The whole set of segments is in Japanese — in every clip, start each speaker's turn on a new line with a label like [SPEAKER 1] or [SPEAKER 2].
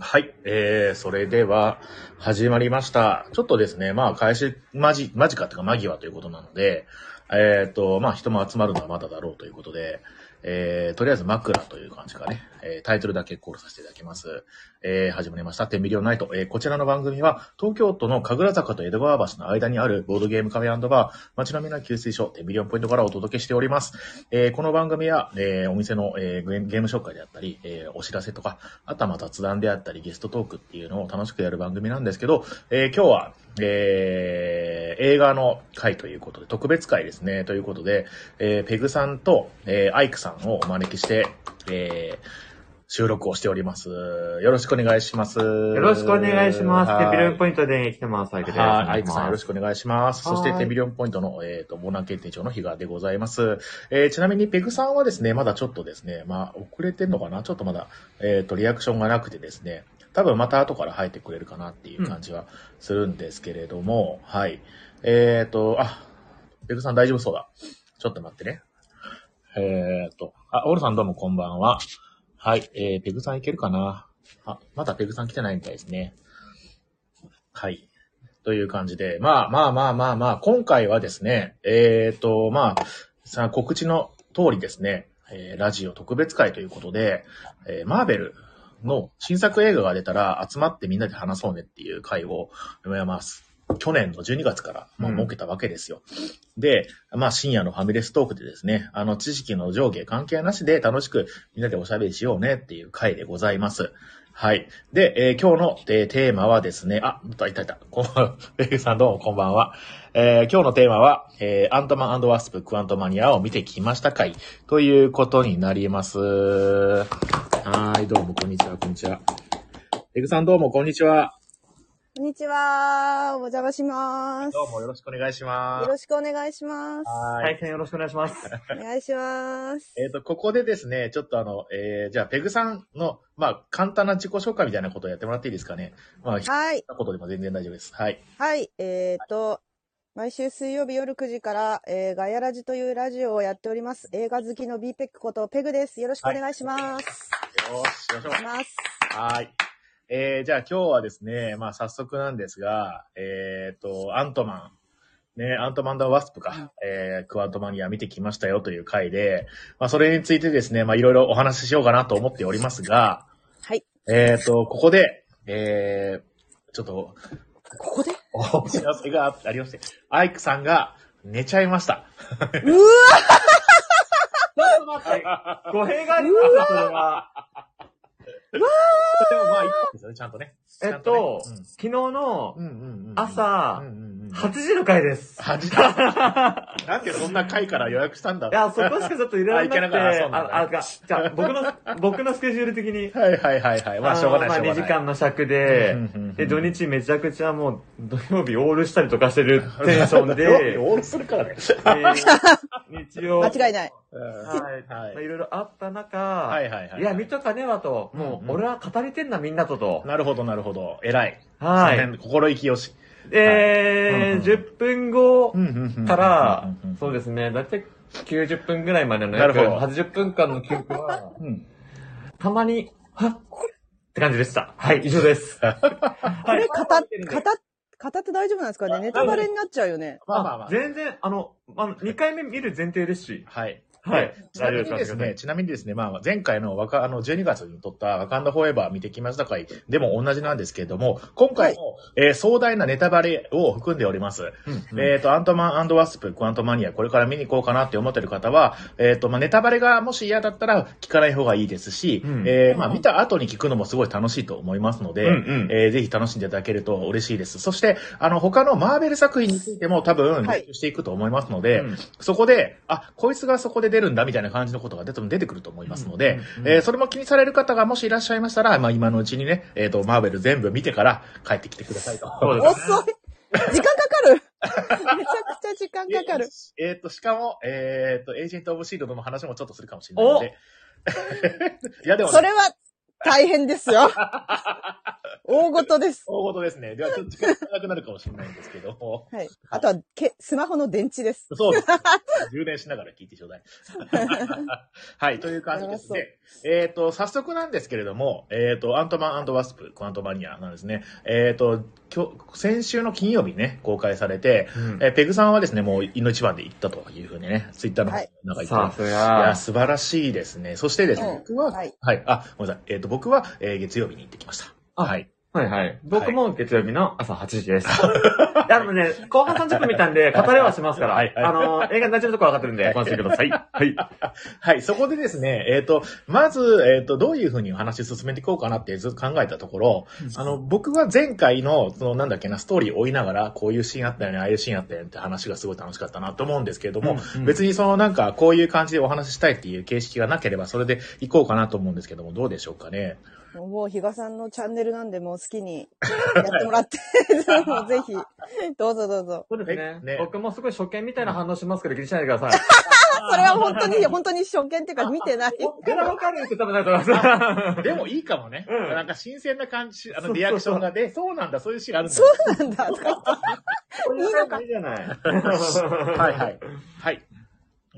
[SPEAKER 1] はい。えー、それでは、始まりました。ちょっとですね、まあ、開始、まじ、間近っていうか間際ということなので、えっ、ー、と、まあ、人も集まるのはまだだろうということで、えー、とりあえず枕という感じかね、えー、タイトルだけコールさせていただきます。えー、始まりました。テンビリオンナイト。えー、こちらの番組は、東京都の神楽坂と江戸川橋の間にあるボードゲームカフェバー、街並みの給水所、テンビリオンポイントからお届けしております。えー、この番組は、えー、お店の、えー、ゲーム紹介であったり、えー、お知らせとか、あとはまあ雑談であったり、ゲストトークっていうのを楽しくやる番組なんですけど、えー、今日は、えー、映画の回ということで、特別回ですね、ということで、えー、ペグさんと、えー、アイクさんをお招きして、え収録をしております。よろしくお願いします。よ
[SPEAKER 2] ろしくお願いします。テビリオンポイントで来てます。
[SPEAKER 1] はい、アイクさんよろしくお願いします。そしてテビリオンポイントの、えっ、ー、と、ボーナー検定長の日がでございます。えー、ちなみにペグさんはですね、まだちょっとですね、まあ、遅れてんのかなちょっとまだ、えっ、ー、と、リアクションがなくてですね、多分また後から入ってくれるかなっていう感じはするんですけれども、うん、はい。えっ、ー、と、あ、ペグさん大丈夫そうだ。ちょっと待ってね。えっ、と、あ、オルさんどうもこんばんは。はい、えー、ペグさんいけるかなあ、まだペグさん来てないみたいですね。はい。という感じで、まあまあまあまあまあ、今回はですね、えっ、ー、と、まあ、さあ告知の通りですね、えー、ラジオ特別会ということで、えー、マーベルの新作映画が出たら集まってみんなで話そうねっていう会をやます。去年の12月から、まあ、設けたわけですよ。うん、で、まあ、深夜のファミレストークでですね、あの、知識の上下関係なしで楽しくみんなでおしゃべりしようねっていう回でございます。はい。で、えー、今日の、えー、テーマはですね、あ、いたいたいた。こんばんベグさんどうもこんばんは。えー、今日のテーマは、えー、アントマンワスプクアントマニアを見てきました回ということになります。はい、どうもこんにちは、こんにちは。ベグさんどうもこんにちは。
[SPEAKER 3] こんにちは。お邪魔します。。
[SPEAKER 1] どうもよろしくお願いします
[SPEAKER 3] よろしくお願いします。
[SPEAKER 2] はい。大変よろしくお願いします。
[SPEAKER 3] お願いします。
[SPEAKER 1] えっと、ここでですね、ちょっとあの、えー、じゃあ、ペグさんの、まあ、簡単な自己紹介みたいなことをやってもらっていいですかね。まあ、
[SPEAKER 3] はい。
[SPEAKER 1] なことでも全然大丈夫です。はい。
[SPEAKER 3] はい、えー、っと、はい、毎週水曜日夜9時から、えー、ガヤラジというラジオをやっております。映画好きの BPEC ことペグです。よろしくお願いします。
[SPEAKER 1] はい、よろしくお願いします。はい。えー、じゃあ今日はですね、まあ早速なんですが、えっ、ー、と、アントマン、ね、アントマンダワスプか、えー、クワントマニア見てきましたよという回で、まあそれについてですね、まあいろいろお話ししようかなと思っておりますが、
[SPEAKER 3] はい。
[SPEAKER 1] えっ、と、ここで、えー、ちょっと、
[SPEAKER 3] ここで
[SPEAKER 1] お知らせがありまして、アイクさんが寝ちゃいました。
[SPEAKER 3] うわ
[SPEAKER 2] ちょっと待って、語弊があります、それは。
[SPEAKER 1] わーでもまあ、いいですよね、ちゃんとね。
[SPEAKER 2] えっと、昨日の朝、8時の回です。
[SPEAKER 1] 8時 だ。なんでそんな回から予約したんだ
[SPEAKER 2] いや、そこしかちょっと入れられなくて、あ、あ、じゃあ、僕の、僕のスケジュール的に。
[SPEAKER 1] はいはいはいはい。まあ、しょうがない
[SPEAKER 2] まあ、2時間の尺で、で、土日めちゃくちゃもう、土曜日オールしたりとかしてるテンションで。
[SPEAKER 1] オールするからね。
[SPEAKER 2] 日曜。
[SPEAKER 3] 間違いない。
[SPEAKER 2] はい。いろいろあった中、はいはいはい。いや、見とかねはと、もう、俺は語りてんな、みんなとと。
[SPEAKER 1] なるほど、なるほど。偉い。。
[SPEAKER 2] はい
[SPEAKER 1] 心意気よし。
[SPEAKER 2] えー、10分後から、そうですね、だいたい90分ぐらいまでの約80分間の記憶は、 たまに、はっ、って感じでした。 はい、以上です。
[SPEAKER 3] これ、語って、語って、語って大丈夫なんですかねネタバレになっちゃうよね。
[SPEAKER 2] まあまあまあ。全然、あの、まあ、2回目見る前提ですし。
[SPEAKER 1] はい。
[SPEAKER 2] はい。
[SPEAKER 1] ちなみにですね、ちなみにですね、まあ、前回のわか、あの、12月に撮ったワカンダフォーエバー見てきました回でも同じなんですけれども、今回も、はい、えー、壮大なネタバレを含んでおります。うん、えっ、と、アントマンワスプ、クアントマニア、これから見に行こうかなって思ってる方は、えっ、ー、と、まあ、ネタバレがもし嫌だったら聞かない方がいいですし、うん、えー、まあ、見た後に聞くのもすごい楽しいと思いますので、うんうん、えぜひ楽しんでいただけると嬉しいです。そして、あの、他のマーベル作品についても多分、はい、していくと思いますので、うん、そこで、あ、こいつがそこで出るんだみたいな感じのことが出て出てくると思いますので、えそれも気にされる方がもしいらっしゃいましたら、まあ今のうちにね、えっ、ー、と、マーベル全部見てから帰ってきてくださ いと。
[SPEAKER 3] そうです、ね、遅い時間かかるめちゃくちゃ時間かかる。
[SPEAKER 1] えっ、と、しかも、えっ、ー、と、エージェント・オブ・シールドの話もちょっとするかもしれ ないので。
[SPEAKER 3] いやでも、ね、それは大変ですよ。大事です。
[SPEAKER 1] 大事ですね。では、ちょっと時間がなくなるかもしれないんですけど も。
[SPEAKER 3] はい。あとは、け、スマホの電池です。
[SPEAKER 1] そうです。充電しながら聞いてちょうだい。 はい、という感じですね。えっ、と、早速なんですけれども、えっ、と、アントマンワスプ、クアントマニアなんですね。えっ、と、今日、先週の金曜日ね、公開されて、
[SPEAKER 2] うん
[SPEAKER 1] えーペグさんはですね、もう、いの一番で行ったというふうにね、ツイッターの方
[SPEAKER 3] はい
[SPEAKER 1] なんか言って
[SPEAKER 2] さ
[SPEAKER 1] ますいや、
[SPEAKER 2] が。
[SPEAKER 1] 素晴らしいですね。そしてですね、
[SPEAKER 3] う
[SPEAKER 1] 僕
[SPEAKER 3] ん
[SPEAKER 1] は、は
[SPEAKER 3] はいい、
[SPEAKER 1] あ、ごめんなさい。えっ、と、僕は、えー月曜日に行ってきました。
[SPEAKER 2] あ
[SPEAKER 1] はい。
[SPEAKER 2] はいはい。僕も月曜日の朝8時です。いやあのね、後半30分見たんで、語れはしますから、
[SPEAKER 1] はいはい
[SPEAKER 2] あの、映画の大事なところ分かってるんで、ご安心ください。はい。
[SPEAKER 1] はい、そこでですね、えっ、と、まず、えっ、と、どういうふうにお話進めていこうかなってずっと考えたところ、あの、僕は前回の、その、なんだっけな、ストーリーを追いながら、こういうシーンあったよね、ああいうシーンあったよねって話がすごい楽しかったなと思うんですけれども、
[SPEAKER 2] うんうん
[SPEAKER 1] 別にその、なんか、こういう感じでお話ししたいっていう形式がなければ、それで行こうかなと思うんですけども、どうでしょうか ね。
[SPEAKER 3] もう、比嘉さんのチャンネルなんで、もう好きにやってもらって、もうぜひ、どうぞどうぞ。
[SPEAKER 2] そうですね
[SPEAKER 1] ね
[SPEAKER 2] 僕もすごい初見みたいな反応しますけど、気にしないでください。
[SPEAKER 3] それは本当に、本当に初見っていうか見てない。
[SPEAKER 2] こっから分かるって多分ないと思います。
[SPEAKER 1] でもいいかもね。
[SPEAKER 2] うん
[SPEAKER 1] なんか新鮮な感じ、あ
[SPEAKER 2] そ
[SPEAKER 1] の、
[SPEAKER 2] うそうそう
[SPEAKER 1] リアクションがで、そうなんだ、そういうシーンあるんだ。
[SPEAKER 3] なんだ、とか。
[SPEAKER 2] こういうのがいいじゃない。は
[SPEAKER 1] はいはい。。はい。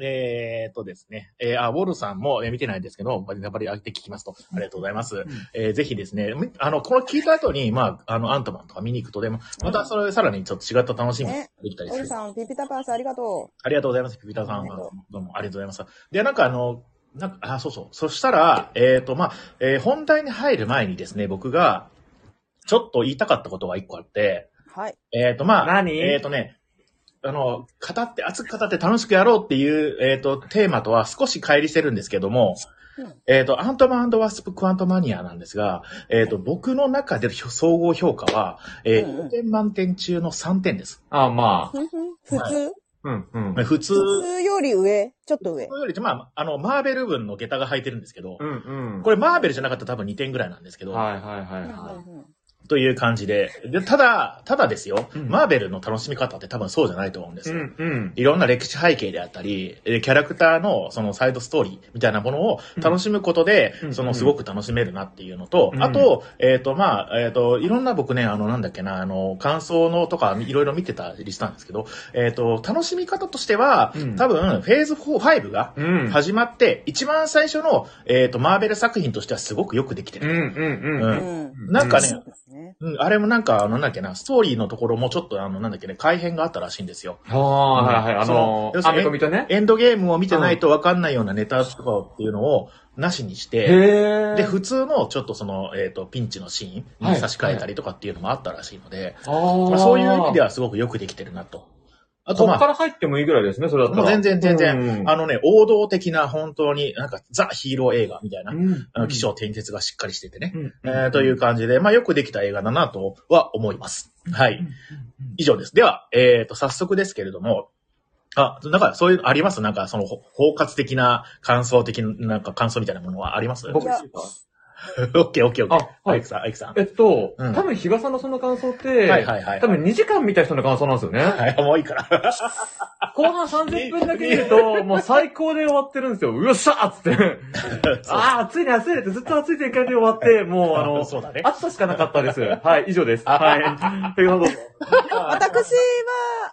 [SPEAKER 1] えー、っとですね。えーあ、ウォルさんも、えー見てないんですけど、バリバリ上げて聞きますと。ありがとうございます。えーぜひですね、みあの、この聞いた後に、まあ、あの、アントマンとか見に行くとでも、またそれさらにちょっと違った楽しみができたり
[SPEAKER 3] お
[SPEAKER 1] す
[SPEAKER 3] じ
[SPEAKER 1] る。
[SPEAKER 3] さん、ピピタパンスありがと
[SPEAKER 1] ありがとうございます、ピピタさん。
[SPEAKER 3] ありがと
[SPEAKER 1] どうもありがとうございます。で、なんかあの、なんか、あ、そうそう。そしたら、えっ、と、まあ、えー本題に入る前にですね、僕が、ちょっと言いたかったことが一個あって、
[SPEAKER 3] う。はい。
[SPEAKER 1] えっ、と、まあ、
[SPEAKER 2] 何
[SPEAKER 1] えっ、とね、あの、語って、熱く語って楽しくやろうっていう、えっ、と、テーマとは少し乖離してるんですけども、
[SPEAKER 3] うん
[SPEAKER 1] えっ、と、アントマンワスプ・クアントマニアなんですが、えっ、と、僕の中での総合評価は、えー
[SPEAKER 3] うんうん
[SPEAKER 1] 5点満点中の3点です。
[SPEAKER 2] あ、まあ。
[SPEAKER 3] ふんふん普通
[SPEAKER 2] うん、うん。
[SPEAKER 1] 普通、
[SPEAKER 3] 普通より上ちょっと上
[SPEAKER 1] こ。れよりと、まあ、あの、マーベル分の下駄が履いてるんですけど、
[SPEAKER 2] うん、うん。
[SPEAKER 1] これマーベルじゃなかったら多分2点ぐらいなんですけど、
[SPEAKER 2] はいはいはい
[SPEAKER 3] うん
[SPEAKER 2] は
[SPEAKER 3] うんうん
[SPEAKER 1] という感じで。で、ただ、ただですよ、
[SPEAKER 2] うん
[SPEAKER 1] マーベルの楽しみ方って多分そうじゃないと思うんで
[SPEAKER 2] い。
[SPEAKER 1] す
[SPEAKER 2] う
[SPEAKER 1] よ。
[SPEAKER 2] ん、うん。
[SPEAKER 1] いろんな歴史背景であったり、えーキャラクターのそのサイドストーリーみたいなものを楽しむことで、
[SPEAKER 2] うん
[SPEAKER 1] そうの
[SPEAKER 2] ん
[SPEAKER 1] すごく楽しめるなっていうのと、
[SPEAKER 2] うん
[SPEAKER 1] あと、えっ、と、まあ、えっ、と、いろんな僕ね、あの、なんだっけな、あの、感想のとかいろいろ見てたりしたんですけど、えっ、と、楽しみ方としては、
[SPEAKER 2] うん
[SPEAKER 1] 多分、フェーズ4、5が
[SPEAKER 2] うん。うん、
[SPEAKER 1] 始まって、一番最初の、えっ、と、マーベル作品としてはすごくよくできて
[SPEAKER 2] う
[SPEAKER 1] る。
[SPEAKER 2] ん、うん、うん。
[SPEAKER 3] うん。
[SPEAKER 1] なんかね、
[SPEAKER 3] そうですね。
[SPEAKER 1] うん、あれもなんか、あの、なんだっけな、ストーリーのところもちょっと、あの、なんだっけね、改変があったらしいんですよ。
[SPEAKER 2] はいはいはい。あ
[SPEAKER 1] その
[SPEAKER 2] の
[SPEAKER 1] 要、す
[SPEAKER 2] ア
[SPEAKER 1] るに
[SPEAKER 2] メコミとね。
[SPEAKER 1] エンドゲームを見てないと分かんないようなネタとかっていうのを、なしにして、
[SPEAKER 2] へえ。
[SPEAKER 1] で、普通のちょっとその、えっ、と、ピンチのシーンに差し替えたりとかっていうのもあったらしいので、
[SPEAKER 2] あー
[SPEAKER 1] まあ、そういう意味ではすごくよくできてるなと。あと、
[SPEAKER 2] こ
[SPEAKER 1] ま
[SPEAKER 2] っか
[SPEAKER 1] あ、
[SPEAKER 2] ら入ってもいいぐらいですね、それだった
[SPEAKER 1] もう
[SPEAKER 2] ら。
[SPEAKER 1] 全然全
[SPEAKER 2] う
[SPEAKER 1] 然、
[SPEAKER 2] ん
[SPEAKER 1] あのね、王道的な本当になんかザ・ヒーロー映画みたいな、
[SPEAKER 2] うん
[SPEAKER 1] あの、起承転結がしっかりしててね、
[SPEAKER 2] うん
[SPEAKER 1] えーという感じで、まあ、よくできた映画だなとは思います。はい。以上です。では、えっ、と、早速ですけれども、あ、なんかそういうのありますなんかそのほ包括的な感想的な、なんか感想みたいなものはありますオッケ
[SPEAKER 2] 僕 で
[SPEAKER 3] いや
[SPEAKER 2] すか
[SPEAKER 1] ーオッケーオッケー。
[SPEAKER 2] あ
[SPEAKER 1] ア
[SPEAKER 2] はい
[SPEAKER 1] イクさん、アイクさん。
[SPEAKER 2] えっと、
[SPEAKER 1] うん
[SPEAKER 2] 多分、比嘉さんのその感想って、
[SPEAKER 1] はいはいはい
[SPEAKER 2] 多分2時間見た人の感想なんですよね。
[SPEAKER 1] はい、もういいから。
[SPEAKER 2] 後半30分だけ見 ると、もう最高で終わってるんですよ。うよっしゃーっつって。 ああ、暑いね、暑いねってずっと暑い展開で終わって、もうあの、
[SPEAKER 1] そうだね。
[SPEAKER 2] 暑さしかなかったです。はい、以上です。はい。ということで。
[SPEAKER 3] 私は、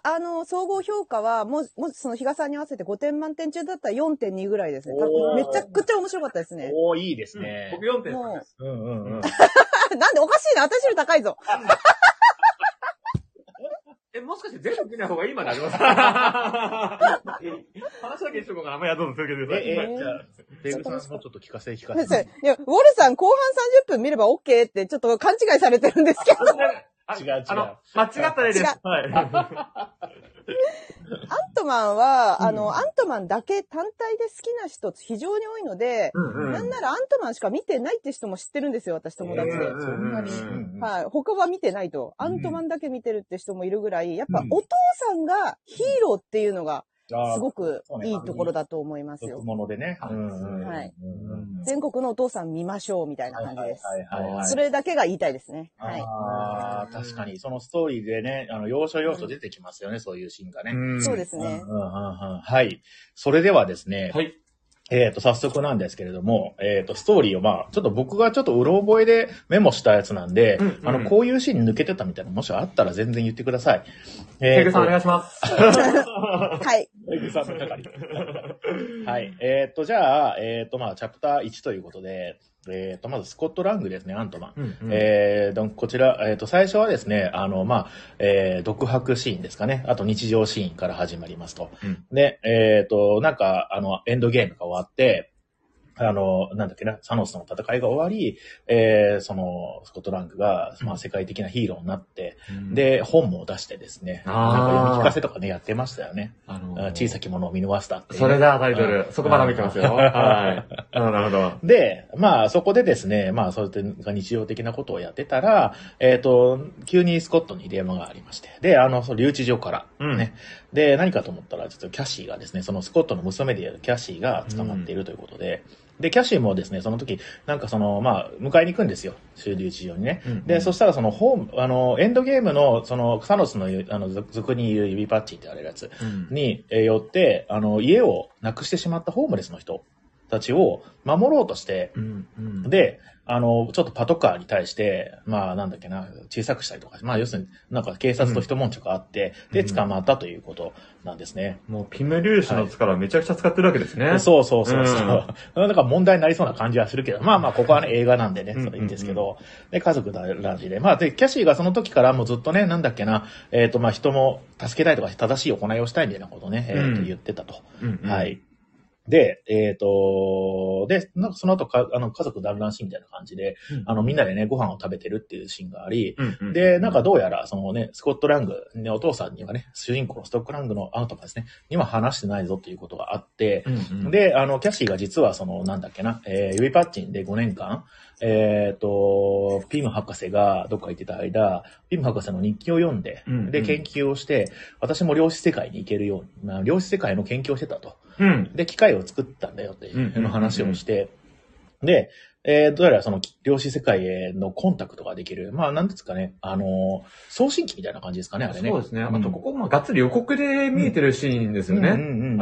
[SPEAKER 3] あの、総合評価は、もう、もうその比嘉さんに合わせて5点満点中だったら4.2ぐらいですね。多
[SPEAKER 1] おー
[SPEAKER 3] 分めちゃくちゃ面白かったですね。
[SPEAKER 1] おー、いいですね。
[SPEAKER 2] 僕4点
[SPEAKER 3] もう、
[SPEAKER 1] うんうんうん。
[SPEAKER 3] なんでおかしいな、私より高いぞ。
[SPEAKER 2] え、もしかして全部見ない方がいいまであります 話だけしとこうかな。まあ、いやどうぞ続けてく
[SPEAKER 1] え
[SPEAKER 2] ださい。、
[SPEAKER 1] え、じゃあ、ペグさんもちょっと聞かせて、聞か
[SPEAKER 3] そう
[SPEAKER 1] せ
[SPEAKER 3] です
[SPEAKER 1] て。
[SPEAKER 3] いや、ウォルさん後半30分見れば OK ってちょっと勘違いされてるんですけど、アン
[SPEAKER 2] あ
[SPEAKER 1] 違う違う
[SPEAKER 2] あの、間違った例です。
[SPEAKER 3] 違
[SPEAKER 2] はい。
[SPEAKER 3] トマンは、あ
[SPEAKER 1] う
[SPEAKER 3] の、アントマンだけ単体で好きな人非常に多いので、
[SPEAKER 1] うん
[SPEAKER 3] なんならアントマンしか見てないって人も知ってるんですよ、私友達で。
[SPEAKER 2] うん
[SPEAKER 3] そんなに。
[SPEAKER 2] うん
[SPEAKER 3] はい。他は見てないと。アントマンだけ見てるって人もいるぐらい、やっぱお父さんがヒーローっていうのがすごくいいところだと思います
[SPEAKER 1] 俗
[SPEAKER 3] よ。
[SPEAKER 1] 物でね。
[SPEAKER 2] うんうん。
[SPEAKER 3] はい
[SPEAKER 1] うんうん
[SPEAKER 3] 全国のお父さん見ましょうみたいな感じです。
[SPEAKER 1] はいはいはいはい。
[SPEAKER 3] それだけが言いたいですね。はい。
[SPEAKER 1] ああ、確かに、そのストーリーでね、あの、要所要所出てきますよね、そういうシーンがね。
[SPEAKER 3] そうですすね
[SPEAKER 1] うん。うんうんうんはい。それではですね、
[SPEAKER 2] はい。
[SPEAKER 1] えっ、ー、と、早速なんですけれども、えっ、ー、と、ストーリーをまあ、ちょっと僕がちょっとうろ覚えでメモしたやつなんで、うんうん、あの、こういうシーン抜けてたみたいな、もしあったら全然言ってください。
[SPEAKER 2] えー、ペグさんお願いします。
[SPEAKER 3] はい。
[SPEAKER 1] ペグさんの係。はい。えっ、ー、と、じゃあ、えっ、と、まあ、チャプター1ということで、えっ、ー、と、まずスコット・ラングですね、アントマン。うんうん、えー、こちら、えっ、ー、と、最初はですね、あの、まあ、えー、独白シーンですかね。あと日常シーンから始まりますと。うん、で、えっ、ー、と、なんか、あの、エンドゲームが終わって、あの、なんだっけな、サノスの戦いが終わり、えー、その、スコットラングが、まあ、世界的なヒーローになって、うん、で、本も出してですね、なんか読み聞かせとかね、やってましたよね。あのー、小さきものを見逃したって
[SPEAKER 2] それだ、タイトル。そこまで見てますよ。はい。なるほど。
[SPEAKER 1] で、まあ、そこでですね、まあ、そういった日常的なことをやってたら、えっ、ー、と、急にスコットに電話がありまして、で、あの、その留置所からね、ね、うん、で、何かと思ったら、ちょっとキャシーがですね、そのスコットの娘であるキャシーが捕まっているということで、うんで、キャシーもですね、その時、なんかその、まあ、迎えに行くんですよ。終留地上にね、うんうん。で、そしたらその、ホーム、あの、エンドゲームの、その、サノスの、あの、俗に言う指パッチってあれるやつに、うん、よって、あの、家をなくしてしまったホームレスの人たちを守ろうとして、うんうん、で、あの、ちょっとパトカーに対して、まあ、なんだっけな、小さくしたりとか、まあ、要するに、なんか警察と一悶着あって、うん、で、捕まったということなんですね。、
[SPEAKER 2] もう、ピム粒子の力めちゃくちゃ使ってるわけですね。はい
[SPEAKER 1] そうそうそうそう。うん 、なんか問題になりそうな感じはするけど、まあまあ、ここはね、映画なんでね、それいいんですけど、うんうんうん、で、家族だらしで、まあ、で、キャシーがその時からもうずっとね、なんだっけな、えっ、ー、と、まあ、人も助けたいとか、正しい行いをしたいみたいなことをね、えっ、ー、と、言ってたと。うんうん、はい。で、えっ、ー、と、で、なんかその後か、あの、家族団らんしみたいな感じで、うん、あの、みんなでね、ご飯を食べてるっていうシーンがあり、うんうん、で、なんかどうやら、そのね、スコットラング、ね、お父さんにはね、主人公のストックラングのあのとかですね、には話してないぞっていうことがあって、うんうん、で、あの、キャシーが実はその、なんだっけな、えー、指パッチンで5年間、えっ、ー、と、ピム博士がどっか行ってた間、ピム博士の日記を読んで、うんうん、で、研究をして、私も量子世界に行けるように、まあ、量子世界の研究をしてたと。うん、で、機械を作ったんだよっていう話をして、うんうんうんうん、で、えー、どうやらその量子世界へのコンタクトができる、まあ、なんですかね、あのー、送信機みたいな感じですかね、あれね。
[SPEAKER 2] そうですね。うん、あと、ここもがっつり予告で見えてるシーンですよね。あ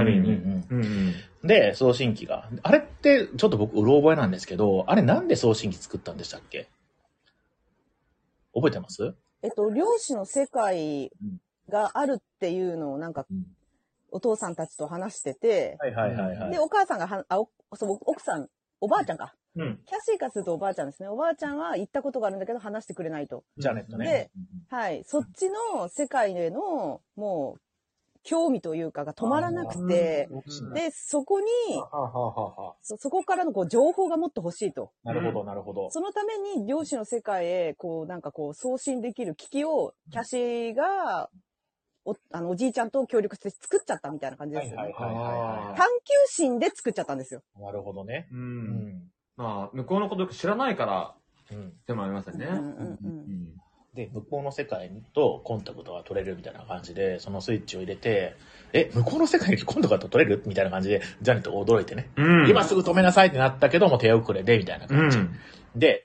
[SPEAKER 2] る意味。うんうん。
[SPEAKER 1] で、送信機が。あれって、ちょっと僕、うろ覚えなんですけど、あれなんで送信機作ったんでしたっけ覚えてます
[SPEAKER 3] えっと、漁師の世界があるっていうのを、なんか、うん、お父さんたちと話してて、
[SPEAKER 1] はいはいはいはい、
[SPEAKER 3] で、お母さんがは、あ、そう奥さん、おばあちゃんか。うん、キャシーからするとおばあちゃんですね。おばあちゃんは行ったことがあるんだけど話してくれないと。
[SPEAKER 1] ジャネットね。
[SPEAKER 3] で、はい。そっちの世界への、もう、興味というかが止まらなくて、で、そこに、そ、そこからのこう情報がもっと欲しいと。
[SPEAKER 1] なるほど、なるほど。
[SPEAKER 3] そのために、漁師の世界へ、こう、なんかこう、送信できる機器を、キャシーが、お、あの、おじいちゃんと協力して作っちゃったみたいな感じですよね。探求心で作っちゃったんですよ。
[SPEAKER 1] なるほどね。うん
[SPEAKER 2] まあ、向こうのことよく知らないから、うん、でもありますよね。うんうんうん
[SPEAKER 1] で、向こうの世界とコンタクトが取れるみたいな感じで、そのスイッチを入れて、え、向こうの世界にコンタクト取れるみたいな感じで、ジャネット驚いてね、うん、今すぐ止めなさいってなったけども手遅れで、みたいな感じ、うん。で、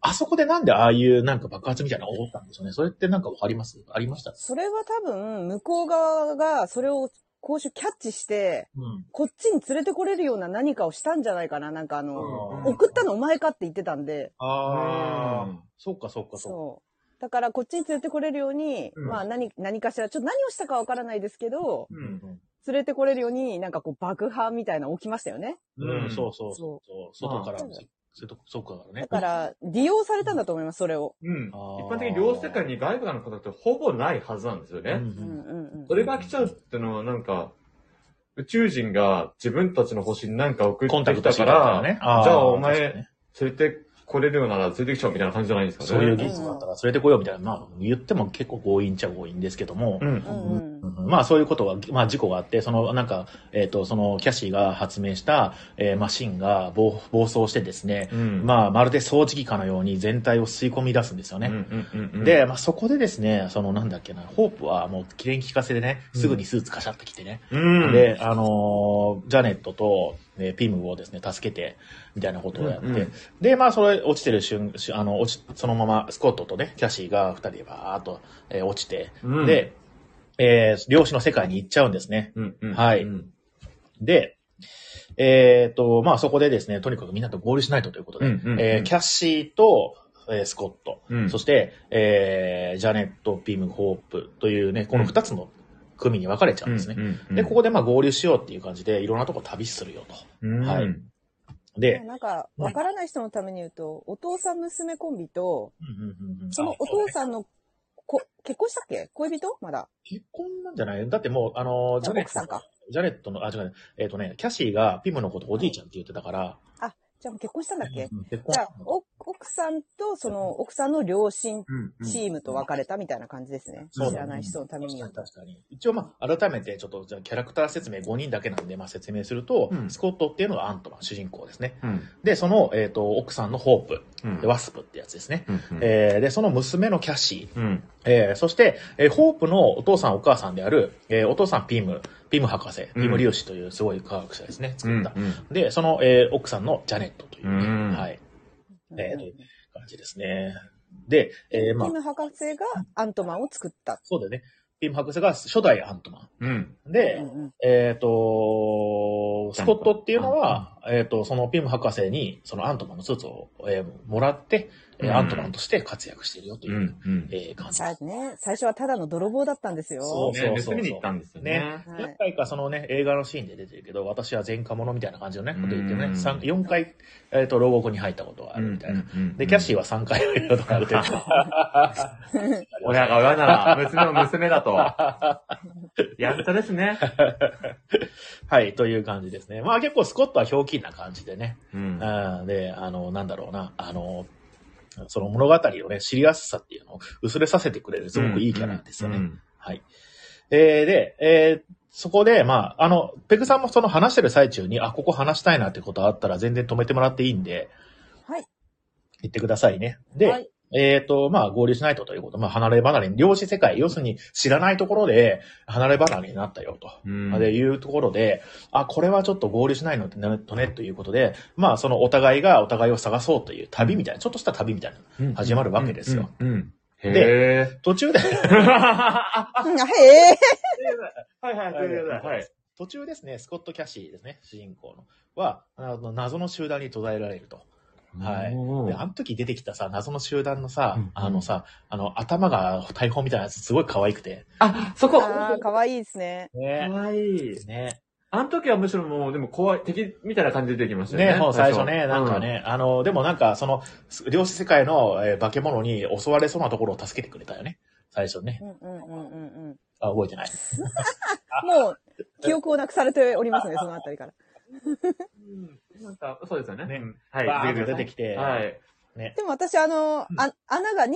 [SPEAKER 1] あそこでなんでああいうなんか爆発みたいなのが起こったんですよね。それってなんかわかりますありました
[SPEAKER 3] それは多分、向こう側がそれを公衆キャッチして、うん、こっちに連れてこれるような何かをしたんじゃないかな。なんかあの、送ったのお前かって言ってたんで。。
[SPEAKER 1] ああ、そっかそっかそう
[SPEAKER 3] だからこっちに連れてこれるように、うん、まあ何、何かしら、ちょっと何をしたかわからないですけど、うんうん、連れてこれるように、なんかこう爆破みたいな起きましたよね。
[SPEAKER 1] うん、うん、そうそうそう外から、そうからね。
[SPEAKER 3] だから、利用されたんだと思います、それを。
[SPEAKER 2] うん。一般的に両世界に外部の方ってほぼないはずなんですよね。うんうんうん。それが来ちゃうってのはなんか、宇宙人が自分たちの星に何か送ってきたから、ね、じゃあお前、連れて来れるようなら連れてきちゃうみたいな感じじゃないですかね。
[SPEAKER 1] そういう技術があったら連れてこようみたいな、まあ言っても結構強引っちゃ強引ですけども、うんうんうん、まあそういうことが、まあ事故があって、そのなんか、えっ、ー、と、そのキャシーが発明した、えー、マシンが暴暴走してですね、うん、まあまるで掃除機かのように全体を吸い込み出すんですよね。うんうんうんうん、で、まあそこでですね、そのなんだっけな、ホープはもう綺麗に聞かせでね、すぐにスーツカシャってきてね、うん、で、あのー、ジャネットと、ね、ピムをですね、助けて、みたいなことをやって、うんうん、で、まあ、それ、落ちてる瞬、あの、落ち、そのまま、スコットとね、キャシーが二人でバーっと、えー、落ちて、うん、で、えー、漁師の世界に行っちゃうんですね。うんうんうん、はい。で、えっ、ー、と、まあそこでですね、とにかくみんなと合流しないとということで、
[SPEAKER 2] うんうんうん
[SPEAKER 1] えーキャッシーと、えースコット、
[SPEAKER 2] うん
[SPEAKER 1] そして、えージャネット、ビーム、ホープというね、この二つの組に分かれちゃうんですね。で、ここでまあ合流しようっていう感じで、いろんなとこ旅するよ
[SPEAKER 2] こ、うん
[SPEAKER 1] はい
[SPEAKER 2] うん
[SPEAKER 1] と。で、
[SPEAKER 3] なんか、わからない人のために言うと、お父さん娘コンビと、
[SPEAKER 1] うんうんうんうん
[SPEAKER 3] そのお父さんの、こ、結婚したっけ恋人まだ。
[SPEAKER 1] 結婚なんじゃないだってもう、あの、ジャネ
[SPEAKER 3] 奥
[SPEAKER 1] ッ
[SPEAKER 3] さん
[SPEAKER 1] ト、
[SPEAKER 3] か。
[SPEAKER 1] ジャネットの、あ、違う、えっ、とね、キャッシーがピムのことおじいちゃんって言ってたから、
[SPEAKER 3] じゃあもう結婚したんだっけ
[SPEAKER 1] うん結婚
[SPEAKER 3] じゃあ、お奥さんと、その、奥さんの両親
[SPEAKER 2] うんうん
[SPEAKER 3] チームと別れたみたいな感じですね。
[SPEAKER 1] そうだね
[SPEAKER 3] 知らない人のために
[SPEAKER 1] 確か
[SPEAKER 3] 言う
[SPEAKER 1] に
[SPEAKER 3] と。
[SPEAKER 1] 確かに。一応まあ、改めてちょっと、じゃあキャラクター説明5人だけなんで、まあ説明すると、
[SPEAKER 2] うん
[SPEAKER 1] スコットっていうのはアントマン、主人公ですね。
[SPEAKER 2] うん
[SPEAKER 1] で、その、えっ、と、奥さんのホープ、
[SPEAKER 2] うん
[SPEAKER 1] でワスプってやつですね。
[SPEAKER 2] うんうん
[SPEAKER 1] えーで、その娘のキャッシー、
[SPEAKER 2] うん
[SPEAKER 1] えーそして、えーホープのお父さんお母さんである、えーお父さんピム、ピム博士、
[SPEAKER 2] うん
[SPEAKER 1] ピム粒子というすごい科学者ですね、
[SPEAKER 2] う
[SPEAKER 1] 作っ
[SPEAKER 2] ん
[SPEAKER 1] た。で、その、えー奥さんのジャネットというう、
[SPEAKER 2] ん
[SPEAKER 1] はい、
[SPEAKER 3] うん
[SPEAKER 1] えーという感じですね。で、えーまあ
[SPEAKER 3] キ、ム博士がアントマンを作った。
[SPEAKER 1] そうだよね。ピム博士が初代アントマ
[SPEAKER 2] うん
[SPEAKER 1] ン。
[SPEAKER 3] う
[SPEAKER 1] で、
[SPEAKER 3] んうん
[SPEAKER 1] えっ、と、スコットっていうのは、えっ、と、そのピム博士に、そのアントマンのスーツを、えーもらって、えー
[SPEAKER 2] うん
[SPEAKER 1] アントマンとして活躍しているよと
[SPEAKER 2] う
[SPEAKER 1] いう、
[SPEAKER 2] んうん
[SPEAKER 1] えー感じ。
[SPEAKER 3] さあね、最初はただの泥棒だったんですよ。
[SPEAKER 1] そう
[SPEAKER 2] ね盗みに行ったんですよね。
[SPEAKER 3] は い
[SPEAKER 1] 何回かそのね、映画のシーンで出てるけど、私は前科者みたいな感じのね、こと言って
[SPEAKER 2] う
[SPEAKER 1] ね、
[SPEAKER 2] ん
[SPEAKER 1] 三四回、えっ、と、牢獄に入ったことがあるみたいな。
[SPEAKER 2] うんうんうん
[SPEAKER 1] で、キャッシーは3回入ることがあるという。
[SPEAKER 2] 親が親なら、娘も娘 だと。やんちゃですね。
[SPEAKER 1] はい、という感じですね。まあ結構スコットはひょうきんな感じでね。
[SPEAKER 2] うん
[SPEAKER 1] うん、で、あの、なんだろうな、あの、その物語をね、知りやすさっていうのを薄れさせてくれる、すごくいいキャラですよね。
[SPEAKER 2] うん
[SPEAKER 1] はい。えー、で、えーそこで、まあ、あの、ペグさんもその話してる最中に、あ、ここ話したいなってことあったら全然止めてもらっていいんで、
[SPEAKER 3] はい。
[SPEAKER 1] 言ってくださいね。で、
[SPEAKER 3] はい
[SPEAKER 1] えっ、と、まあ、合流しないとということ、まあ、離れ離れに、量子世界、要するに知らないところで離れ離れになったよと。
[SPEAKER 2] うん
[SPEAKER 1] で、いうところで、あ、これはちょっと合流しないのとね、ということで、まあ、そのお互いがお互いを探そうという旅みたいな、ちょっとした旅みたいな、
[SPEAKER 2] うん
[SPEAKER 1] 始まるわけですよ。
[SPEAKER 2] うんうんうん。
[SPEAKER 1] で
[SPEAKER 2] へー
[SPEAKER 1] 途中で、
[SPEAKER 2] は
[SPEAKER 3] うん へえ。
[SPEAKER 2] いはい、ということではい。
[SPEAKER 1] 途中ですね、スコット・キャシーですね、主人公の、は、あの謎の集団に途絶えられると。はい
[SPEAKER 2] お
[SPEAKER 1] で、
[SPEAKER 2] ー
[SPEAKER 1] あの時出てきたさ、謎の集団のさ
[SPEAKER 2] うん、
[SPEAKER 1] あのさ、あの、頭が大砲みたいなやつ、すごい可愛くて。
[SPEAKER 2] あ、そこ
[SPEAKER 3] ああ、かわいいですね。
[SPEAKER 2] か
[SPEAKER 1] ね
[SPEAKER 2] わいい。
[SPEAKER 1] ね。
[SPEAKER 2] あの時はむしろもう、でも怖い、敵みたいな感じで出てきましたよね。
[SPEAKER 1] ね、もう最初ね、なんか。ね、あの、でもなんか、その、量子世界のえー化け物に襲われそうなところを助けてくれたよね。最初ね
[SPEAKER 3] う。んうんうんうんうん。
[SPEAKER 1] あ、覚えてない。
[SPEAKER 3] もう、記憶をなくされておりますね、そのあたりから。
[SPEAKER 2] うんなんか、そうですよね。
[SPEAKER 1] ね
[SPEAKER 2] うんはい。
[SPEAKER 1] バーンと
[SPEAKER 2] 次々
[SPEAKER 1] 出てきて。
[SPEAKER 2] はい。
[SPEAKER 3] でも私、あの、あ穴が、人間は穴が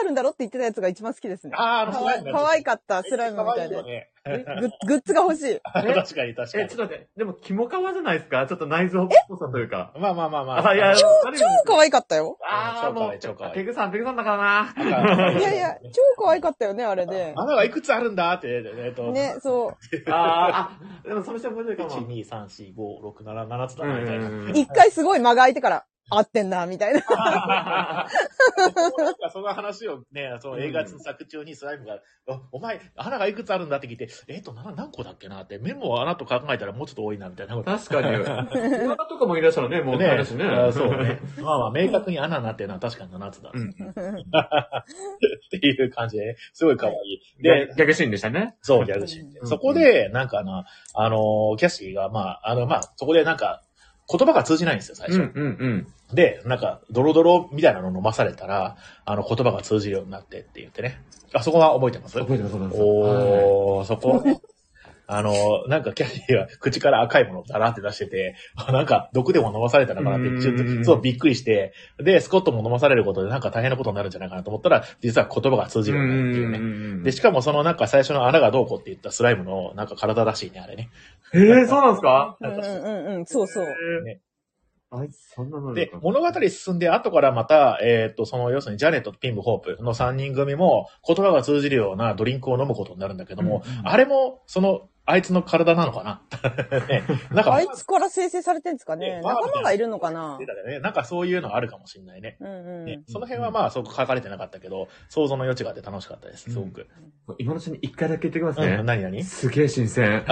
[SPEAKER 3] あるんだろって言ってたやつが一番好きですね。
[SPEAKER 1] あーあの
[SPEAKER 3] か
[SPEAKER 1] スラ
[SPEAKER 3] わ
[SPEAKER 1] イム
[SPEAKER 3] かわいかった、
[SPEAKER 1] めっ
[SPEAKER 3] ス
[SPEAKER 1] ち
[SPEAKER 3] ラ
[SPEAKER 1] ゃ
[SPEAKER 3] イムみ
[SPEAKER 1] 可
[SPEAKER 3] た
[SPEAKER 1] 愛
[SPEAKER 3] い
[SPEAKER 1] い
[SPEAKER 3] で
[SPEAKER 1] よ。ね。
[SPEAKER 3] グッグッズが欲しい。
[SPEAKER 1] 確かに確か
[SPEAKER 2] え、
[SPEAKER 1] に
[SPEAKER 2] ちょっ。と待って、でも、キモカワじゃないですかちょっと内臓っぽさというか。
[SPEAKER 1] まあまあまあまあ。
[SPEAKER 2] あ、いや、
[SPEAKER 1] 超
[SPEAKER 2] 超
[SPEAKER 3] 超可愛かった よ。
[SPEAKER 2] ああ、も
[SPEAKER 1] 超可愛
[SPEAKER 2] う、
[SPEAKER 1] い
[SPEAKER 2] ペグさん、ペグさんだから
[SPEAKER 1] い
[SPEAKER 3] いやいや、超可愛かったよね、あれで。
[SPEAKER 1] 穴がいくつあるんだって、えっと、
[SPEAKER 3] ね、そう。
[SPEAKER 2] な。あーあ、でもそれして面白いかも。
[SPEAKER 1] 1、2、3、4、5、6、7、7つだ
[SPEAKER 2] うん
[SPEAKER 1] な、み
[SPEAKER 2] う
[SPEAKER 1] たい
[SPEAKER 2] ん
[SPEAKER 1] な。
[SPEAKER 2] うん
[SPEAKER 3] 一回すごい間が空いてから、合ってんな、みたいな。
[SPEAKER 1] なんかその話をね、その映画の作中にスライムが、あお前、穴がいくつあるんだって聞いて、えっと、な何個だっけなって、メモを穴と考えたらもうちょっと多いな、みたいなこと。
[SPEAKER 2] 確かに。岩田とかもいらっしゃるね、もう、
[SPEAKER 1] ね
[SPEAKER 2] 彼氏ね。
[SPEAKER 1] あそうね。まあまあ、明確に穴になってるのは確かに7つだ。
[SPEAKER 2] う
[SPEAKER 1] っ
[SPEAKER 2] ん。
[SPEAKER 1] ていう感じで、ね、すごい可愛い。
[SPEAKER 2] で
[SPEAKER 1] で、、
[SPEAKER 2] 逆シーンでしたね。
[SPEAKER 1] そう、ギャグシーンで。そこで、なんかあの、あのーキャッシーが、まあ、あの、まあ、そこでなんか、言葉が通じないんですよ、最
[SPEAKER 2] うん
[SPEAKER 1] 初。
[SPEAKER 2] うん
[SPEAKER 1] で、なんか、ドロドロみたいなの飲まされたら、あの、言葉が通じるようになってって言ってね。あ、そこは覚えてます
[SPEAKER 2] うん。覚えてます、覚えてます。はい
[SPEAKER 1] おー、そこ。あの、なんかキャリーは口から赤いものをダラって出してて、あなんか毒でも飲まされたのかなって、ちょ
[SPEAKER 2] うんうんう
[SPEAKER 1] っと、
[SPEAKER 2] ん
[SPEAKER 1] そうびっくりして、で、スコットも飲まされることでなんか大変なことになるんじゃないかなと思ったら、実は言葉が通じるようになるっていうね。で、しかもそのなんか最初の穴がどうこうって言ったスライムのなんか体らしいね、あれね。
[SPEAKER 2] えー、そうなんですか
[SPEAKER 3] うんうんうんうん、そうそう。
[SPEAKER 1] ね
[SPEAKER 2] あいつ、そんなの
[SPEAKER 1] で、物語進んで後からまた、えっと、その要するにジャネットとピンブ・ホープの3人組も言葉が通じるようなドリンクを飲むことになるんだけども、あれもそのあいつの体なのかな ね、
[SPEAKER 3] なんかあいつから生成されてるんですかね、ね、仲間がいるのかな、
[SPEAKER 1] ね、なんかそういうのあるかもしれないね。うんうん、ねその辺はまあ、そこ書かれてなかったけど、想像の余地があって楽しかったです、すごく。
[SPEAKER 2] うん、今のうちに一回だけ言ってきますね。
[SPEAKER 1] うん、何何
[SPEAKER 2] すげえ新鮮。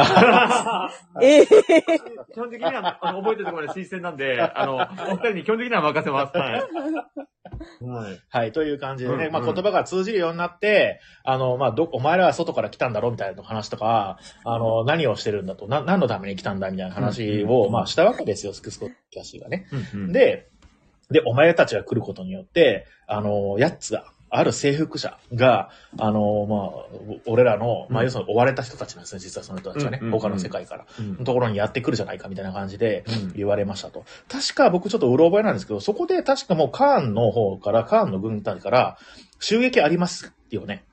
[SPEAKER 3] ええー、
[SPEAKER 2] 基本的にはあの覚えてるところで新鮮なんで、あの、お二人に基本的には任せます。はい。
[SPEAKER 1] はい、はい、という感じでね、うんうん、まあ言葉が通じるようになって、あの、まあど、お前らは外から来たんだろみたいな話とか、あの、うん、何をしてるんだと、な、何のために来たんだみたいな話を、うんうん、まあ、したわけですよ、スクスコキャシーがね、うんうん。で、で、お前たちが来ることによって、あの、やつが、ある征服者が、あの、まあ、俺らの、まあ、要するに追われた人たちなんですね、実はその人たちはね、うんうんうん、他の世界から、うん、のところにやってくるじゃないか、みたいな感じで言われましたと。うん、確か僕ちょっとうろ覚えなんですけど、そこで確かもうカーンの方から、カーンの軍隊から、襲撃ありますよね。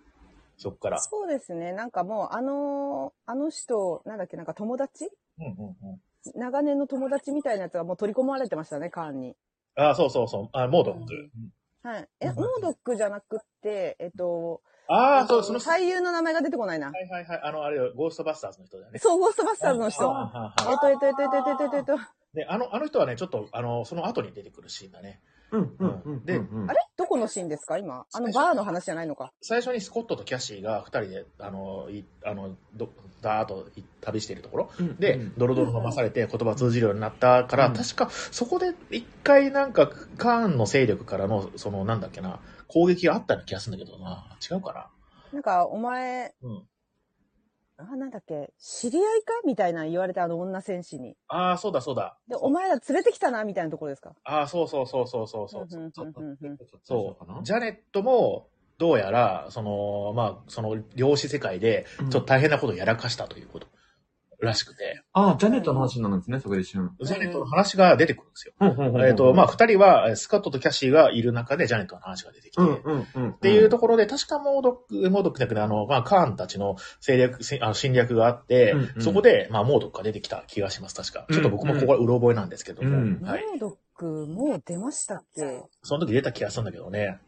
[SPEAKER 1] そこから。
[SPEAKER 3] そうですね。なんかもう、あのー、あの人、なんだっけ、なんか友達、うんうんうん、長年の友達みたいなやつがもう取り込まれてましたね、カーンに。
[SPEAKER 1] ああ、そうそうそう。あモードック、
[SPEAKER 3] うん。はい。え、モードックじゃなくて、えっと、
[SPEAKER 1] ああ、そう、その。
[SPEAKER 3] 俳優の名前が出てこないな。
[SPEAKER 1] はいはいはい。あの、あれゴーストバスターズの人だよね。
[SPEAKER 3] そう、ゴーストバスターズの人。えっと、えっと、えっと、えっと、えっと、えっと。
[SPEAKER 1] ね、あの、あの人はね、ちょっと、あの、その後に出てくるシーンだね。
[SPEAKER 2] うんうんうん、
[SPEAKER 3] で、うんうん、あれどこのシーンですか今。あのバーの話じゃないのか。
[SPEAKER 1] 最初にスコットとキャシーが二人で、あの、いあのどだーっと旅しているところ、うんうん、で、ドロドロ飲まされて言葉通じるようになったから、うん、確かそこで一回なんか、カーンの勢力からの、その、なんだっけな、攻撃があったような気がするんだけどな。違うかな。
[SPEAKER 3] なんか、お前、うんあ、なんだっけ、知り合いかみたいな言われたあの女戦士に。
[SPEAKER 1] ああ、そうだそうだ。
[SPEAKER 3] で、お前ら連れてきたなみたいなところですか
[SPEAKER 1] ああ、そうそうそうそうそうそう。そう。ジャネットも、どうやら、その、まあ、その、量子世界で、ちょっと大変なことをやらかしたということ。らしくて。
[SPEAKER 2] ああ、ジャネットの話になるんですね、そこで一瞬。
[SPEAKER 1] ジャネットの話が出てくるんですよ。うん、えっ、ー、と、まあ、二人は、スカットとキャシーがいる中で、ジャネットの話が出てきて、うんうん、っていうところで、確かモードック、モードックだけど、あの、まあ、カーンたちの戦略、あの侵略があって、うんうん、そこで、まあ、モードックが出てきた気がします、確か。ちょっと僕もここはうろ覚えなんですけども。うん
[SPEAKER 3] うん、はい、モードック、もう出ましたっけ
[SPEAKER 1] その時出た気がするんだけどね。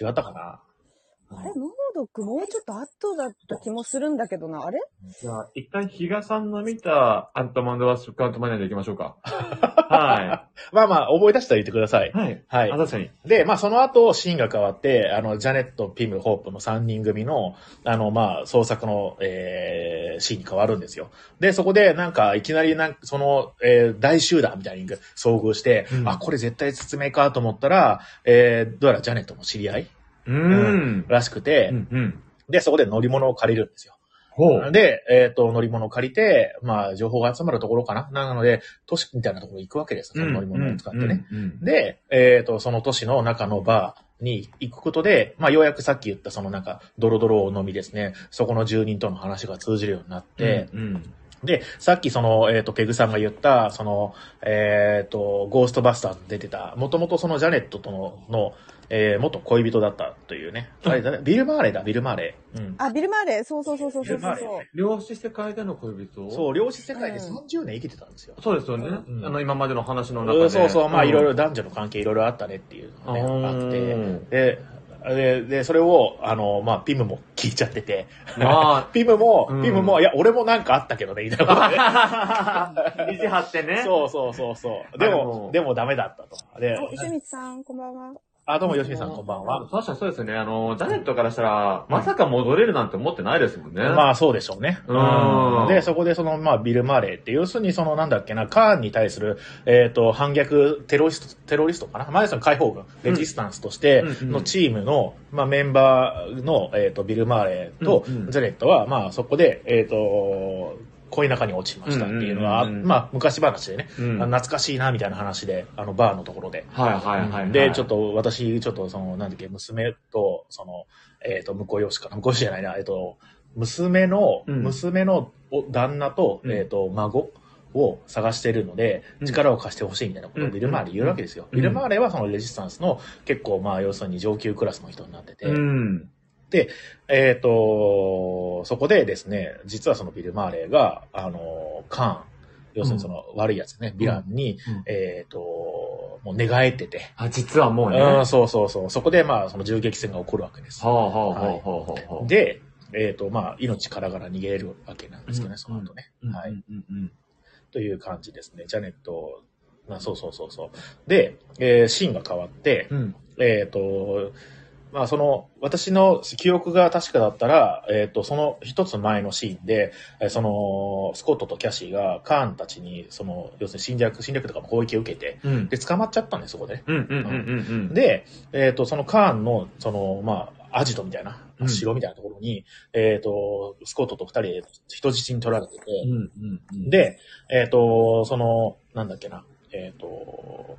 [SPEAKER 1] 違ったかな。。
[SPEAKER 3] あれ、モードックもうちょっと後だった気もするんだけどな、あれ
[SPEAKER 2] じゃあ、一旦比嘉さんの見たアントマンドワッシュカウントマネーでいきましょう か。はい
[SPEAKER 1] まあまあ、思い出したら言ってください。
[SPEAKER 2] はい。はい。あ、確かに。
[SPEAKER 1] で、まあその後、シーンが変わって、あの、ジャネット、ピム、ホープの3人組の、あの、まあ、創作の、えー、シーンに変わるんですよ。で、そこで、なんか、いきなり、なんか、その、えー、大集団みたいに遭遇して、うん、あ、これ絶対説明かと思ったら、えー、どうやらジャネットの知り合いうん、らしくて、うんうん、で、そこで乗り物を借りるんですよ。で、えっ、ー、と、乗り物を借りて、まあ、情報が集まるところかな。なので、都市みたいなところ行くわけですよ、その乗り物を使ってね。うんうんうんうん、で、えっ、ー、と、その都市の中のバー、に行くことで、まあ、ようやくさっき言ったそのなんか、ドロドロのみですね、そこの住人との話が通じるようになって、うんうんで、さっきその、えっ、ー、と、ペグさんが言った、その、えっ、ー、と、ゴーストバスターズ出てた、もともとそのジャネットとの、のえー、元恋人だったというね。あれだね、ビル・マーレだ、ビル・マーレ。
[SPEAKER 3] うん。あ、ビル・マーレ、そうそうそうそうそうそう。
[SPEAKER 2] 量子世界での恋人
[SPEAKER 1] そう、量子世界で30年生きてたんですよ。
[SPEAKER 2] うん、そうですよね、うん。あの、今までの話の中で。
[SPEAKER 1] そうそう、まあ、いろいろ男女の関係いろいろあったねっていうのが、ね、あって、で、で、で、それを、あの、まあ、ピムも聞いちゃってて。まあ、ピムも、うん、ピムも、いや、俺もなんかあったけど ね、みたい
[SPEAKER 2] な ことで。意地張ってね。
[SPEAKER 1] そうそうそうそう。でも、でもダメだったと。で、
[SPEAKER 3] 吉光さん、こんばんは。
[SPEAKER 1] あ、どうも、吉見さん、こんばんは。
[SPEAKER 2] 確かにそうですね。あの、ジャネットからしたら、まさか戻れるなんて思ってないですもんね。
[SPEAKER 1] まあ、そうでしょうね。うん。で、そこで、その、まあ、ビル・マーレーって、要するに、その、なんだっけな、カーンに対する、えっ、ー、と、反逆、テロリスト、テロリストかなマ前さん解放軍、レジスタンスとして、のチームの、うんうんうん、まあ、メンバーの、えっ、ー、と、ビル・マーレーと、ジャネットは、まあ、そこで、えっ、ー、と、恋仲に落ちましたっていうのは、うんうんうんうん、まあ、昔話でね、うん、懐かしいな、みたいな話で、あの、バーのところで。
[SPEAKER 2] はいはいはい、はい、
[SPEAKER 1] で、ちょっと、私、ちょっと、その、なんだっけ、娘と、その、えっ、ー、と、向こう養子かな、向こう養子じゃないな、えっ、ー、と、娘の、うん、娘の旦那と、えっ、ー、と、孫を探してるので、力を貸してほしいみたいなことをビル・マーレ言うわけですよ。ビル・マーレはそのレジスタンスの結構、まあ、要するに上級クラスの人になってて、うんで、えっ、ー、と、そこでですね、実はそのビル・マーレーが、あの、カーン、要するにその悪いやつね、ヴィランに、うん、えっ、ー、と、もう寝返ってて。
[SPEAKER 2] あ、実はもうね。
[SPEAKER 1] うん、そうそうそう。そこでまあ、その銃撃戦が起こるわけです。はあ、はあはあはあ、で、えっ、ー、と、まあ、命からがら逃げるわけなんですけどね、その後ね。はい、という感じですね。ジャネット、まあ、そうそうそうそう。で、えーシーンが変わって、
[SPEAKER 2] うん。
[SPEAKER 1] えっ、と、まあ、その、私の記憶が確かだったら、えっ、と、その一つ前のシーンで、えーその、スコットとキャシーがカーンたちに、その、要するに侵略、侵略とかも攻撃を受けて、
[SPEAKER 2] うん。
[SPEAKER 1] で、捕まっちゃったんです、そこでね。
[SPEAKER 2] うんうんうんうん。、
[SPEAKER 1] で、えっ、と、そのカーンの、その、まあ、アジトみたいな
[SPEAKER 2] う、ん
[SPEAKER 1] 城みたいなところに、えっ、と、スコットと二人で人質に取られてて、
[SPEAKER 2] うんうんうん。、
[SPEAKER 1] で、えっ、と、その、なんだっけな、えっ、と、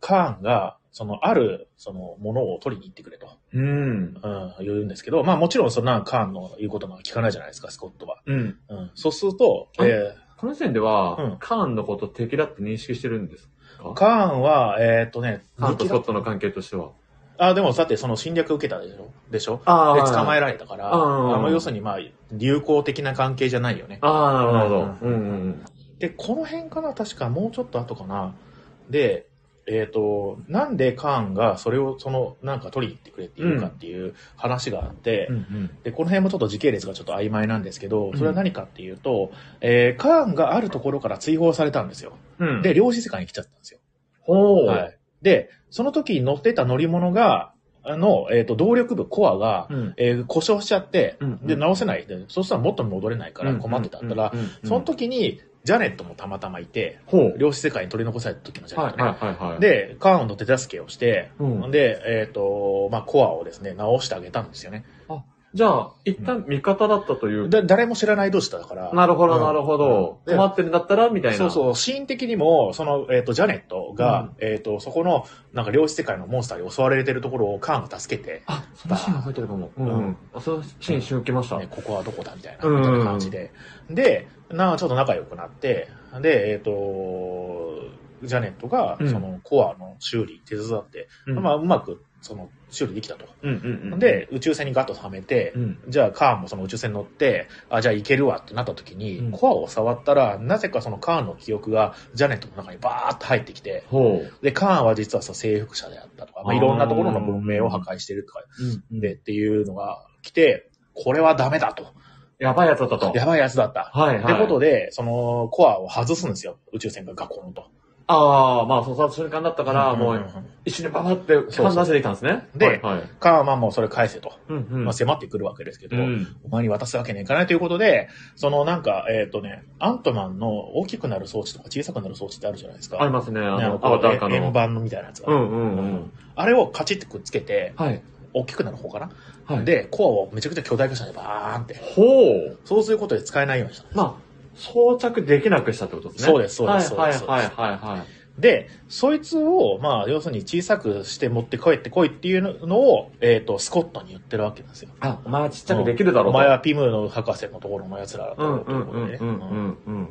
[SPEAKER 1] カーンが、その、ある、その、ものを取りに行ってくれと、
[SPEAKER 2] うん。
[SPEAKER 1] うん、言うんですけど、まあもちろん、そんなカーンの言うことなんか聞かないじゃないですか、スコットは。
[SPEAKER 2] うん。
[SPEAKER 1] うん、そうすると、えー
[SPEAKER 2] この時点で
[SPEAKER 1] うん
[SPEAKER 2] は、カーンのこと敵だって認識してるんですかカ
[SPEAKER 1] カーンは、えっ、とね、
[SPEAKER 2] ーンとスコッ
[SPEAKER 1] あ
[SPEAKER 2] トの関係としては。
[SPEAKER 1] でも、だって、その侵略受けたでしょでしょ
[SPEAKER 2] あ
[SPEAKER 1] で、捕ま
[SPEAKER 2] え
[SPEAKER 1] えられたから、
[SPEAKER 2] うん
[SPEAKER 1] あの、要するにまあ、流行的な関係じゃないよね。
[SPEAKER 2] ああ、なるほど。うんうんうん。
[SPEAKER 1] で、この辺かな確かもうちょっと後かな。で、えっ、と、なんでカーンがそれを、その、なんか取りに行ってくれっていうかっていう話があって、
[SPEAKER 2] うんうん。
[SPEAKER 1] で、この辺もちょっと時系列がちょっと曖昧なんですけど、それは何かっていうと、えーカーンがあるところから追放されたんですよ。
[SPEAKER 2] うん、
[SPEAKER 1] で、量子世界に来ちゃったんですよ。
[SPEAKER 2] ほう。
[SPEAKER 1] はい。で、その時に乗ってた乗り物が、あの、えっ、と、動力部コアが、
[SPEAKER 2] うん。
[SPEAKER 1] えー故障しちゃって、
[SPEAKER 2] うんうん
[SPEAKER 1] で、直せない。で、そうしたら元に戻れないから困ってたったら、
[SPEAKER 2] うんうんうんうん
[SPEAKER 1] その、時に、ジャネットもたまたまいて、
[SPEAKER 2] ほう。
[SPEAKER 1] 量子世界に取り残された時のジャネ
[SPEAKER 2] は
[SPEAKER 1] ッ
[SPEAKER 2] い
[SPEAKER 1] トね。
[SPEAKER 2] はいはいはい。、
[SPEAKER 1] で、カーンの手助けをして、
[SPEAKER 2] うん、
[SPEAKER 1] で、えっ、と、まあ、コアをですね、直してあげたんですよね。
[SPEAKER 2] じゃあ、一旦味方だったという。
[SPEAKER 1] だ誰も知らない同士だから。
[SPEAKER 2] なるほど
[SPEAKER 1] うん
[SPEAKER 2] なるほど。
[SPEAKER 1] うん
[SPEAKER 2] 困ってるんだったらみたいな。
[SPEAKER 1] そうそう、シーン的にも、その、えっ、と、ジャネットが、えっ、と、そこの、なんか、量子世界のモンスターに襲われてるところをカーンが助けて、
[SPEAKER 2] あ、そのシーン覚えてるかも。うんん。あそのシーン一瞬受けました。
[SPEAKER 1] ね、ここはどこだみたいな
[SPEAKER 2] うん
[SPEAKER 1] みたいな感じで。で、なちょっと仲良くなって、で、えっ、と、ジャネットが、
[SPEAKER 2] うん
[SPEAKER 1] その、コアの修理手伝って、
[SPEAKER 2] うん
[SPEAKER 1] まあ、うまく、その、修理できたと。
[SPEAKER 2] うんうんうん。、
[SPEAKER 1] で、宇宙船にガッとはめて
[SPEAKER 2] う、ん。
[SPEAKER 1] じゃあ、カーンもその宇宙船に乗って、あ、じゃあ行けるわってなった時に、
[SPEAKER 2] うん
[SPEAKER 1] コアを触ったら、なぜかそのカーンの記憶が、ジャネットの中にバーッと入ってきて、
[SPEAKER 2] ほう。
[SPEAKER 1] で、カーンは実はさ、征服者であったとか、まあ、いろんなところの文明を破壊してるとか、
[SPEAKER 2] うん
[SPEAKER 1] で、っていうのが来て、これはダメだと。
[SPEAKER 2] やばいやつだったと。
[SPEAKER 1] やばいやつだった。
[SPEAKER 2] はいはい。
[SPEAKER 1] ってことで、その、コアを外すんですよ。宇宙船がガコンと。
[SPEAKER 2] ああ、まあ、その瞬間だったから、もう、一瞬でババって
[SPEAKER 1] そう
[SPEAKER 2] 判断してできたんですね。
[SPEAKER 1] で
[SPEAKER 2] はいはい。
[SPEAKER 1] カーはまあもうそれ返せと。
[SPEAKER 2] うんうん。
[SPEAKER 1] まあ迫ってくるわけですけ
[SPEAKER 2] う
[SPEAKER 1] ど、
[SPEAKER 2] ん。
[SPEAKER 1] お前に渡すわけにはいかないということで、そのなんか、えっ、とね、アントマンの大きくなる装置とか小さくなる装置ってあるじゃないですか。
[SPEAKER 2] ありますね。あ
[SPEAKER 1] ね
[SPEAKER 2] の、
[SPEAKER 1] こ
[SPEAKER 2] ア
[SPEAKER 1] う
[SPEAKER 2] バター化の。
[SPEAKER 1] 円盤のみたいなやつ
[SPEAKER 2] う
[SPEAKER 1] が。
[SPEAKER 2] んうんうん。
[SPEAKER 1] あれをカチッてくっつけて、
[SPEAKER 2] はい。
[SPEAKER 1] 大きくなる方かな、
[SPEAKER 2] はい。、
[SPEAKER 1] で、コアをめちゃくちゃ巨大化したね、バーンって。
[SPEAKER 2] ほう。
[SPEAKER 1] そうすることで使えないようにした。
[SPEAKER 2] まあ、装着できなくしたってことですね。
[SPEAKER 1] そうですそうです
[SPEAKER 2] はい
[SPEAKER 1] そうです
[SPEAKER 2] はいはいはいはい。
[SPEAKER 1] で、そいつを、まあ、要するに小さくして持って帰ってこいっていうのを、えっ、と、スコットに言ってるわけなんですよ。
[SPEAKER 2] あ、お前はちっちゃくできるだろ
[SPEAKER 1] お
[SPEAKER 2] うと。
[SPEAKER 1] 前はピムの博士のところの奴らだ
[SPEAKER 2] うん
[SPEAKER 1] と。
[SPEAKER 2] うんうんうんうんうん。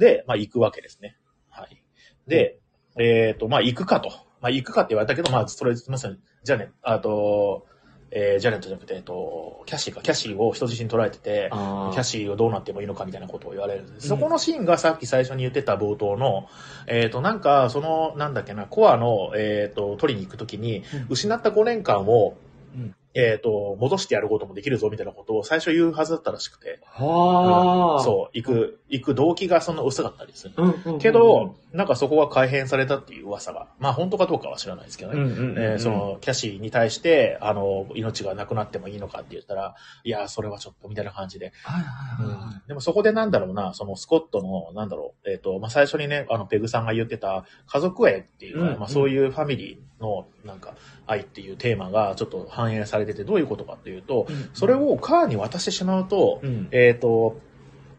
[SPEAKER 1] で、まあ行くわけですね。はい。で、えっ、と、まあ行くかと。まあ行くかって言われたけど、まあそれ、まさに、ジャネ、あと、えージャネットじゃなくて、えっと、キャシーか、キャシーを人質に捉えてて、キ
[SPEAKER 2] あー
[SPEAKER 1] ャシーをどうなってもいいのかみたいなことを言われるんです。そこのシーンがさっき最初に言ってた冒頭の、えっ、と、なんか、その、なんだっけな、コアの、えっ、と、取りに行くときに、
[SPEAKER 2] うん
[SPEAKER 1] 失った5年間を、
[SPEAKER 2] うん
[SPEAKER 1] えっ、と、戻してやることもできるぞみたいなことを最初言うはずだったらしくて、
[SPEAKER 2] はあ。
[SPEAKER 1] そう、行く、行く動機がそんな薄かったりする。
[SPEAKER 2] う。うんうんうん。
[SPEAKER 1] けど、、なんかそこは改変されたっていう噂が、まあ本当かどうかは知らないですけど
[SPEAKER 2] う
[SPEAKER 1] ね。
[SPEAKER 2] んうんうん。
[SPEAKER 1] えーそ、の、キャシーに対して、あの、命がなくなってもいいのかって言ったら、いや、それはちょっと、みたいな感じで。
[SPEAKER 2] はいはいはいはい。
[SPEAKER 1] でもそこでなんだろうな、そのスコットの、なんだろう、えっ、と、まあ最初にね、あの、ペグさんが言ってた、家族愛っていうか、
[SPEAKER 2] うん
[SPEAKER 1] まあそういうファミリーの、なんか、愛っていうテーマがちょっと反映されてて、どういうことかっていうと、それをカーに渡してしまうと、
[SPEAKER 2] うん、
[SPEAKER 1] えっ、と、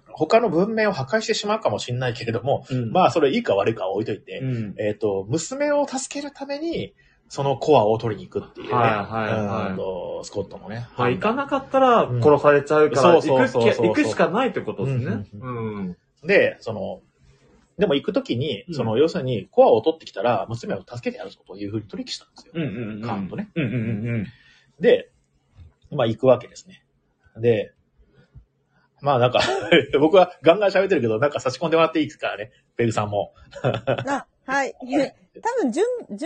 [SPEAKER 1] 他の文明を破壊してしまうかもしれないけれども、
[SPEAKER 2] うん、
[SPEAKER 1] まあ、それいいか悪いかは置いといて、
[SPEAKER 2] うん、
[SPEAKER 1] えっ、と、娘を助けるために、そのコアを取りに行くっていうね。
[SPEAKER 2] はいはいはい
[SPEAKER 1] うんとスコットのね。
[SPEAKER 2] まあ、行かなかったら
[SPEAKER 1] うん
[SPEAKER 2] 殺されちゃうから、
[SPEAKER 1] そうそうそうそうそう
[SPEAKER 2] 行くけ行くしかないってことですね。
[SPEAKER 1] うん
[SPEAKER 2] うん。
[SPEAKER 1] で、その、でも行くときに、
[SPEAKER 2] うん
[SPEAKER 1] その、要するに、コアを取ってきたら、娘を助けてやるぞというふうに取り引きしたんですよ。
[SPEAKER 2] うんうんうん。
[SPEAKER 1] カーンとね。
[SPEAKER 2] うんうんうんうん。
[SPEAKER 1] で、まあ行くわけですね。で、まあなんか、 僕はガンガン喋ってるけど、なんか差し込んでもらっていいですからね、ペグさんも。
[SPEAKER 3] あ、はい。多分順、順番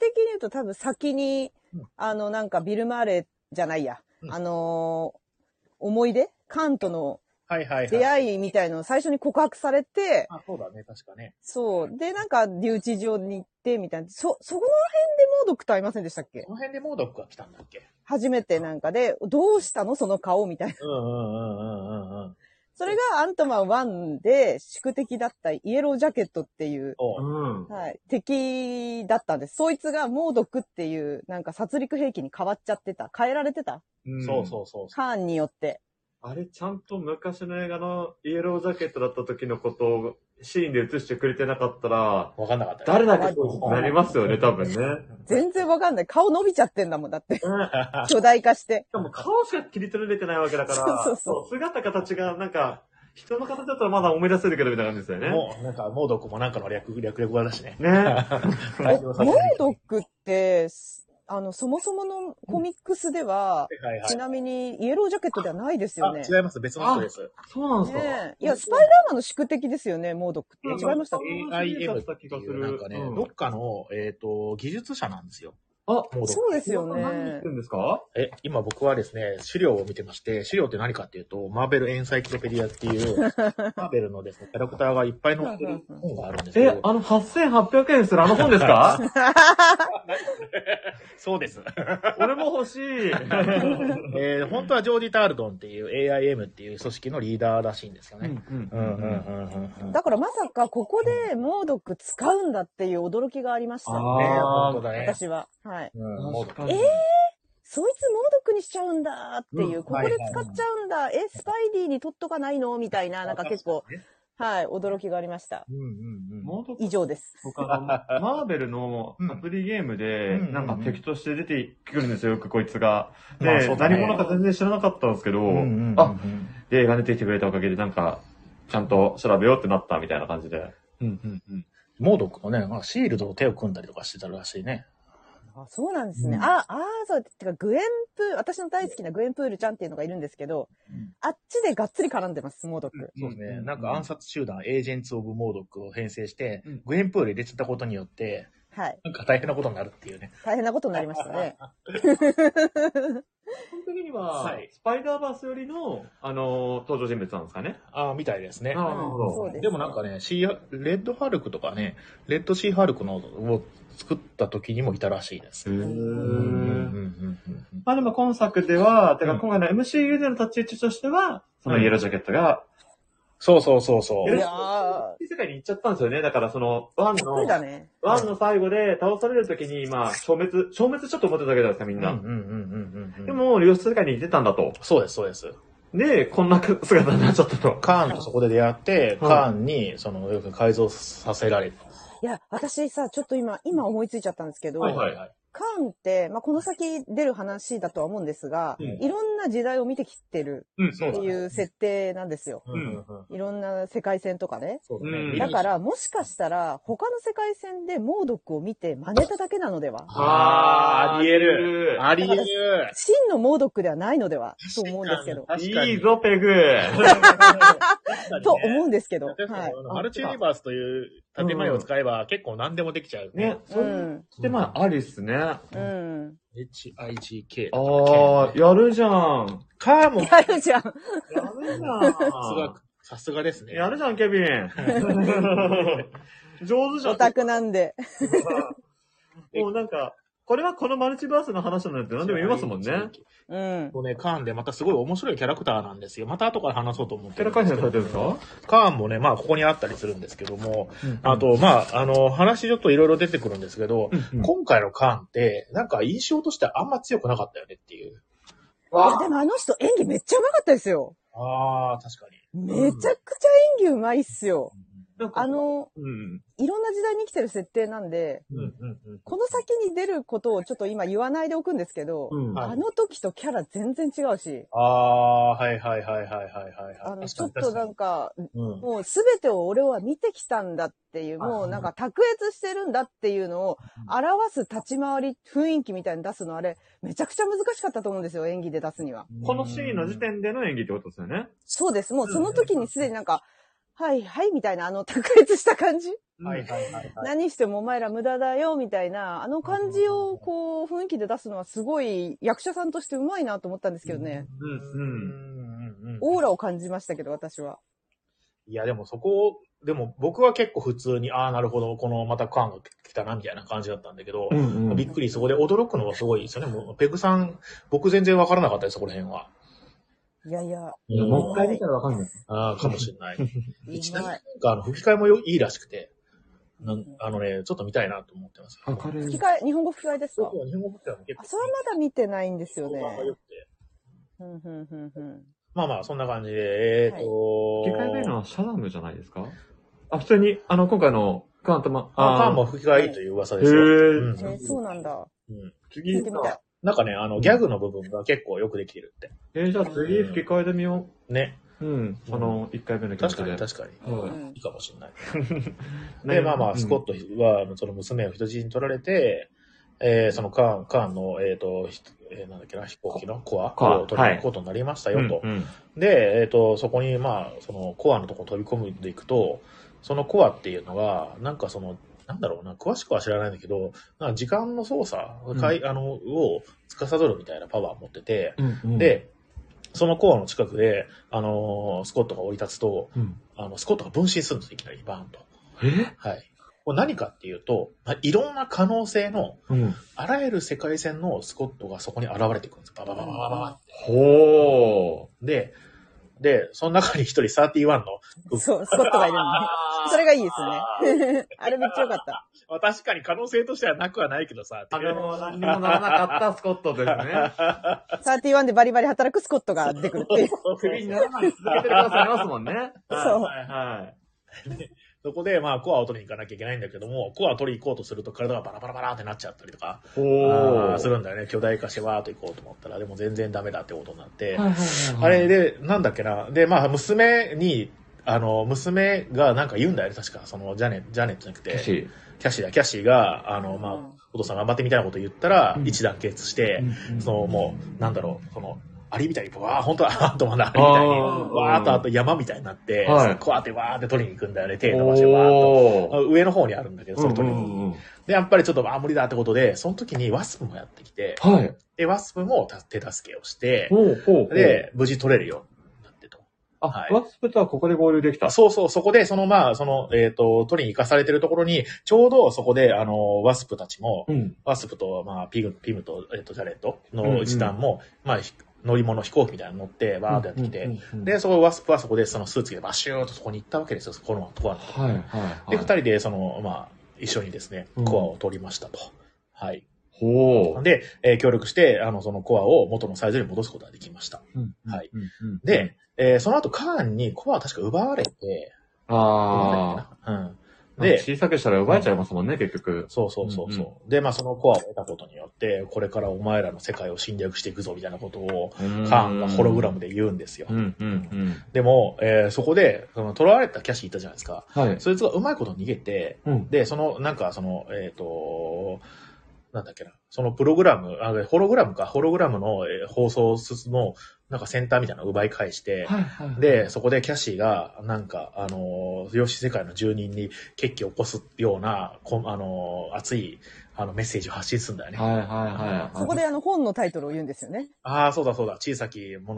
[SPEAKER 3] 的に言うと多分先に、あの、なんかビル・マーレじゃないや。あのー思い出カントの
[SPEAKER 1] はいはいはい。
[SPEAKER 3] 出会いみたいのを最初に告白されて、
[SPEAKER 1] あ、そうだね、確かね。
[SPEAKER 3] そう。で、なんか、留置場に行って、みたいな。そ、そこの辺でモードクと会いませんでしたっけ
[SPEAKER 1] この辺でモードックが来たんだっけ
[SPEAKER 3] 初めてなんかで、どうしたのその顔みたいな。
[SPEAKER 1] うんうんうんうんうんうん。
[SPEAKER 3] それがアントマン1で宿敵だったイエロージャケットっていう、
[SPEAKER 1] おう
[SPEAKER 2] うん。
[SPEAKER 3] はい、敵だったんです。そいつがモードクっていう、なんか殺戮兵器に変わっちゃってた。変えられてた
[SPEAKER 1] そうそうそうそ
[SPEAKER 3] カーンによって。
[SPEAKER 2] あれ、ちゃんと昔の映画のイエロージャケットだった時のことをシーンで映してくれてなかったら、
[SPEAKER 1] う。わかんなかった、
[SPEAKER 2] 誰だけそうなりま すよね、多分ね。
[SPEAKER 3] 全然わかんない。顔伸びちゃってんだもん、だって。
[SPEAKER 2] し
[SPEAKER 3] 巨大化 して。
[SPEAKER 2] かも顔しか切り取られてないわけだから、
[SPEAKER 3] そうそう
[SPEAKER 2] そう姿形がなんか、人の形だったらまだ思い出せるけどみたいな感じですよね。
[SPEAKER 1] もう、なんか、モードックもなんかの略、略略語だし ね。
[SPEAKER 2] ね。
[SPEAKER 1] 代表
[SPEAKER 3] モ
[SPEAKER 1] させ
[SPEAKER 3] ー
[SPEAKER 1] て
[SPEAKER 3] ドクって、あの、そもそものコミックスでは、
[SPEAKER 1] はいはい
[SPEAKER 3] ち。なみにイエロージャケットではないですよ
[SPEAKER 1] あ、
[SPEAKER 3] ね。
[SPEAKER 1] 違います。別の人です。
[SPEAKER 2] そうなんですか。
[SPEAKER 3] ねえ。いや、スパイダーマンの宿敵ですよね、モードクって。違いました
[SPEAKER 2] あ
[SPEAKER 1] AIM っていう、なんかね、
[SPEAKER 2] うん
[SPEAKER 1] どっかの、えっ、と、技術者なんですよ。
[SPEAKER 2] あ、モー
[SPEAKER 1] モードック
[SPEAKER 3] そうですよ
[SPEAKER 2] 何言っ
[SPEAKER 3] ね
[SPEAKER 2] て。んですか
[SPEAKER 1] え、今僕はですね、資料を見てまして、資料って何かっていうと、マーベルエンサイクロペディアっていう、マーベルのですね、キャラクターがいっぱい載ってる本があるんですけ
[SPEAKER 2] え
[SPEAKER 1] ど、、
[SPEAKER 2] あの8800円するあの本で すか
[SPEAKER 1] そうです。
[SPEAKER 2] 俺も欲しい。
[SPEAKER 1] えー本当はジョーディ・タールドンっていう AIM っていう組織のリーダーらしいんですよね。うんうんうんうんうん。
[SPEAKER 3] だからまさかここでモードク使うんだっていう驚きがありました。
[SPEAKER 2] あ
[SPEAKER 1] ね、
[SPEAKER 2] ー
[SPEAKER 1] 本当だね。
[SPEAKER 3] 私は。はい。
[SPEAKER 1] うん、もう
[SPEAKER 2] 確かに
[SPEAKER 3] そいつモードクにしちゃうんだっていう、
[SPEAKER 1] うん
[SPEAKER 3] ここで使っちゃうんだ、え、スパイディーに取っとかないのみたいな、なんか結構、はい、驚きがありました。
[SPEAKER 1] うんうんうん。
[SPEAKER 2] モード
[SPEAKER 3] 以上です。
[SPEAKER 2] 僕あの、マーベルのアプリゲームで、
[SPEAKER 1] うん
[SPEAKER 2] なんか敵として出てくるんですよ、よくこいつが。で、
[SPEAKER 1] まあそうだね
[SPEAKER 2] 何者か全然知らなかったんですけど、
[SPEAKER 1] うんうんうん
[SPEAKER 2] あ、で、映画出てきてくれたおかげで、なんか、ちゃんと調べようってなったみたいな感じで。
[SPEAKER 1] うんうんうん。モードックのね、なんかシールドと手を組んだりとかしてたらしいね。
[SPEAKER 3] あそうなんですね。
[SPEAKER 1] うん
[SPEAKER 3] あ、あーそう。てか、グエンプー、私の大好きなグエンプールちゃんっていうのがいるんですけど、
[SPEAKER 1] うん
[SPEAKER 3] あっちでがっつり絡んでます、モードク。
[SPEAKER 1] そうですね。なんか暗殺集団、エージェンツ・オブ・モードックを編成して
[SPEAKER 2] うん、
[SPEAKER 1] グエンプール入れちゃったことによって、
[SPEAKER 3] はい。
[SPEAKER 1] なんか大変なことになるっていうね。
[SPEAKER 3] 大変なことになりましたね。
[SPEAKER 2] 基本的には、
[SPEAKER 1] はい
[SPEAKER 2] スパイダーバースよりの、あのー登場人物なんですかね。
[SPEAKER 1] ああ、みたいですね。
[SPEAKER 2] あーなるほど
[SPEAKER 3] そうです。
[SPEAKER 1] でもなんかね、シー、レッドハルクとかね、レッドシーハルクのを作った時にもいたらしいです。
[SPEAKER 2] へ
[SPEAKER 1] うんうんうんうんうん
[SPEAKER 2] まあでも今作では、て
[SPEAKER 1] う
[SPEAKER 2] か
[SPEAKER 1] ん
[SPEAKER 2] 今回の MCU での立ち位置としては、そのイエロージャケットが、
[SPEAKER 1] そうそうそうそ。
[SPEAKER 3] いうやー、
[SPEAKER 2] 異世界に行っちゃったんですよね。だからその、ワン
[SPEAKER 3] そ
[SPEAKER 2] の
[SPEAKER 3] う、だね。
[SPEAKER 2] ワンの最後で倒されるときに、まあ、消滅、消滅したと思ってたわけじゃないですか、みん
[SPEAKER 1] うんうん
[SPEAKER 2] な。
[SPEAKER 1] うんうんうん。
[SPEAKER 2] で、も、量子世界に行ってたんだと。
[SPEAKER 1] そうです、そうです。
[SPEAKER 2] で、こんな姿になっちゃったと。
[SPEAKER 1] カーンとそこで出会って、カーンに、その、よく改造させられる。
[SPEAKER 3] いや、私さ、ちょっと今、今思いついちゃったんですけど、
[SPEAKER 2] はいはい
[SPEAKER 1] はい。
[SPEAKER 3] カーンって、まあ、この先出る話だとは思うんですが、
[SPEAKER 1] うん
[SPEAKER 3] いろんな時代を見てきてる
[SPEAKER 2] うん、
[SPEAKER 1] そ
[SPEAKER 2] そ
[SPEAKER 3] っ
[SPEAKER 1] う
[SPEAKER 3] て
[SPEAKER 1] だ
[SPEAKER 3] い
[SPEAKER 1] ね。
[SPEAKER 3] う設定なんですよ。
[SPEAKER 1] うんうんうん。
[SPEAKER 3] いろんな世界線とかね。
[SPEAKER 1] そうだね
[SPEAKER 2] うん
[SPEAKER 3] だから、もしかしたら、他の世界線でモードックを見て真似ただけなのでは
[SPEAKER 1] あー、ありえる。
[SPEAKER 2] る
[SPEAKER 1] ありえ る。
[SPEAKER 3] 真のモードックではないのではと思うんですけど。
[SPEAKER 1] 確かに
[SPEAKER 2] いいぞ、ペ グ。
[SPEAKER 3] と思うんですけど。は
[SPEAKER 1] 確かに
[SPEAKER 3] い
[SPEAKER 1] あ。のマルチユニバースという建前を使えば結構何でもできちゃうね
[SPEAKER 2] ね。、
[SPEAKER 3] う。
[SPEAKER 2] そうんして、まあ、ありっすね。あ
[SPEAKER 3] うん。
[SPEAKER 1] HIGK。
[SPEAKER 2] あ、やるじゃん。
[SPEAKER 1] カーンも
[SPEAKER 3] やるじゃ
[SPEAKER 2] や
[SPEAKER 3] ん。
[SPEAKER 2] るじゃん。
[SPEAKER 1] さ すが、さすがですね。
[SPEAKER 2] やるじゃん、ケ ビン。上手じゃ
[SPEAKER 3] オ
[SPEAKER 2] ん。
[SPEAKER 3] タクなんで。
[SPEAKER 2] もうなんか、これはこのマルチバースの話なんて何でも言えますもんね。
[SPEAKER 3] うん。
[SPEAKER 1] もうね、カーンでまたすごい面白いキャラクターなんですよ。また後から話そうと思って
[SPEAKER 2] キャ
[SPEAKER 1] る
[SPEAKER 2] ラ
[SPEAKER 1] んです
[SPEAKER 2] 改
[SPEAKER 1] け
[SPEAKER 2] 変
[SPEAKER 1] ど。
[SPEAKER 2] されてるんですか
[SPEAKER 1] カーンもね、まあここにあったりするんですけども、あ、と、まあ、あの、話ちょっといろいろ出てくるんですけど、今回のカーンって、なんか印象としてあんま強くなかったよねっていう。
[SPEAKER 3] いや、でもあの人演技めっちゃうまかったですよ。
[SPEAKER 1] ああ、確かに。
[SPEAKER 3] めちゃくちゃ演技うまいっすよ。
[SPEAKER 2] なんか
[SPEAKER 3] あ、の、
[SPEAKER 2] うん。
[SPEAKER 3] いろんな時代に生きてる設定なんで、
[SPEAKER 1] うんうん
[SPEAKER 3] この先に出ることをちょっと今言わないでおくんですけど、
[SPEAKER 2] うん。
[SPEAKER 1] はい
[SPEAKER 3] あの時とキャラ全然違うし、
[SPEAKER 1] ああ、はいはいはいはいはいはい。
[SPEAKER 3] あの、
[SPEAKER 1] 確
[SPEAKER 3] ち
[SPEAKER 1] か
[SPEAKER 3] ょ
[SPEAKER 1] に
[SPEAKER 3] っとなんか、
[SPEAKER 1] うん
[SPEAKER 3] もうすべてを俺は見てきたんだっていう、
[SPEAKER 1] はい
[SPEAKER 3] もうなんか卓越してるんだっていうのを表す立ち回り、雰囲気みたいに出すのあれ、めちゃくちゃ難しかったと思うんですよ、演技で出すには。
[SPEAKER 2] このシーンの時点での演技ってことですよね。
[SPEAKER 3] そうです。もうその時にすでになんか、はいはい、みたいな、あの、卓越した感じ
[SPEAKER 1] はいはいはい、はい。
[SPEAKER 3] 何してもお前ら無駄だよ、みたいな、あの感じを、こう、雰囲気で出すのはすごい役者さんとしてうまいなと思ったんですけどね。
[SPEAKER 2] うん、うん、うん。
[SPEAKER 3] オーラを感じましたけど、私は。
[SPEAKER 1] いや、でもそこを、でも僕は結構普通に、ああ、なるほど、このまた感が来たな、みたいな感じだったんだけど、
[SPEAKER 2] うんうん
[SPEAKER 1] びっくり、そこで驚くのはすごいですよね。もうペグさん、僕全然わからなかったです、そこら辺は。
[SPEAKER 3] いやいや、
[SPEAKER 2] いやもう一回見たらわかんない。
[SPEAKER 1] ああ、かもしれない。ち
[SPEAKER 3] う
[SPEAKER 1] なみに
[SPEAKER 3] ま。
[SPEAKER 1] ないんかあの吹き替えもよいいらしくて、なんあのね、ちょっと見たいなと思ってます。
[SPEAKER 2] 明る
[SPEAKER 3] 吹
[SPEAKER 2] い
[SPEAKER 3] き。替え、日本語吹き替えです
[SPEAKER 1] そう
[SPEAKER 3] か
[SPEAKER 1] そう日本語吹き替えも結
[SPEAKER 3] あ、
[SPEAKER 1] 構
[SPEAKER 3] それはまだ見てないんですよね。
[SPEAKER 1] 評判が良くて
[SPEAKER 3] うん、うん、うん、うん。
[SPEAKER 1] まあまあ、そんな感じで、えーと、
[SPEAKER 2] 吹き替えないのはシャダムじゃないですかあ、普通に、あの、今回の、カンタマ、
[SPEAKER 1] あ、カンも
[SPEAKER 2] も
[SPEAKER 1] 吹き替えいいという噂ですよ。
[SPEAKER 2] へー
[SPEAKER 1] うん
[SPEAKER 3] えーそうなんだ。
[SPEAKER 1] うん
[SPEAKER 3] 聞
[SPEAKER 2] 次
[SPEAKER 3] いてみたい
[SPEAKER 2] か。。
[SPEAKER 1] なんかね、あの、ギャグの部分が結構よくできてるって。
[SPEAKER 2] えーじゃあ次吹き替えてみよ
[SPEAKER 1] ね。
[SPEAKER 2] う。うん。あの、一回目の気持
[SPEAKER 1] 確
[SPEAKER 2] ち
[SPEAKER 1] か
[SPEAKER 2] で。
[SPEAKER 1] に確かに。
[SPEAKER 2] はい
[SPEAKER 3] うん
[SPEAKER 1] いいかもしれない。
[SPEAKER 2] ね
[SPEAKER 1] で、まあま
[SPEAKER 2] う
[SPEAKER 1] あ、
[SPEAKER 2] ん
[SPEAKER 1] スコットは、その娘を人質に取られて、えーそのカーン、カーンの、えっ、と、ひえーなんだっけな、飛行機のコア
[SPEAKER 2] コア
[SPEAKER 1] を取りに行くことになりましたよと。
[SPEAKER 2] うんうん
[SPEAKER 1] で、えっ、と、そこに、まあ、そのコアのとこ飛び込んでいくと、そのコアっていうのが、なんかその、なんだろうな、詳しくは知らないんだけど、なんか時間の操作、
[SPEAKER 2] うん
[SPEAKER 1] かいあの、を司るみたいなパワーを持ってて、
[SPEAKER 2] うんうん、
[SPEAKER 1] で、そのコアの近くで、あのースコットが降り立つと、
[SPEAKER 2] うん、
[SPEAKER 1] あの、スコットが分身するんです、いきなり、バーンと。
[SPEAKER 2] え
[SPEAKER 1] はい。これ何かっていうと、まあ、いろんな可能性の、
[SPEAKER 2] うん。
[SPEAKER 1] あらゆる世界線のスコットがそこに現れてくるんです。バババババババって。
[SPEAKER 2] ほ
[SPEAKER 1] で、で、その中に一人31の、
[SPEAKER 3] そう、スコットがいるんで。
[SPEAKER 1] あ
[SPEAKER 3] それがいいですね。 あれめっちゃよかった。
[SPEAKER 1] ー確かに可能性としてはなくはないけどさ、
[SPEAKER 2] あの、何にもならなかったスコットです ね。
[SPEAKER 3] 31でバリバリ働くスコットが出てくるっていう。
[SPEAKER 2] クビにならない続けてくださいますもんね。
[SPEAKER 3] そう
[SPEAKER 2] はいはい。
[SPEAKER 1] そこで、まあ、コアを取りに行かなきゃいけないんだけども、コアを取りに行こうとすると体がバラバラバラってなっちゃったりとか、
[SPEAKER 2] ほ
[SPEAKER 1] あ
[SPEAKER 2] ー
[SPEAKER 1] ーするんだよね。巨大化してわーっと行こうと思ったら、でも全然ダメだってことになって、
[SPEAKER 2] はいはいはいはい
[SPEAKER 1] あれで、なんだっけな。で、まあ、娘に、あの、娘がなんか言うんだよね、確か。その、ジャネ、ジャネットじゃなくて、
[SPEAKER 2] もし
[SPEAKER 1] キャシーだ、キャシーが、あの、まあ、
[SPEAKER 3] うん
[SPEAKER 1] お父さん頑張ってみたいなこと言ったら、
[SPEAKER 2] うん
[SPEAKER 1] 一団結束して、
[SPEAKER 2] うんうん
[SPEAKER 1] その、もう、なんだろう、その、アリみたいに、わー、本当は、あとまだアリみたいに、
[SPEAKER 2] あ
[SPEAKER 3] ー
[SPEAKER 1] わーっとあと山みたいになって、
[SPEAKER 2] はい
[SPEAKER 1] そのこうやってわーって取りに行くんだよね、手伸ばしてわーっと。
[SPEAKER 2] おー
[SPEAKER 1] 上の方にあるんだけど、その取りに。
[SPEAKER 2] うんうんうん
[SPEAKER 1] で、やっぱりちょっと、あー、無理だってことで、その時にワスプもやってきて、
[SPEAKER 2] はい。
[SPEAKER 1] で、ワスプもた手助けをして、
[SPEAKER 2] ほうほうほう、
[SPEAKER 1] で、無事取れるようになってと。
[SPEAKER 2] あ、
[SPEAKER 1] はい
[SPEAKER 2] ワスプとはここで合流できた。
[SPEAKER 1] そうそう、そこで、そのまあ、その、えっ、と、取りに行かされてるところに、ちょうどそこで、あの、ワスプたちも、
[SPEAKER 2] うん。
[SPEAKER 1] ワスプと、まあ、ピグ、ピムと、えっ、と、ジャレット
[SPEAKER 2] うんう
[SPEAKER 1] の
[SPEAKER 2] ん
[SPEAKER 1] 一団も、まあ、ひ乗り物、飛行機みたいなの乗って、わーってやってきて、
[SPEAKER 2] うんうんうん
[SPEAKER 1] で、そこ、ワスプはそこで、そのスーツ着て、バシューとそこに行ったわけですよ、そこのところ
[SPEAKER 2] はいはいはい。
[SPEAKER 1] で、二人で、その、まあ、一緒にですね、
[SPEAKER 2] うん
[SPEAKER 1] コアを取りましたと。はい。
[SPEAKER 2] ほう。
[SPEAKER 1] で、えー協力して、あの、そのコアを元のサイズに戻すことができました。
[SPEAKER 2] うん
[SPEAKER 1] はい。
[SPEAKER 2] うんうん
[SPEAKER 1] で、、えーその後、カーンにコアは確か奪われて、
[SPEAKER 2] ああ。
[SPEAKER 1] うん。
[SPEAKER 2] で、
[SPEAKER 1] で、
[SPEAKER 2] 小さくしたら奪えちゃいますもんね、結局。
[SPEAKER 1] そうそうそうそう、で、まあそのコアを得たことによって、これからお前らの世界を侵略していくぞみたいなことを、
[SPEAKER 2] カー
[SPEAKER 1] カーンがホログラムで言うんですよ。
[SPEAKER 2] うんうんうん。
[SPEAKER 1] でも、えーそこで、その、囚われたキャシーいたじゃないですか。
[SPEAKER 2] はい。
[SPEAKER 1] そいつがうまいこと逃げて、
[SPEAKER 2] うん。
[SPEAKER 1] で、その、なんか、その、えっ、と、なんだっけな、そのプログラム、あホログラムか、ホログラムの、えー放送の、なんかセンターみたいなのを奪い返して、
[SPEAKER 2] はいはい。
[SPEAKER 1] で、そこでキャシーが、なんか、あのー、吉世界の住人に決起を起こすような、こんあのー、熱い、あの、メッセージを発信するんだよね。
[SPEAKER 2] はいはいはい。
[SPEAKER 3] そこであの本のタイトルを言うんですよね。
[SPEAKER 1] ああ、そうだそうだ、小さきも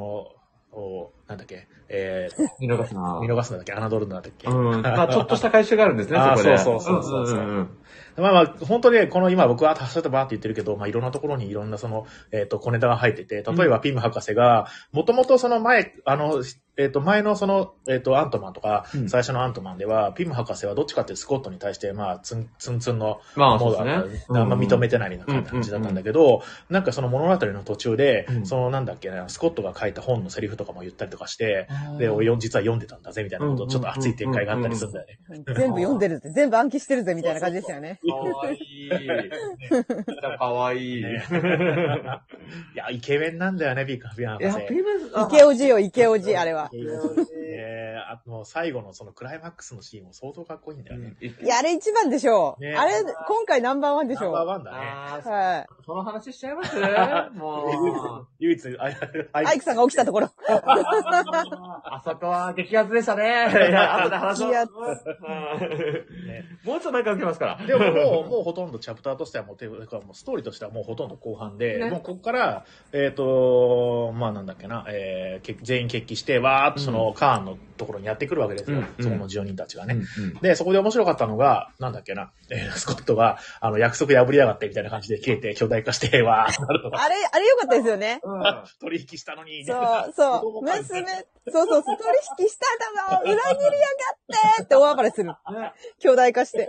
[SPEAKER 1] のを、なんだっけ、えー、
[SPEAKER 2] 見逃すな
[SPEAKER 1] 見逃すんだっけ、侮るんだっけ。
[SPEAKER 2] うん。まあちょっとした回収があるん ですね、
[SPEAKER 1] あー
[SPEAKER 2] そこで。
[SPEAKER 1] そうそうそうそう
[SPEAKER 2] うん
[SPEAKER 1] まあまあ、本当にこの今僕は達者とバーって言ってるけど、まあいろんなところにいろんなその、えっ、と、小ネタが入ってて、例えばピム博士が、もともとその前、あの、えっ、と、前のその、えっ、と、アントマンとか、
[SPEAKER 2] うん
[SPEAKER 1] 最初のアントマンでは、ピム博士はどっちかっていうとスコットに対して、まあ、ツン、ツンツンの、
[SPEAKER 2] まあ、そ
[SPEAKER 1] も
[SPEAKER 2] う
[SPEAKER 1] う
[SPEAKER 2] ですね
[SPEAKER 1] あ。
[SPEAKER 2] うん
[SPEAKER 1] あんま認めてないみたいな感じだったんだけど、なんかその物語の途中で、
[SPEAKER 2] うん
[SPEAKER 1] そのなんだっけな、スコットが書いた本のセリフとかも言ったりとかして、で、
[SPEAKER 2] うん
[SPEAKER 1] 俺実は読んでたんだぜみたいなことをちょっと熱い展開があったりするんだよね。
[SPEAKER 3] 全部読んでるって、全部暗記してるぜみたいな感じでしたよね。
[SPEAKER 2] かわい い。かわいい。
[SPEAKER 1] い
[SPEAKER 2] い
[SPEAKER 1] や、イケメンなんだよね、ビーカービアン博
[SPEAKER 2] や、
[SPEAKER 1] 士。
[SPEAKER 2] ピム、あ
[SPEAKER 3] 池おじよ、池おじ、あれは。
[SPEAKER 1] いやで、あの、最後のそのクライマックスのシーンも相当かっこいいんだよね。
[SPEAKER 3] いや、あれ一番でしょう。
[SPEAKER 1] ね
[SPEAKER 3] あれ、今回ナンバーワンでし
[SPEAKER 1] ナン
[SPEAKER 3] ょ
[SPEAKER 1] バー
[SPEAKER 3] う。
[SPEAKER 1] ワンだね。
[SPEAKER 2] あー
[SPEAKER 3] は
[SPEAKER 2] その話しちゃいます もう。
[SPEAKER 1] 唯一、唯一、ああ
[SPEAKER 3] い。アイクさんが起きたところ。
[SPEAKER 2] あそこは激アツでしたね。いや、後で話しま
[SPEAKER 3] 激ア
[SPEAKER 2] す
[SPEAKER 3] ツ。
[SPEAKER 2] うんもうちょっと前から受けますから。
[SPEAKER 1] でももう、もうほとんどチャプターとしてはもう、ていうかもうストーリーとしてはもうほとんど後半で、
[SPEAKER 2] ね
[SPEAKER 1] もうここから、えっ、と、まあなんだっけな、えーけ、全員決起して、わーっとその、カーンのところにやってくるわけですよ。
[SPEAKER 2] うんうん
[SPEAKER 1] そこの住人たちが
[SPEAKER 2] う
[SPEAKER 1] ね。
[SPEAKER 2] んうん
[SPEAKER 1] で、そこで面白かったのが、なんだっけな、えースコットが、あの、約束破りやがってみたいな感じで切れて、巨大化して、わーってなるとか、
[SPEAKER 3] あれ、あれ良かったですよね。
[SPEAKER 1] 取引したのに、
[SPEAKER 3] そう、そう、娘、そうそう、そう取引しただろ裏切りやがってって大暴れする。
[SPEAKER 2] ね
[SPEAKER 3] 巨大化して。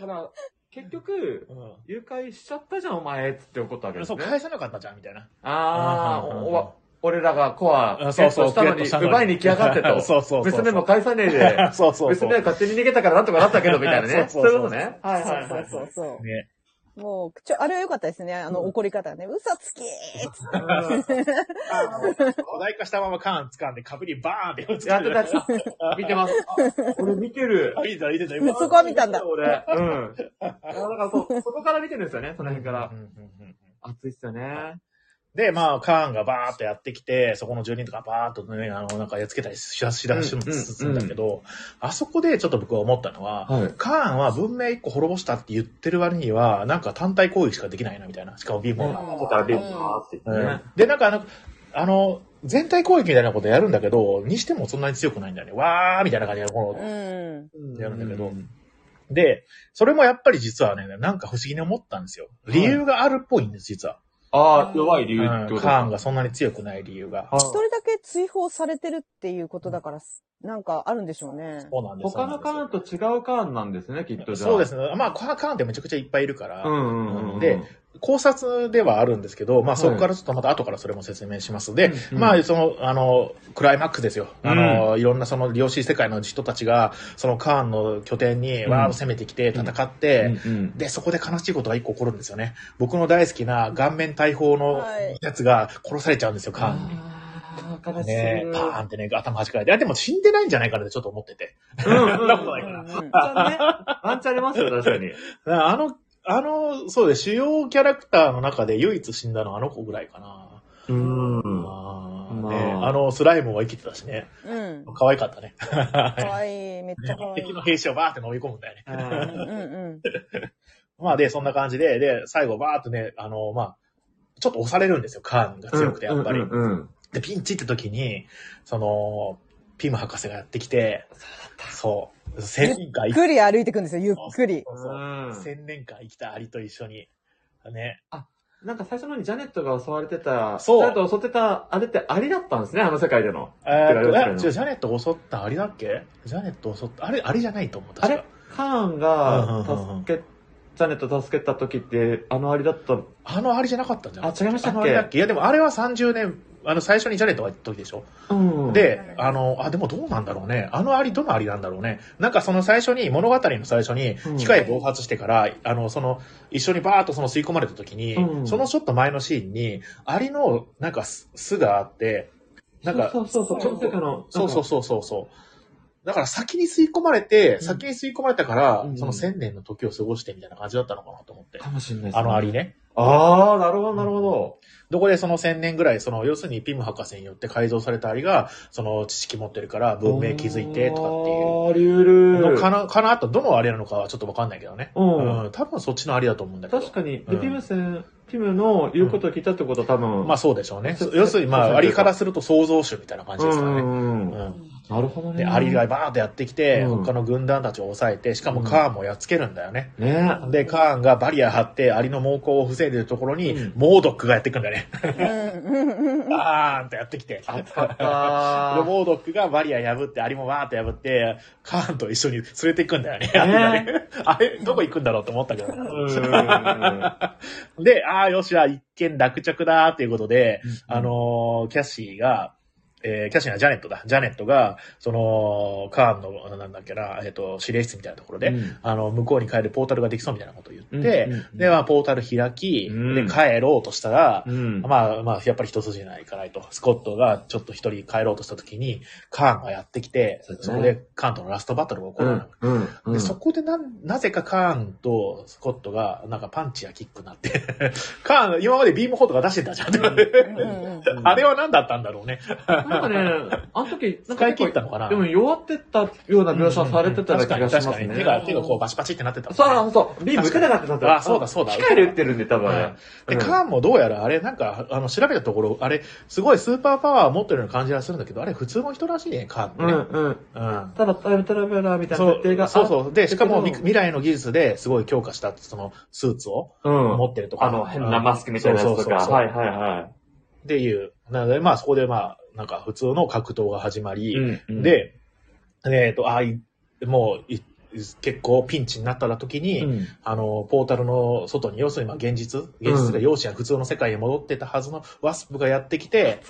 [SPEAKER 2] だから、結局、誘拐しちゃったじゃん、お前っつって怒ったわけ
[SPEAKER 1] う
[SPEAKER 2] で
[SPEAKER 1] ん。
[SPEAKER 2] す
[SPEAKER 1] そう、
[SPEAKER 2] ね。
[SPEAKER 1] 返さなかったじゃん、みたいな。
[SPEAKER 2] ああ、
[SPEAKER 1] うんうんうん
[SPEAKER 2] おわ俺らがコア、
[SPEAKER 1] あ
[SPEAKER 2] ゲ
[SPEAKER 1] そう
[SPEAKER 2] ッ
[SPEAKER 1] そう
[SPEAKER 2] トしたの
[SPEAKER 1] ゲット
[SPEAKER 2] に、
[SPEAKER 1] したのに
[SPEAKER 2] 奪いに行きやがって と。
[SPEAKER 1] そうそうそうそう。
[SPEAKER 2] 娘も返さねえで
[SPEAKER 1] そう そうそう。
[SPEAKER 2] 娘は勝手に逃げたからなんとかなったけど、みたいな ね。
[SPEAKER 1] そ
[SPEAKER 2] そ
[SPEAKER 1] そう
[SPEAKER 2] ううい
[SPEAKER 1] そう
[SPEAKER 2] うことね。はいはいはい。
[SPEAKER 3] そうそ
[SPEAKER 1] ね。
[SPEAKER 3] う。もう、ちょ、あれは良かったですね。あの、怒り方ね。嘘つきーっつって
[SPEAKER 1] 巨大化したままカーン掴んで、壁にバーンって打つ
[SPEAKER 2] やって たやつ。見て ます。あ俺見てる。
[SPEAKER 1] あ、いいじゃん、いいじゃん、
[SPEAKER 3] うんそこは見たんだ
[SPEAKER 2] 俺。うん。だから そう、そこから見てるんですよね、その辺から
[SPEAKER 1] うん。うんうんうん
[SPEAKER 2] 熱いっすよね。
[SPEAKER 1] で、まあ、カーンがバーっとやってきて、そこの住人とかバーっとね、あの、なんかやっつけたりしだしだし
[SPEAKER 2] うんうんうん
[SPEAKER 1] するんだけど、あそこでちょっと僕は思ったのは、
[SPEAKER 2] はい
[SPEAKER 1] カーンは文明一個滅ぼしたって言ってる割には、なんか単体攻撃しかできないな、みたいな。しかも貧乏な。
[SPEAKER 3] うん
[SPEAKER 2] こからビームパーって言ってね。
[SPEAKER 1] で、なんかあの、あの、全体攻撃みたいなことやるんだけど、にしてもそんなに強くないんだよね。わーみたいな感じで、この
[SPEAKER 3] うん。
[SPEAKER 2] うん
[SPEAKER 1] やるんだけどで、それもやっぱり実はね、なんか不思議に思ったんですよ。理由があるっぽいんです、実は。
[SPEAKER 2] ああ、弱い理
[SPEAKER 1] う
[SPEAKER 2] 由
[SPEAKER 1] ん、
[SPEAKER 2] ってこと
[SPEAKER 1] カーンがそんなに強くない理由が。
[SPEAKER 3] 一人だけ追放されてるっていうことだから、なんかあるんでしょうね。
[SPEAKER 1] そうなんです
[SPEAKER 2] 他のカーンと違うカーンなんですね、きっとじゃあ。
[SPEAKER 1] そうですね。まあ、カーンカーンってめちゃくちゃいっぱいいるから、
[SPEAKER 2] うんうんうん。
[SPEAKER 1] で、考察ではあるんですけど、まあ、
[SPEAKER 2] はい
[SPEAKER 1] そこからちょっとまた後からそれも説明します。で、
[SPEAKER 2] うん
[SPEAKER 1] まあ、その、あの、クライマックスですよ。あの、いろんなその、量子世界の人たちが、そのカーンの拠点に
[SPEAKER 2] うん
[SPEAKER 1] わーっと攻めてきて戦って、で、そこで悲しいことが一個起こるんですよね。僕の大好きな顔面大砲の
[SPEAKER 3] はい
[SPEAKER 1] やつが殺されちゃうんですよ、カーンに。
[SPEAKER 2] ああ、悲しい。
[SPEAKER 1] ねえ、パーンってね、頭弾かれて。あ、でも死んでないんじゃないかなってちょっと思ってて。
[SPEAKER 2] うん、
[SPEAKER 1] そんなことないから。
[SPEAKER 3] うん
[SPEAKER 2] ワンチャンね。ワンチャンありますよ、確かに。
[SPEAKER 1] なあの、あの、そうです。主要キャラクターの中で唯一死んだのはあの子ぐらいかな。
[SPEAKER 2] うん。
[SPEAKER 1] あ
[SPEAKER 2] ま
[SPEAKER 1] ー
[SPEAKER 2] あ
[SPEAKER 1] ねあの、スライムは生きてたしね。
[SPEAKER 3] うん。
[SPEAKER 1] 可愛かったね。
[SPEAKER 3] かわいい。めっちゃかわいい
[SPEAKER 1] 敵。の兵士をバーって飲み込むんだよね。
[SPEAKER 3] うんうん
[SPEAKER 1] まあで、そんな感じで、で、最後バーってね、あの、まあ、ちょっと押されるんですよ、カーンが強くて、やっぱり。
[SPEAKER 2] うんうん。
[SPEAKER 1] で、ピンチって時に、その、ピム博士がやってきて、そう、千年間
[SPEAKER 3] ゆ
[SPEAKER 1] 生き
[SPEAKER 3] っくり歩いてくんですよ、ゆっくり。
[SPEAKER 1] そうそう千年間生きたアリと一緒に、ね、
[SPEAKER 2] なんか最初の方にジャネットが襲われてた、
[SPEAKER 1] そう
[SPEAKER 2] ジャネットが襲ってた、あれってアリだったんですね、あの世界での。
[SPEAKER 1] えーっと、
[SPEAKER 2] 違う
[SPEAKER 1] え違うジャネット襲ったアリだっけジャネット襲った、あれ、アリじゃないと思う。
[SPEAKER 2] あ
[SPEAKER 1] 確か
[SPEAKER 2] れカーン
[SPEAKER 1] うんうんうんう
[SPEAKER 2] が
[SPEAKER 1] ん、
[SPEAKER 2] 助け、ジャネット助けた時って、あのアリだった、
[SPEAKER 1] あのアリじゃなかったんじゃな
[SPEAKER 2] あ、違いました
[SPEAKER 1] あの
[SPEAKER 2] っ
[SPEAKER 1] アリだっ
[SPEAKER 2] け
[SPEAKER 1] けいや、でもあれは30年、あの、最初にジャネットが行った時でしょ、
[SPEAKER 2] うん。
[SPEAKER 1] で、あの、あ、でもどうなんだろうね。あのアリ、どのアリなんだろうね。なんかその最初に、物語の最初に
[SPEAKER 2] うん、
[SPEAKER 1] 機械暴発してから、あの、その、一緒にバーッとその吸い込まれた時に、
[SPEAKER 2] うん
[SPEAKER 1] そのちょっと前のシーンに、アリの、なんか巣、巣があって、なんか、
[SPEAKER 2] そうそうそう、
[SPEAKER 3] そう
[SPEAKER 2] 超世界の。
[SPEAKER 1] そうそう
[SPEAKER 2] そ
[SPEAKER 1] そうそうそう。だから先に吸い込まれて、
[SPEAKER 2] ん
[SPEAKER 1] 先に吸い込まれたから、
[SPEAKER 2] うん
[SPEAKER 1] その千年の時を過ごしてみたいな感じだったのかなと思って。
[SPEAKER 2] かもしれないですね
[SPEAKER 1] あのアリね。
[SPEAKER 2] ああ、なるほど、なるほど。
[SPEAKER 1] どこでその千年ぐらい、その、要するにピム博士によって改造されたアリが、その知識持ってるから文明気づいてとかっていう。
[SPEAKER 2] ああ、リュール。
[SPEAKER 1] のかな、かなあとどのアリなのかはちょっとわかんないけどね。
[SPEAKER 2] うん
[SPEAKER 1] 多分そっちのアリだと思うんだけど。
[SPEAKER 2] 確かに、
[SPEAKER 1] う
[SPEAKER 2] で
[SPEAKER 1] ん
[SPEAKER 2] ピムせん、ピムの言うことを聞いたってことは多分、
[SPEAKER 1] まあそうでしょうね
[SPEAKER 2] そう。
[SPEAKER 1] 要するにま
[SPEAKER 2] そう
[SPEAKER 1] あ、
[SPEAKER 2] そう
[SPEAKER 1] アリからすると創造主みたいな感じ
[SPEAKER 2] う
[SPEAKER 1] ですからね。
[SPEAKER 2] ん、
[SPEAKER 1] うん
[SPEAKER 2] なるほどね。
[SPEAKER 1] で、アリがバーンとやってきて、
[SPEAKER 2] うん
[SPEAKER 1] 他の軍団たちを抑えて、しかもカーンもやっつけるんだよね。
[SPEAKER 2] ね
[SPEAKER 1] で、カーンがバリア張って、アリの猛攻を防いでるところに、
[SPEAKER 2] うん
[SPEAKER 1] モードックがやってくんだ ね。
[SPEAKER 3] うんうんうん
[SPEAKER 1] バーンとやってきて。で、
[SPEAKER 2] 暑かった。
[SPEAKER 1] モードックがバリア破って、アリもわーっと破って、カーンと一緒に連れていくんだよね。アリがね あれ、どこ行くんだろうと思ったけ ど。
[SPEAKER 2] うん
[SPEAKER 1] で、ああ、よし、あ一件落着だーっていうことで、
[SPEAKER 2] うん
[SPEAKER 1] あのーキャッシーが、えー、キャシーなジャネットだ。ジャネットが、その、カーンの、なんだっけな、えっ、と、指令室みたいなところで、
[SPEAKER 2] うん
[SPEAKER 1] あの、向こうに帰るポータルができそうみたいなことを言って、
[SPEAKER 2] うんうんうん
[SPEAKER 1] で、まあ、ポータル開き、
[SPEAKER 2] うん
[SPEAKER 1] で、帰ろうとしたら、
[SPEAKER 2] うん
[SPEAKER 1] まあ、まあ、やっぱり一筋にはいかないと。スコットがちょっと一人帰ろうとした時に、カーンがやってきて、
[SPEAKER 2] そうです
[SPEAKER 1] そ
[SPEAKER 2] ね
[SPEAKER 1] こでカーンとのラストバトルが起こ
[SPEAKER 2] う
[SPEAKER 1] るのよ
[SPEAKER 2] ん。うん。うん
[SPEAKER 1] で、そこでな、なぜかカーンとスコットが、なんかパンチやキックになって、 カーン、今までビームホートが出してたじゃん。
[SPEAKER 3] うんうん
[SPEAKER 1] あれは何だったんだろうね。
[SPEAKER 2] なんかね、あの時、なんか
[SPEAKER 1] 使い切ったのかな
[SPEAKER 2] でも弱ってったような描写されてたような気がしま
[SPEAKER 1] 確かに確
[SPEAKER 2] す
[SPEAKER 1] かに
[SPEAKER 2] ね。
[SPEAKER 1] 手が、手がこうバチバチってなってたもんね。
[SPEAKER 2] そうそう、ビーム打てなかったんだ
[SPEAKER 1] あそうだそうだ
[SPEAKER 2] 機械で打ってるんで、多分あれ
[SPEAKER 1] は。いで、カーンもどうやらあれ、なんか、あの、調べたところ、あれ、すごいスーパーパワー持ってるような感じがするんだけど、あれ普通の人らしいね、カーン
[SPEAKER 2] うん
[SPEAKER 1] ね。
[SPEAKER 2] うん。
[SPEAKER 1] うん
[SPEAKER 2] ただ、タイムトラベラーみたい
[SPEAKER 1] そ
[SPEAKER 2] な
[SPEAKER 1] う
[SPEAKER 2] 設定が。
[SPEAKER 1] そうそう。で、しかも
[SPEAKER 2] だけ
[SPEAKER 1] 未
[SPEAKER 2] ど
[SPEAKER 1] 未来の技術ですごい強化した、その、スーツを
[SPEAKER 2] うん。
[SPEAKER 1] 持ってるとか。
[SPEAKER 2] あの、変なマスクみたいなやつ
[SPEAKER 1] そう
[SPEAKER 2] と
[SPEAKER 1] そうそう
[SPEAKER 2] か。
[SPEAKER 1] そう
[SPEAKER 2] はいはいは
[SPEAKER 1] っていう。なので、まあ、そこで、まあ、なんか、普通の格闘が始ま
[SPEAKER 2] い。
[SPEAKER 1] り、
[SPEAKER 2] うんうん、
[SPEAKER 1] で、えっ、と、ああい、もうい、結構ピンチになった時に、
[SPEAKER 2] うん、
[SPEAKER 1] あの、ポータルの外に、要するに、まあ、現実、現実が容姿や普通の世界に戻ってたはずのワスプがやってきて、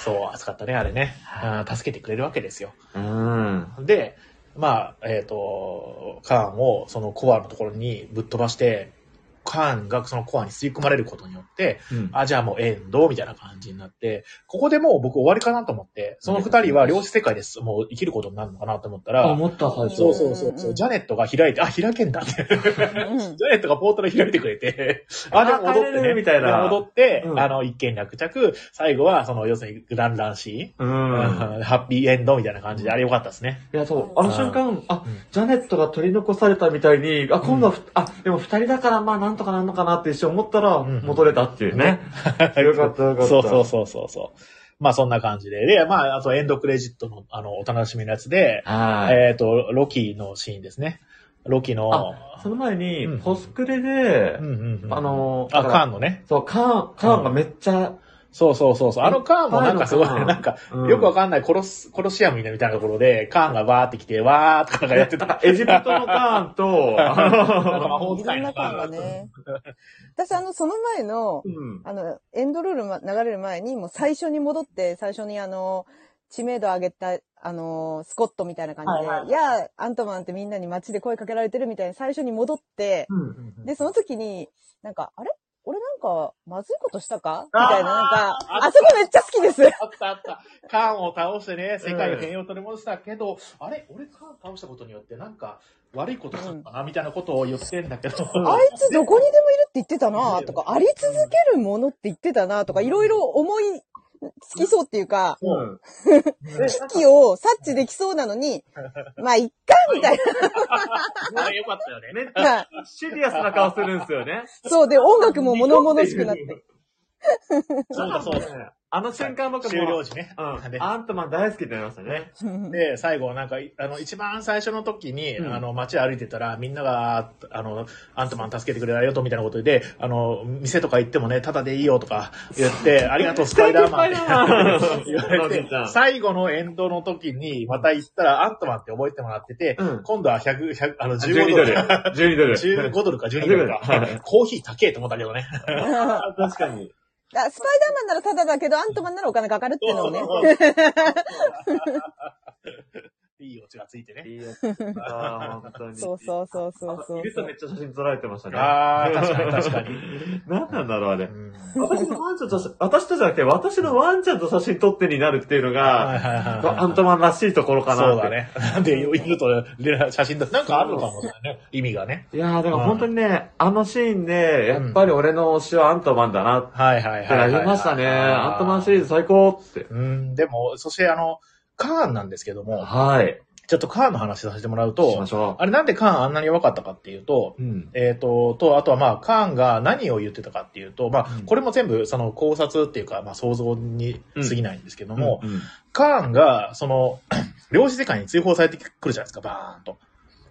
[SPEAKER 1] そう、暑かったね、あれね。あー助けてくれるわけですよ。
[SPEAKER 2] うん。
[SPEAKER 1] で、まあ、えっ、と、カーンをそのコアのところにぶっ飛ばして、カーンがそのコアに吸い込まれることによって、あ、じゃあもうエンドみたいな感じになって、ここでもう僕終わりかなと思って、その二人は両世界です。もう生きることになるのかなと思った
[SPEAKER 2] あ、
[SPEAKER 1] ら、
[SPEAKER 2] 思った、最初。
[SPEAKER 1] そうそうそうそう、ジャネットが開いて、あ、開けんだって。 ジ
[SPEAKER 3] うん
[SPEAKER 1] ャネットがポータル開いてくれて、あ、でも戻って
[SPEAKER 2] あ帰れ
[SPEAKER 1] ね、
[SPEAKER 2] るみたいな
[SPEAKER 1] で戻って、
[SPEAKER 2] うん
[SPEAKER 1] あの、一件落着、最後は、その、要するにグランランシ
[SPEAKER 2] う
[SPEAKER 1] ー、
[SPEAKER 2] ん。
[SPEAKER 1] ハッピーエンドみたいな感じで、あれ良かったですね。
[SPEAKER 2] いや、そう。あの瞬間、あ
[SPEAKER 1] うん、
[SPEAKER 2] ジャネットが取り残されたみたいに、あ、今度はふ、あ、でも二人だから、まあ、なんとかなんのかなって一瞬思ったら、
[SPEAKER 1] ん
[SPEAKER 2] 戻れたっていうね。よかった、よかった。
[SPEAKER 1] そうそうそうそうそう。まあそんな感じで。で、まああとエンドクレジットの、あの、お楽しみのやつで、
[SPEAKER 2] はい。
[SPEAKER 1] えっ、と、ロキのシーンですね。ロキの、
[SPEAKER 2] あ、その前に
[SPEAKER 1] うん、
[SPEAKER 2] ポスクレで
[SPEAKER 1] うん、うんうん
[SPEAKER 2] あのー
[SPEAKER 1] あ、
[SPEAKER 2] だから
[SPEAKER 1] カーンのね。
[SPEAKER 2] そう、カーン、カーンがめっちゃ、
[SPEAKER 1] そうそうそうそう。あのカーンもなんかすごい、
[SPEAKER 2] カーンの
[SPEAKER 1] なんか、
[SPEAKER 2] うん
[SPEAKER 1] よくわかんないコロス、コロシアムみたいなところで、カーンがバーって来て、わーってなんかやってた。なんか
[SPEAKER 2] エジプトのカーンと、あの
[SPEAKER 1] 魔法
[SPEAKER 3] い
[SPEAKER 1] 使
[SPEAKER 3] ろ
[SPEAKER 1] い
[SPEAKER 3] ん
[SPEAKER 1] の
[SPEAKER 3] な
[SPEAKER 1] カ
[SPEAKER 3] 感
[SPEAKER 1] ー
[SPEAKER 3] が
[SPEAKER 1] ン
[SPEAKER 3] ね。私、あの、その前の、
[SPEAKER 2] うん
[SPEAKER 3] あの、エンドルールま流れる前に、もう最初に戻って、最初にあの、知名度上げた、あの、スコットみたいな感じで、
[SPEAKER 2] はい
[SPEAKER 3] いやー、アントマンってみんなに街で声かけられてるみたいに最初に戻って、
[SPEAKER 2] うん。
[SPEAKER 3] で、その時に、なんか、あれ俺なんか、まずいことしたかみ
[SPEAKER 1] あー
[SPEAKER 3] たいな、なんか、あそこめっちゃ好きです。
[SPEAKER 1] あったあった。カーンを倒してね、世界の変容を取り戻したけど、あれ俺カーン倒したことによってなんか悪いことしたのかな、みたいなことを言ってんだけど。
[SPEAKER 3] あいつどこにでもいるって言ってたなとか、あり続けるものって言ってたなとか、いろいろ思いつきそうっていうか、
[SPEAKER 2] うん。
[SPEAKER 3] 危機を察知できそうなの に、まあ、いっかみたい
[SPEAKER 1] あれよかったよね。
[SPEAKER 2] めっちゃ
[SPEAKER 3] な。
[SPEAKER 2] シリアスな顔するんですよね。
[SPEAKER 3] そうで、音楽も物々しくなって。
[SPEAKER 1] そうだそうだ。
[SPEAKER 2] だ。あの瞬間僕も、
[SPEAKER 1] 終了時ね。
[SPEAKER 2] うん
[SPEAKER 1] で。
[SPEAKER 2] アントマン大好きってなりましたね。
[SPEAKER 1] で、最後、なんか、いあの、一番最初の時に、
[SPEAKER 2] うん
[SPEAKER 1] あの、街歩いてたら、みんなが、あの、アントマン助けてくれありがとうみたいなことで、あの、店とか行ってもね、タダでいいよとか言 って、ありがとう、スパイダーマンって
[SPEAKER 2] スパイダーマン
[SPEAKER 1] 言わ
[SPEAKER 2] お
[SPEAKER 1] れ
[SPEAKER 2] じい
[SPEAKER 1] て
[SPEAKER 2] ちゃ ん、
[SPEAKER 1] 最後のエンドの時に、また行ったら、アントマンって覚えてもらってて、
[SPEAKER 2] うん
[SPEAKER 1] 今度は100、100、あの、
[SPEAKER 2] 12
[SPEAKER 1] 15ド
[SPEAKER 2] ドル。
[SPEAKER 1] ル。
[SPEAKER 2] 12ドル。
[SPEAKER 1] 15ドルか12ドル
[SPEAKER 2] 12ドル
[SPEAKER 1] か。コーヒー高えと思ったけ どね。
[SPEAKER 2] あ確かに。
[SPEAKER 3] あスパイダーマンならただだけど、アントマンならお金かかるっていうのをね。
[SPEAKER 1] いいオチがついてね。
[SPEAKER 2] いいやつだ、本当に。
[SPEAKER 3] そうそうそうそうそ
[SPEAKER 2] あ
[SPEAKER 3] う
[SPEAKER 2] いるとめっちゃ写真撮られてましたね。
[SPEAKER 1] あー確かに確かに。
[SPEAKER 2] 何なんだろう、あれ。
[SPEAKER 1] うん
[SPEAKER 2] 私のワンちゃんと、私とじゃなくて、私のワンちゃんと写真撮ってになるっていうの
[SPEAKER 1] はい
[SPEAKER 2] が、
[SPEAKER 1] はいはいはい
[SPEAKER 2] アントマンらしいところかなって。
[SPEAKER 1] そうだ。ね。なんで、犬と連絡写真だ。なんかあるのかもね。意味がね。
[SPEAKER 2] いやー、でも本当にね、あのシーンで、やっぱり俺の推しはアントマンだなって
[SPEAKER 1] はいはいはい
[SPEAKER 2] な
[SPEAKER 1] はい。
[SPEAKER 2] りましたね。アントマンシリーズ最高って。
[SPEAKER 1] うん、でも、そしてあの、カーンなんですけども、
[SPEAKER 2] はい。
[SPEAKER 1] ちょっとカーンの話させてもらう
[SPEAKER 2] しま
[SPEAKER 1] と
[SPEAKER 2] し、ょ
[SPEAKER 1] あれなんでカーンあんなに弱かったかっていうと、
[SPEAKER 2] う。うん。
[SPEAKER 1] えっ、と、と、あとはまあ、カーンが何を言ってたかっていうと、まあ
[SPEAKER 2] うん、
[SPEAKER 1] これも全部、その考察っていうか、まあ、想像に過ぎないんですけども、
[SPEAKER 2] うん、
[SPEAKER 1] カーンが、その、 量子世界に追放されてくるじゃないですか、バーンと。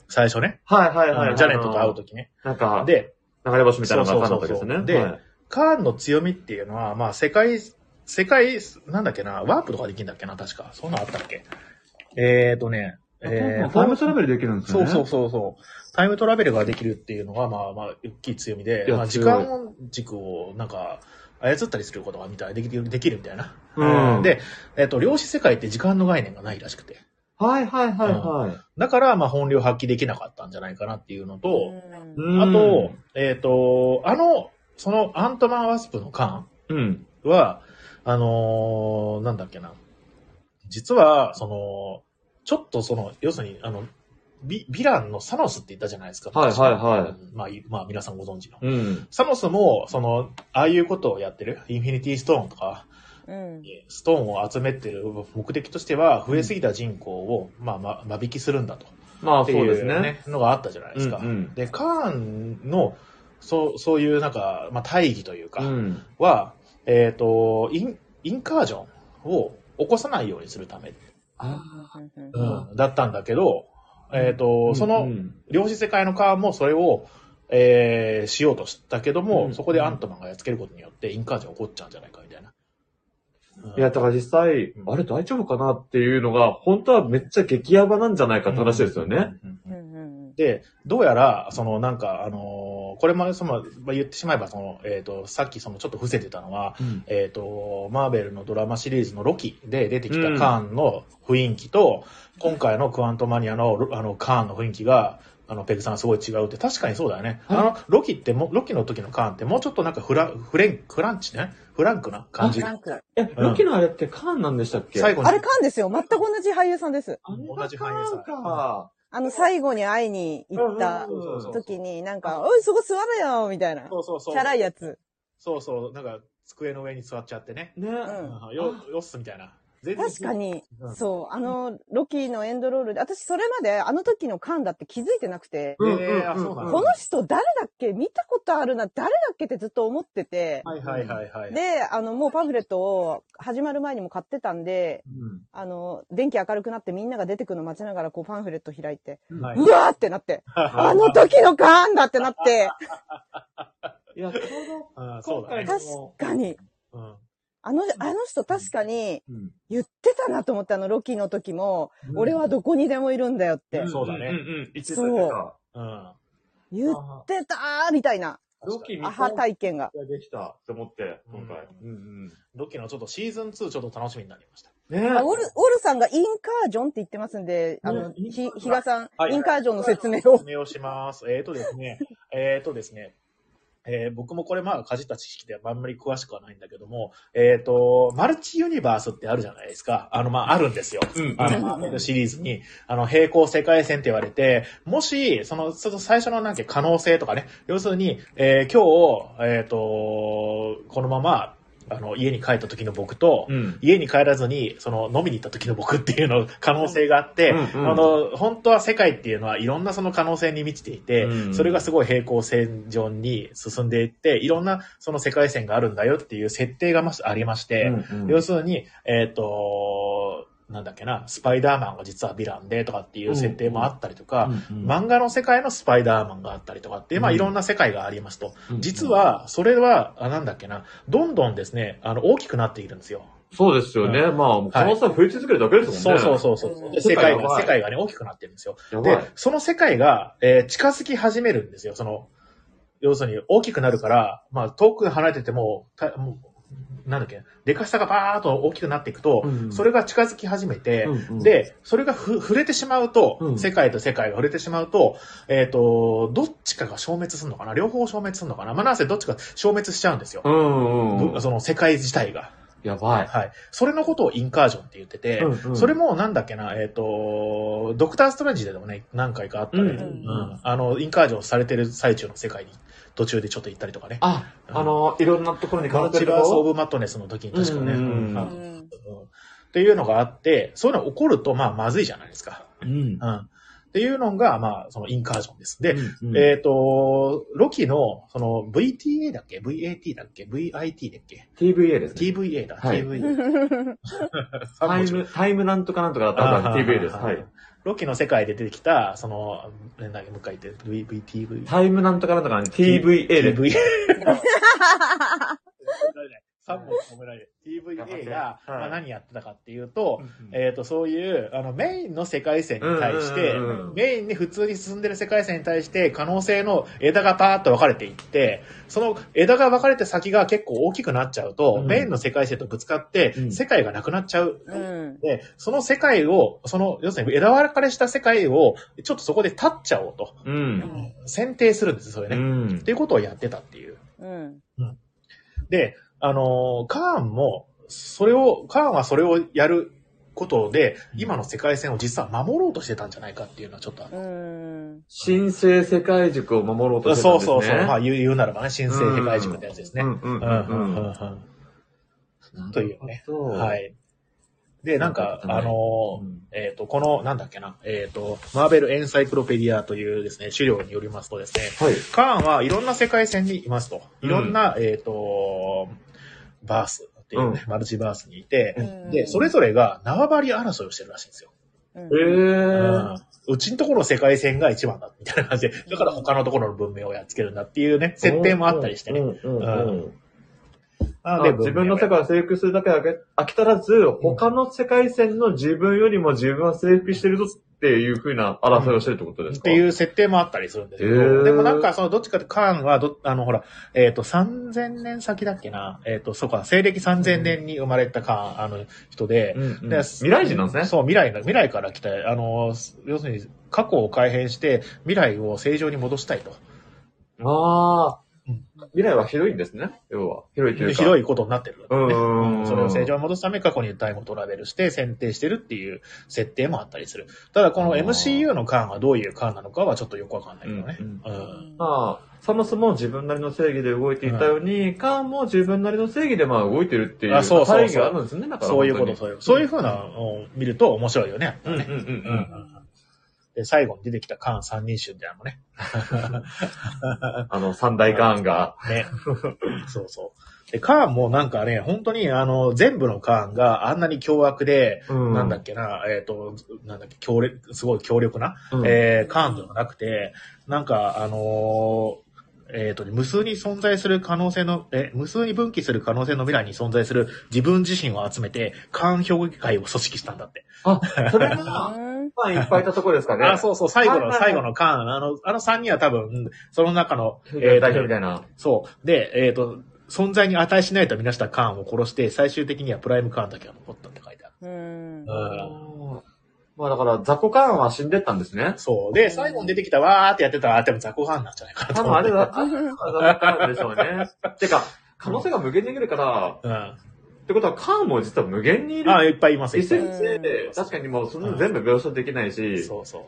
[SPEAKER 1] 最初ね。
[SPEAKER 2] はいはいはい。
[SPEAKER 1] ジャネットと会うときね。
[SPEAKER 2] なんか、
[SPEAKER 1] で、
[SPEAKER 2] 流れ星みたいなのがあったわけです
[SPEAKER 1] そうそう
[SPEAKER 2] ね。
[SPEAKER 1] そうで
[SPEAKER 2] はい
[SPEAKER 1] カーンの強みっていうのは、まあ、世界、世界、なんだっけな、ワープとかできるんだっけな、確か。そんなのあったっけえーとね、えー
[SPEAKER 2] タイムトラベルできるんですよ
[SPEAKER 1] そう
[SPEAKER 2] ね。
[SPEAKER 1] そうそうそう。タイムトラベルができるっていうのが、まあまあ、大きい強みで
[SPEAKER 2] い、や
[SPEAKER 1] まあ、時間軸を、なんか、操ったりすることがみたいできる、できるみたいな。うん、で、えっ、ー、と、量子世界って時間の概念がないらしくて。
[SPEAKER 2] はいはいはいはい。うん、
[SPEAKER 1] だから、まあ、本領発揮できなかったんじゃないかなっていうのと、あと、えっ、ー、と、あの、そのアントマンワスプの缶は、うん、あのー、なんだっけな。実は、その、ちょっとその、要するに、あの、ビヴィランのサノスって言ったじゃないですか。。
[SPEAKER 2] はいはいはい
[SPEAKER 1] まあ、まあ、皆さんご存知の。うん、サノスも、その、ああいうことをやってる、インフィニティストーンとか、うん、ストーンを集めてる目的としては、増えすぎた人口を、まあ、ま、間引きするんだと。
[SPEAKER 2] まあ、そうですね。
[SPEAKER 1] のがあったじゃないですか。うんうん、で、カーンの、そう、そういうなんか、まあ、大義というか、は、うん、えっ、ー、と、イン、インカージョンを起こさないようにするため。うん、だったんだけど、えっ、ー、と、うんうん、その、量子世界のカーンもそれを、えー、しようとしたけども、うんうん、そこでアントマンがやっつけることによって、インカージョン起こっちゃうんじゃないか、みたいな。
[SPEAKER 2] いや、だから実際、あれ大丈夫かなっていうのが、本当はめっちゃ激ヤバなんじゃないかって話ですよね。
[SPEAKER 1] で、どうやら、そのなんか、あのー、これも、その、まあ、言ってしまえば、その、えっ、ー、と、さっきそのちょっと伏せてたのは、うん、えっ、と、マーベルのドラマシリーズのロキで出てきたカーンの雰囲気と、うん、今回のクワントマニアのあのカーンの雰囲気が、あの、ペグさんすごい違うって、確かにそうだよね。はい、あの、ロキっても、ロキの時のカーンってもうちょっとなんかフラ、フレン、フランチね。フランクな感じ。フラン
[SPEAKER 2] ク。え、ロキのあれってカーンなんでしたっけ
[SPEAKER 3] 最後に。あれカーンですよ。全く同じ俳優さんです。
[SPEAKER 1] 同じ俳優さん。
[SPEAKER 3] か。あの、最後に会いに行った時に、なんか、おい、そこ座れよみたいな。
[SPEAKER 1] そうそうそう。
[SPEAKER 3] チャラいやつ。
[SPEAKER 1] そうそう。なんか、机の上に座っちゃってね。ね。うん。よ、よっすみたいな。
[SPEAKER 3] 確かに、そう、あの、ロキのエンドロールで、私それまであの時のカンだって気づいてなくて、この人誰だっけ見たことあるな、誰だっけってずっと思ってて、
[SPEAKER 1] はいはいはいはい。、
[SPEAKER 3] で、あの、もうパンフレットを始まる前にも買ってたんで、うん、あの、電気明るくなってみんなが出てくの待ちながらこうパンフレット開いて、はい、うわーってなって、 あの時のカンだってなって、
[SPEAKER 2] いや、ちょうど、ね、
[SPEAKER 3] 確かに。うんあの、あの人確かに言ってたなと思って、あのロキの時も、うん、俺はどこにでもいるんだよって。うん
[SPEAKER 1] そうだね。うん、
[SPEAKER 2] うん、そう。うん、
[SPEAKER 3] 言ってたーみたいな。
[SPEAKER 2] ロキ
[SPEAKER 3] アハ体験が。
[SPEAKER 2] できたって思って、今回。うんうん
[SPEAKER 1] ロキのちょっとシーズン2ちょっと楽しみになりました。
[SPEAKER 3] ねオル、オルさんがインカージョンって言ってますんで、あの、ひ、ひがさん、インカージョンの説明を。
[SPEAKER 1] 説明をします。えっ、ー、とですね、 えっ、とですね、えー、僕もこれまあかじった知識であんまり詳しくはないんだけども、えっ、ー、と、マルチユニバースってあるじゃないですか。あの、まあ、あるんですよ。うん、あの、シリーズに、あの、平行世界線って言われて、もし、その、最初のなんか可能性とかね、要するに、えー、今日、えっ、ー、と、このまま、あの、家に帰った時の僕と、うん、家に帰らずに、その、飲みに行った時の僕っていうの、可能性があって、うんうん、あの、本当は世界っていうのはいろんなその可能性に満ちていて、うん、それがすごい平行線上に進んでいって、いろんなその世界線があるんだよっていう設定がまありまして、うんうん、要するに、えっ、ー、と、なんだっけな、スパイダーマンが実はヴィランでとかっていう設定もあったりとか、漫画の世界のスパイダーマンがあったりとかって、まあいろんな世界がありますと。うんうん、実は、それは、なんだっけな、どんどんですね、あの、大きくなっているんですよ。
[SPEAKER 2] そうですよね。うん、まあ、可能性増え続けるだけですもんね。
[SPEAKER 1] そうそうそうそう。世界が、世界がね、大きくなってるんですよ。で、その世界が、えー、近づき始めるんですよ。その、要するに大きくなるから、まあ、遠く離れてても、たもうなんだっけ、でかさがバーっと大きくなっていくと、うん、それが近づき始めて、うんうん、で、それが触れてしまうと、うん、世界と世界が触れてしまうと、えっ、ー、と、どっちかが消滅するのかな両方消滅するのかなまあ、なんせどっちか消滅しちゃうんですよ。その世界自体が。
[SPEAKER 2] やばい。
[SPEAKER 1] はい。それのことをインカージョンって言ってて、うんうん、それもなんだっけな、えっ、ー、と、ドクターストレンジでもね、何回かあったね、うん、うん、あの、インカージョンされてる最中の世界に途中でちょっと行ったりとかね。
[SPEAKER 2] あ、あの、いろんなところに
[SPEAKER 1] 変わってる。マルチバース・オブ・マットネスの時に確かね。うんっていうのがあって、そういうの起こると、まあ、まずいじゃないですか。うん。うん。っていうのが、まあ、そのインカージョンです。で、うんうん、えっ、と、ロキの、その VTA だっけ ?VAT だっけ ?VIT だっけ
[SPEAKER 2] ?TVA です、ね。
[SPEAKER 1] TVA だ。はい、TVA。
[SPEAKER 2] タイム、タイムなんとかなんとかだった TVA です。はい。
[SPEAKER 1] ロキの世界で出てきた、その、なんだっけ、もう一回言って、VVTV。
[SPEAKER 2] タイムなんとかなんとか、ね、TVA で。
[SPEAKER 1] TVA。 3本褒められる。TVA が、まあ、何やってたかっていうと、えっと、そういう、あの、メインの世界線に対して、メインに普通に進んでる世界線に対して、可能性の枝がパーッと分かれていって、その枝が分かれて先が結構大きくなっちゃうと、メインの世界線とぶつかって、世界がなくなっちゃう。で、その世界を、その、要するに枝分かれした世界を、ちょっとそこで立っちゃおうと。うん、選定するんです、それね。うん、っていうことをやってたっていう。うん、うん、で、あのー、カーンも、それを、カーンはそれをやることで、今の世界線を実は守ろうとしてたんじゃないかっていうのはちょっとあ
[SPEAKER 2] る。新生世界塾を守ろうとしてたんですね。
[SPEAKER 1] そうそうそう。まあ言う言うならばね、新生世界塾ってやつですね。というね。はい。で、なんか、あの、えっ、ー、と、この、なんだっけな、えっ、ー、と、マーベルエンサイクロペディアというですね、資料によりますとですね、はい、カーンはいろんな世界線にいますと。いろんな、うん、えっ、と、バースっていうね、うん、マルチバースにいて、うん、で、それぞれが縄張り争いをしてるらしいんですよ。へ、うん、うちのところの世界線が一番だ、みたいな感じで、だから他のところの文明をやっつけるんだっていうね、設定もあったりしてね。
[SPEAKER 2] なので、自分の世界を征服するだけ飽き足らず、他の世界線の自分よりも自分は征服してるぞっていうふうな争いをしてるってことです
[SPEAKER 1] か、うん、っていう設定もあったりするんですけど、でもなんかそのどっちかってカーンはど、あのほら、えっ、ー、と3000年先だっけな、えっ、ー、とそうか、西暦3000年に生まれたカーン、うん、あの人で、うん
[SPEAKER 2] うん、で未来人なんですね。
[SPEAKER 1] そう、未来、未来から来た、あの、要するに過去を改変して未来を正常に戻したいと。
[SPEAKER 2] ああ。未来は広いんですね、要は。広いという
[SPEAKER 1] 広いことになってる、ね、それを正常に戻すため、過去にタイムトラベルして選定してるっていう設定もあったりする。ただ、この MCU の感はどういう感なのかはちょっとよくわかんないけどね。
[SPEAKER 2] まあ、サムスも自分なりの正義で動いていたように、カーンも自分なりの正義でまあ動いてるっていう、そうそうがあるんですね、だから。
[SPEAKER 1] そういうこと、そういう。そういうふうなのを見ると面白いよね、やっぱね。で、最後に出てきたカーン三人衆みたいなのもね。
[SPEAKER 2] あの、三大カーンが。
[SPEAKER 1] ね。 そうそう。で、カーンもなんかね、本当にあの、全部のカーンがあんなに凶悪で、うん、なんだっけな、えっ、ー、と、なんだっけ、強力、すごい強力な、うん、えー、カーンではなくて、なんか、あのーえっ、と、無数に存在する可能性の、え、無数に分岐する可能性の未来に存在する自分自身を集めて、官評議会を組織したんだって。
[SPEAKER 2] あ、それが、まあ、いっぱいいたところですかね。
[SPEAKER 1] あ、そうそう、最後の、最後の官、あの、あの3人は多分、その中の、
[SPEAKER 2] えー、代表みたいな。
[SPEAKER 1] そう。で、えっ、ー、と、存在に値しないとみなしたカーンを殺して、最終的にはプライムカーンだけが残ったって書いてある。うん。
[SPEAKER 2] うんまあだから、雑魚カーンは死んでったんですね。
[SPEAKER 1] そう。で、最後に出てきたわーってやってたら、でも雑魚カーンなんじゃないかな
[SPEAKER 2] 多分あれだ、雑魚カーンでしょう ね。てか、可能性が無限にいるから、うん。ってことは、カーンも実は無限にいる。
[SPEAKER 1] ああ、いっぱいいます。
[SPEAKER 2] 一先生で、確かにもうそんな全部描写できないし、
[SPEAKER 1] そうそう。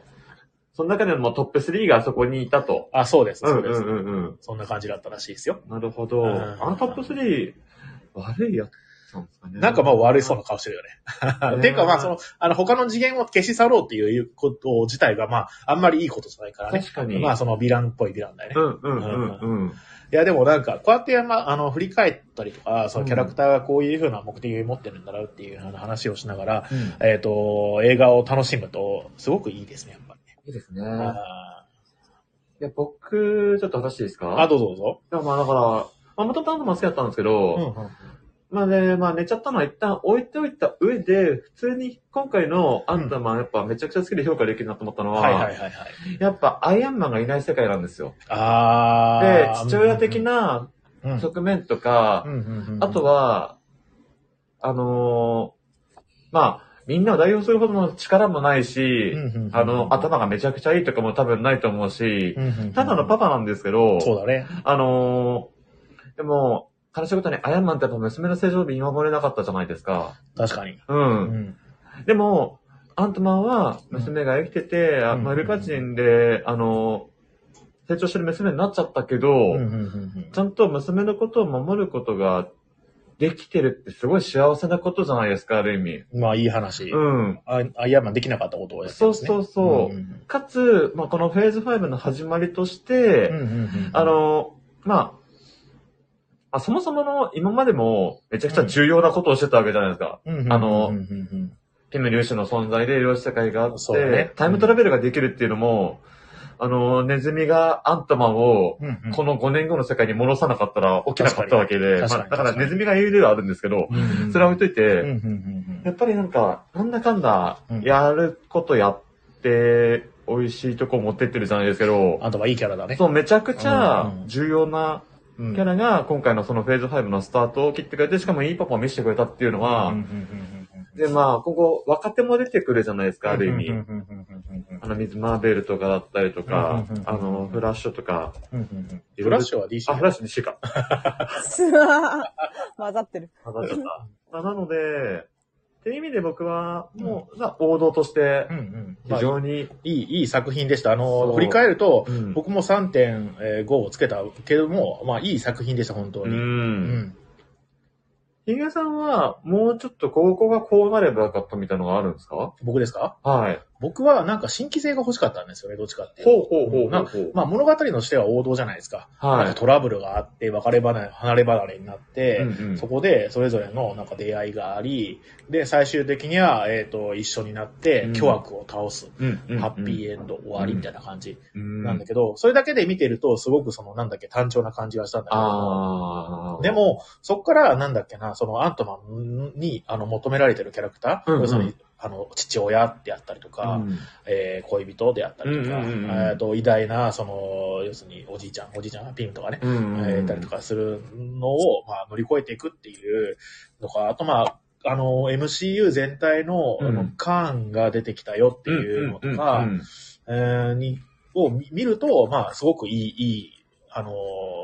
[SPEAKER 2] その中でもトップ3があそこにいたと。
[SPEAKER 1] あ、そうです。そうです。うんうんうん。そんな感じだったらしいですよ。
[SPEAKER 2] なるほど。あのトップ3、悪いやつ。
[SPEAKER 1] なんかまあ悪いそうな顔してるよね。っていうかまあその、あの他の次元を消し去ろうっていうこと自体がまああんまりいいことじゃないからね。
[SPEAKER 2] 確かに。
[SPEAKER 1] まあそのヴィランっぽいヴィランだよね。
[SPEAKER 2] うんうんうんうん。
[SPEAKER 1] いやでもなんか、こうやってまああの振り返ったりとか、そのキャラクターがこういうふうな目的を持ってるんだなっていう話をしながら、うん、えっと、映画を楽しむとすごくいいですね、やっぱりね。
[SPEAKER 2] いいですね。いや、僕、ちょっと話していいですか
[SPEAKER 1] あ、どうぞどうぞ。
[SPEAKER 2] でもまあだから、まあ元々も好きだったんですけど、うんうんまあね、まあ寝ちゃったのは一旦置いておいた上で、普通に今回のアンダマンやっぱめちゃくちゃ好きで評価できるなと思ったのは、はいはいはい、はい、やっぱアイアンマンがいない世界なんですよ。
[SPEAKER 1] あ
[SPEAKER 2] で、父親的な側面とか、あとは、あのー、まあ、みんなを代表するほどの力もないし、あの、頭がめちゃくちゃいいとかも多分ないと思うし、ただのパパなんですけど、
[SPEAKER 1] そうだね。
[SPEAKER 2] あのー、でも、悲しいことに、アヤンマンってやっぱ娘の成長日見守れなかったじゃないですか。
[SPEAKER 1] 確かに。
[SPEAKER 2] うん。うん、でも、アントマンは娘が生きてて、うん、アメリカ人で、あの、成長してる娘になっちゃったけど、ちゃんと娘のことを守ることができてるってすごい幸せなことじゃないですか、ある意
[SPEAKER 1] 味。まあ、いい話。
[SPEAKER 2] うん。
[SPEAKER 1] アイアンマンできなかったことをや
[SPEAKER 2] って、ね、そうそうそう。かつ、まあ、このフェーズ5の始まりとして、あの、まあ、あ、そもそもの今までもめちゃくちゃ重要なことをしてたわけじゃないですか。うん、あの、ティム粒子の存在で量子世界があって、ね、タイムトラベルができるっていうのも、うあの、ネズミがアントマンを、この5年後の世界に戻さなかったら起きなかったわけで、まあ、だからネズミが言うではあるんですけど、それは置いといて、やっぱりなんか、なんだかんだ、やることやって、美味しいとこ持ってってるじゃないですけど、
[SPEAKER 1] あとはいいキャラだね。
[SPEAKER 2] そう、めちゃくちゃ重要な、キャラが今回のそのフェーズ5のスタートを切ってくれて、しかもいいパパを見せてくれたっていうのは、で、まあ、ここ、若手も出てくるじゃないですか、ある意味。あの、水マーベルとかだったりとか、あの、フラッシュとか。
[SPEAKER 1] フラッシュは DC?
[SPEAKER 2] あ、フラッシュ DC か。
[SPEAKER 3] 混ざってる。
[SPEAKER 2] 混ざっちゃった。なので、っていう意味で僕は、もう、う王道として、非常に、
[SPEAKER 1] いい、いい作品でした。あの、振り返ると、僕も3.5をつけたけども、まあ、いい作品でした、本当に。うん。
[SPEAKER 2] ヒゲさんは、もうちょっと高校がこうなればよかったみたいなのがあるんですか
[SPEAKER 1] 僕ですか
[SPEAKER 2] はい。
[SPEAKER 1] 僕はなんか新規性が欲しかったんですよね、どっちかっていう
[SPEAKER 2] と。ほうほうほう
[SPEAKER 1] ほうまあ物語のしては王道じゃないですか。はい。トラブルがあって、別れ離れ、離れ離れになって、うんうん、そこでそれぞれのなんか出会いがあり、で、最終的には、えっ、ー、と、一緒になって、巨悪を倒す、うん、ハッピーエンド、終わりみたいな感じなんだけど、それだけで見てると、すごくその、なんだっけ、単調な感じがしたんだけど、でも、そこからなんだっけな、そのアントマンにあの求められてるキャラクター、うんうん、要するにあの父親であったりとか、うん、えー、恋人であったりとか、えっと偉大なその要するにおじいちゃんおじいちゃんピンとかね、うんうん、えー、いたりとかするのを、まあ、乗り越えていくっていうのかあとまああの MCU 全体の,、あのカーンが出てきたよっていうのとかにを見ると、まあ、すごくいい、いい、あの、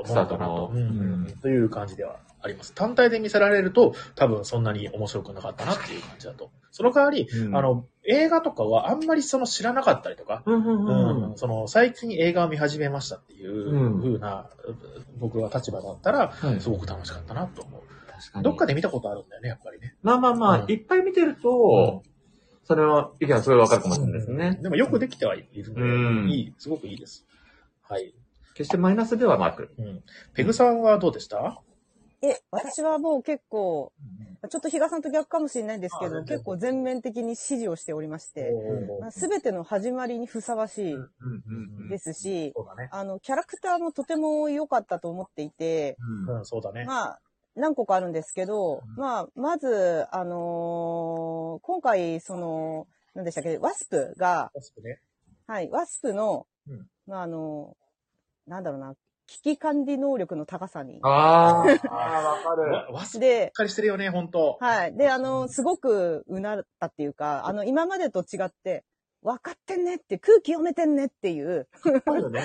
[SPEAKER 2] スタートなと、うん
[SPEAKER 1] うん、という感じではあります。単体で見せられると、多分そんなに面白くなかったなっていう感じだと。その代わり、うん、あの、映画とかはあんまりその知らなかったりとか、その最近映画を見始めましたっていう風な、うん、僕は立場だったら、すごく楽しかったなと思う。はい、どっかで見たことあるんだよね、やっぱりね。
[SPEAKER 2] まあまあまあ、うん、いっぱい見てると、それは意見はすごいわかるかもしれないですね。
[SPEAKER 1] でもよくできてはいるので、いい、すごくいいです。はい。
[SPEAKER 2] 決してマイナスではなく。
[SPEAKER 1] うん。ペグさんはどうでした、
[SPEAKER 3] え、私はもう結構、ちょっと比嘉さんと逆かもしれないんですけど、結構全面的に支持をしておりまして、すべての始まりにふさわしいですし、あの、キャラクターもとても良かったと思っていて、
[SPEAKER 1] うん、そうだね。
[SPEAKER 3] まあ、何個かあるんですけど、まあ、まず、あのー、今回、その、何でしたっけ、ワスプが、
[SPEAKER 1] ワスプね。
[SPEAKER 3] はい、ワスプの、まあ、あのー、なんだろうな、危機管理能力の高さに。
[SPEAKER 2] ああ、わかる。
[SPEAKER 1] わすで。しっかりしてるよね、本当
[SPEAKER 3] はい。で、あの、すごくうなったっていうか、あの、今までと違って、分かってんねって、空気読めてんねっていう。
[SPEAKER 1] あるね。。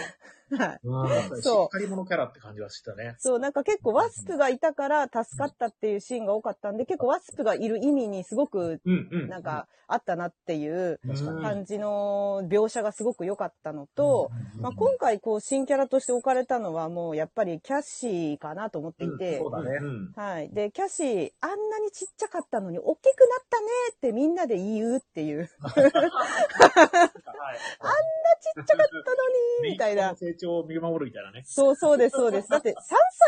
[SPEAKER 3] はい
[SPEAKER 1] そう。しっかり者キャラって感じはしたね。
[SPEAKER 3] そう、なんか結構ワスプがいたから助かったっていうシーンが多かったんで、結構ワスプがいる意味にすごく、なんかあったなっていう感じの描写がすごく良かったのと、まあ、今回こう新キャラとして置かれたのはもうやっぱりキャッシーかなと思っていて、
[SPEAKER 1] そうだね。
[SPEAKER 3] はい。で、キャッシー、あんなにちっちゃかったのに大きくなったねってみんなで言うっていう。あんなちっちゃかったのに、みたいな。
[SPEAKER 1] 成長を見守るみたいなね。
[SPEAKER 3] そうそうです、そうです。だって3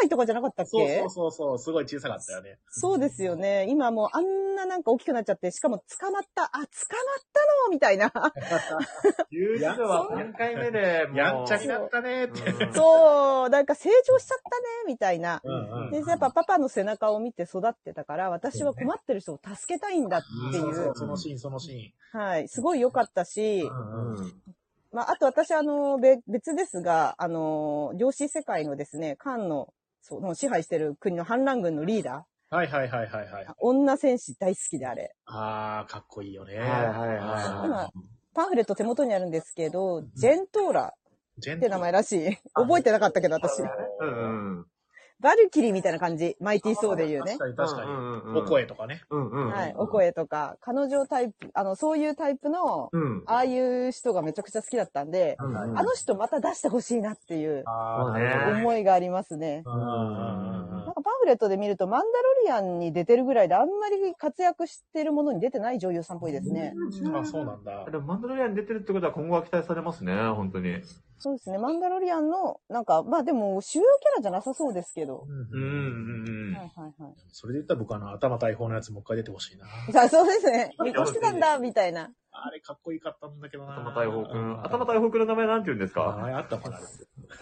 [SPEAKER 3] 歳とかじゃなかったっけ
[SPEAKER 1] そうそうそうすごい小さかったよね。
[SPEAKER 3] そうですよね。今もうあんななんか大きくなっちゃって、しかも捕まった、あ、捕まったのみ たいな。
[SPEAKER 2] 言うのは3回目で、
[SPEAKER 1] やんちゃになったねって。
[SPEAKER 3] うん、そう、なんか成長しちゃったね、みたいな。で、やっぱパパの背中を見て育ってたから、私は困ってる人を助けたいんだっていう。そう
[SPEAKER 1] そう、そのシーン、そのシ
[SPEAKER 3] ーン。はい、すごい良かったし、うんうんまあ、あと私、あの、別ですが、あの、量子世界のですね、漢の、その支配してる国の反乱軍のリーダ
[SPEAKER 1] ー。はいはいはいはいはい。
[SPEAKER 3] 女戦士大好きであれ。。
[SPEAKER 1] ああ、かっこいいよね。
[SPEAKER 2] はいはいはい
[SPEAKER 3] 今、パンフレット手元にあるんですけど、ジェントーラって名前らしい。覚えてなかったけど、私。うん。バルキリーみたいな感じ。マイティーソーで言うね。
[SPEAKER 1] 確かに確かに。お声とかね。
[SPEAKER 3] はい。お声とか。彼女タイプ、あの、そういうタイプの、うん、ああいう人がめちゃくちゃ好きだったんで、うんうん、あの人また出してほしいなっていう思いがありますね。なんかパンフレットで見ると、マンダロリアンに出てるぐらいで、あんまり活躍してるものに出てない女優さんっぽいですね。
[SPEAKER 1] あ、そうなんだ。
[SPEAKER 2] マンダロリアンに出てるってことは今後は期待されますね、本当に。
[SPEAKER 3] そうですね。マンダロリアンの、なんか、まあでも、主要キャラじゃなさそうですけど。
[SPEAKER 2] うんうんうん。
[SPEAKER 3] はいはいはい。
[SPEAKER 1] それで言ったら僕あの、頭大砲のやつもう一回出てほしいな。
[SPEAKER 3] あそうです ね。見越してたんだ、みたい な。
[SPEAKER 1] あれかっこよかったんだけどな。
[SPEAKER 2] 頭大砲くん。頭大砲くんの名前なんて言うんですか
[SPEAKER 1] 名前あったかな。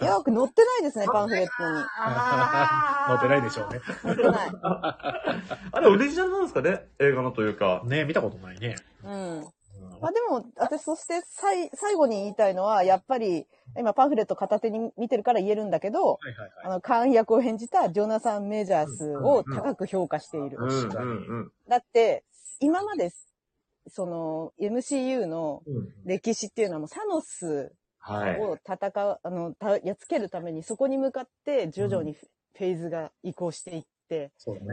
[SPEAKER 3] よく載ってないですね、パンフレットに。
[SPEAKER 1] 載ってないでしょうね。
[SPEAKER 3] 載ってない。
[SPEAKER 2] あれオリジナルなんですかね映画のというか。
[SPEAKER 1] ね見たことないね。
[SPEAKER 3] うん。まあでも、私、そして、最、最後に言いたいのは、やっぱり、今パンフレット片手に見てるから言えるんだけど、はいはいはい、あの、勘役を演じたジョナサン・メジャースを高く評価している。
[SPEAKER 2] うんうんうん、
[SPEAKER 3] だって、今まで、その、MCU の歴史っていうのはもうサノスを戦う、はい、あの、やっつけるために、そこに向かって徐々にフェーズが移行していって、ね、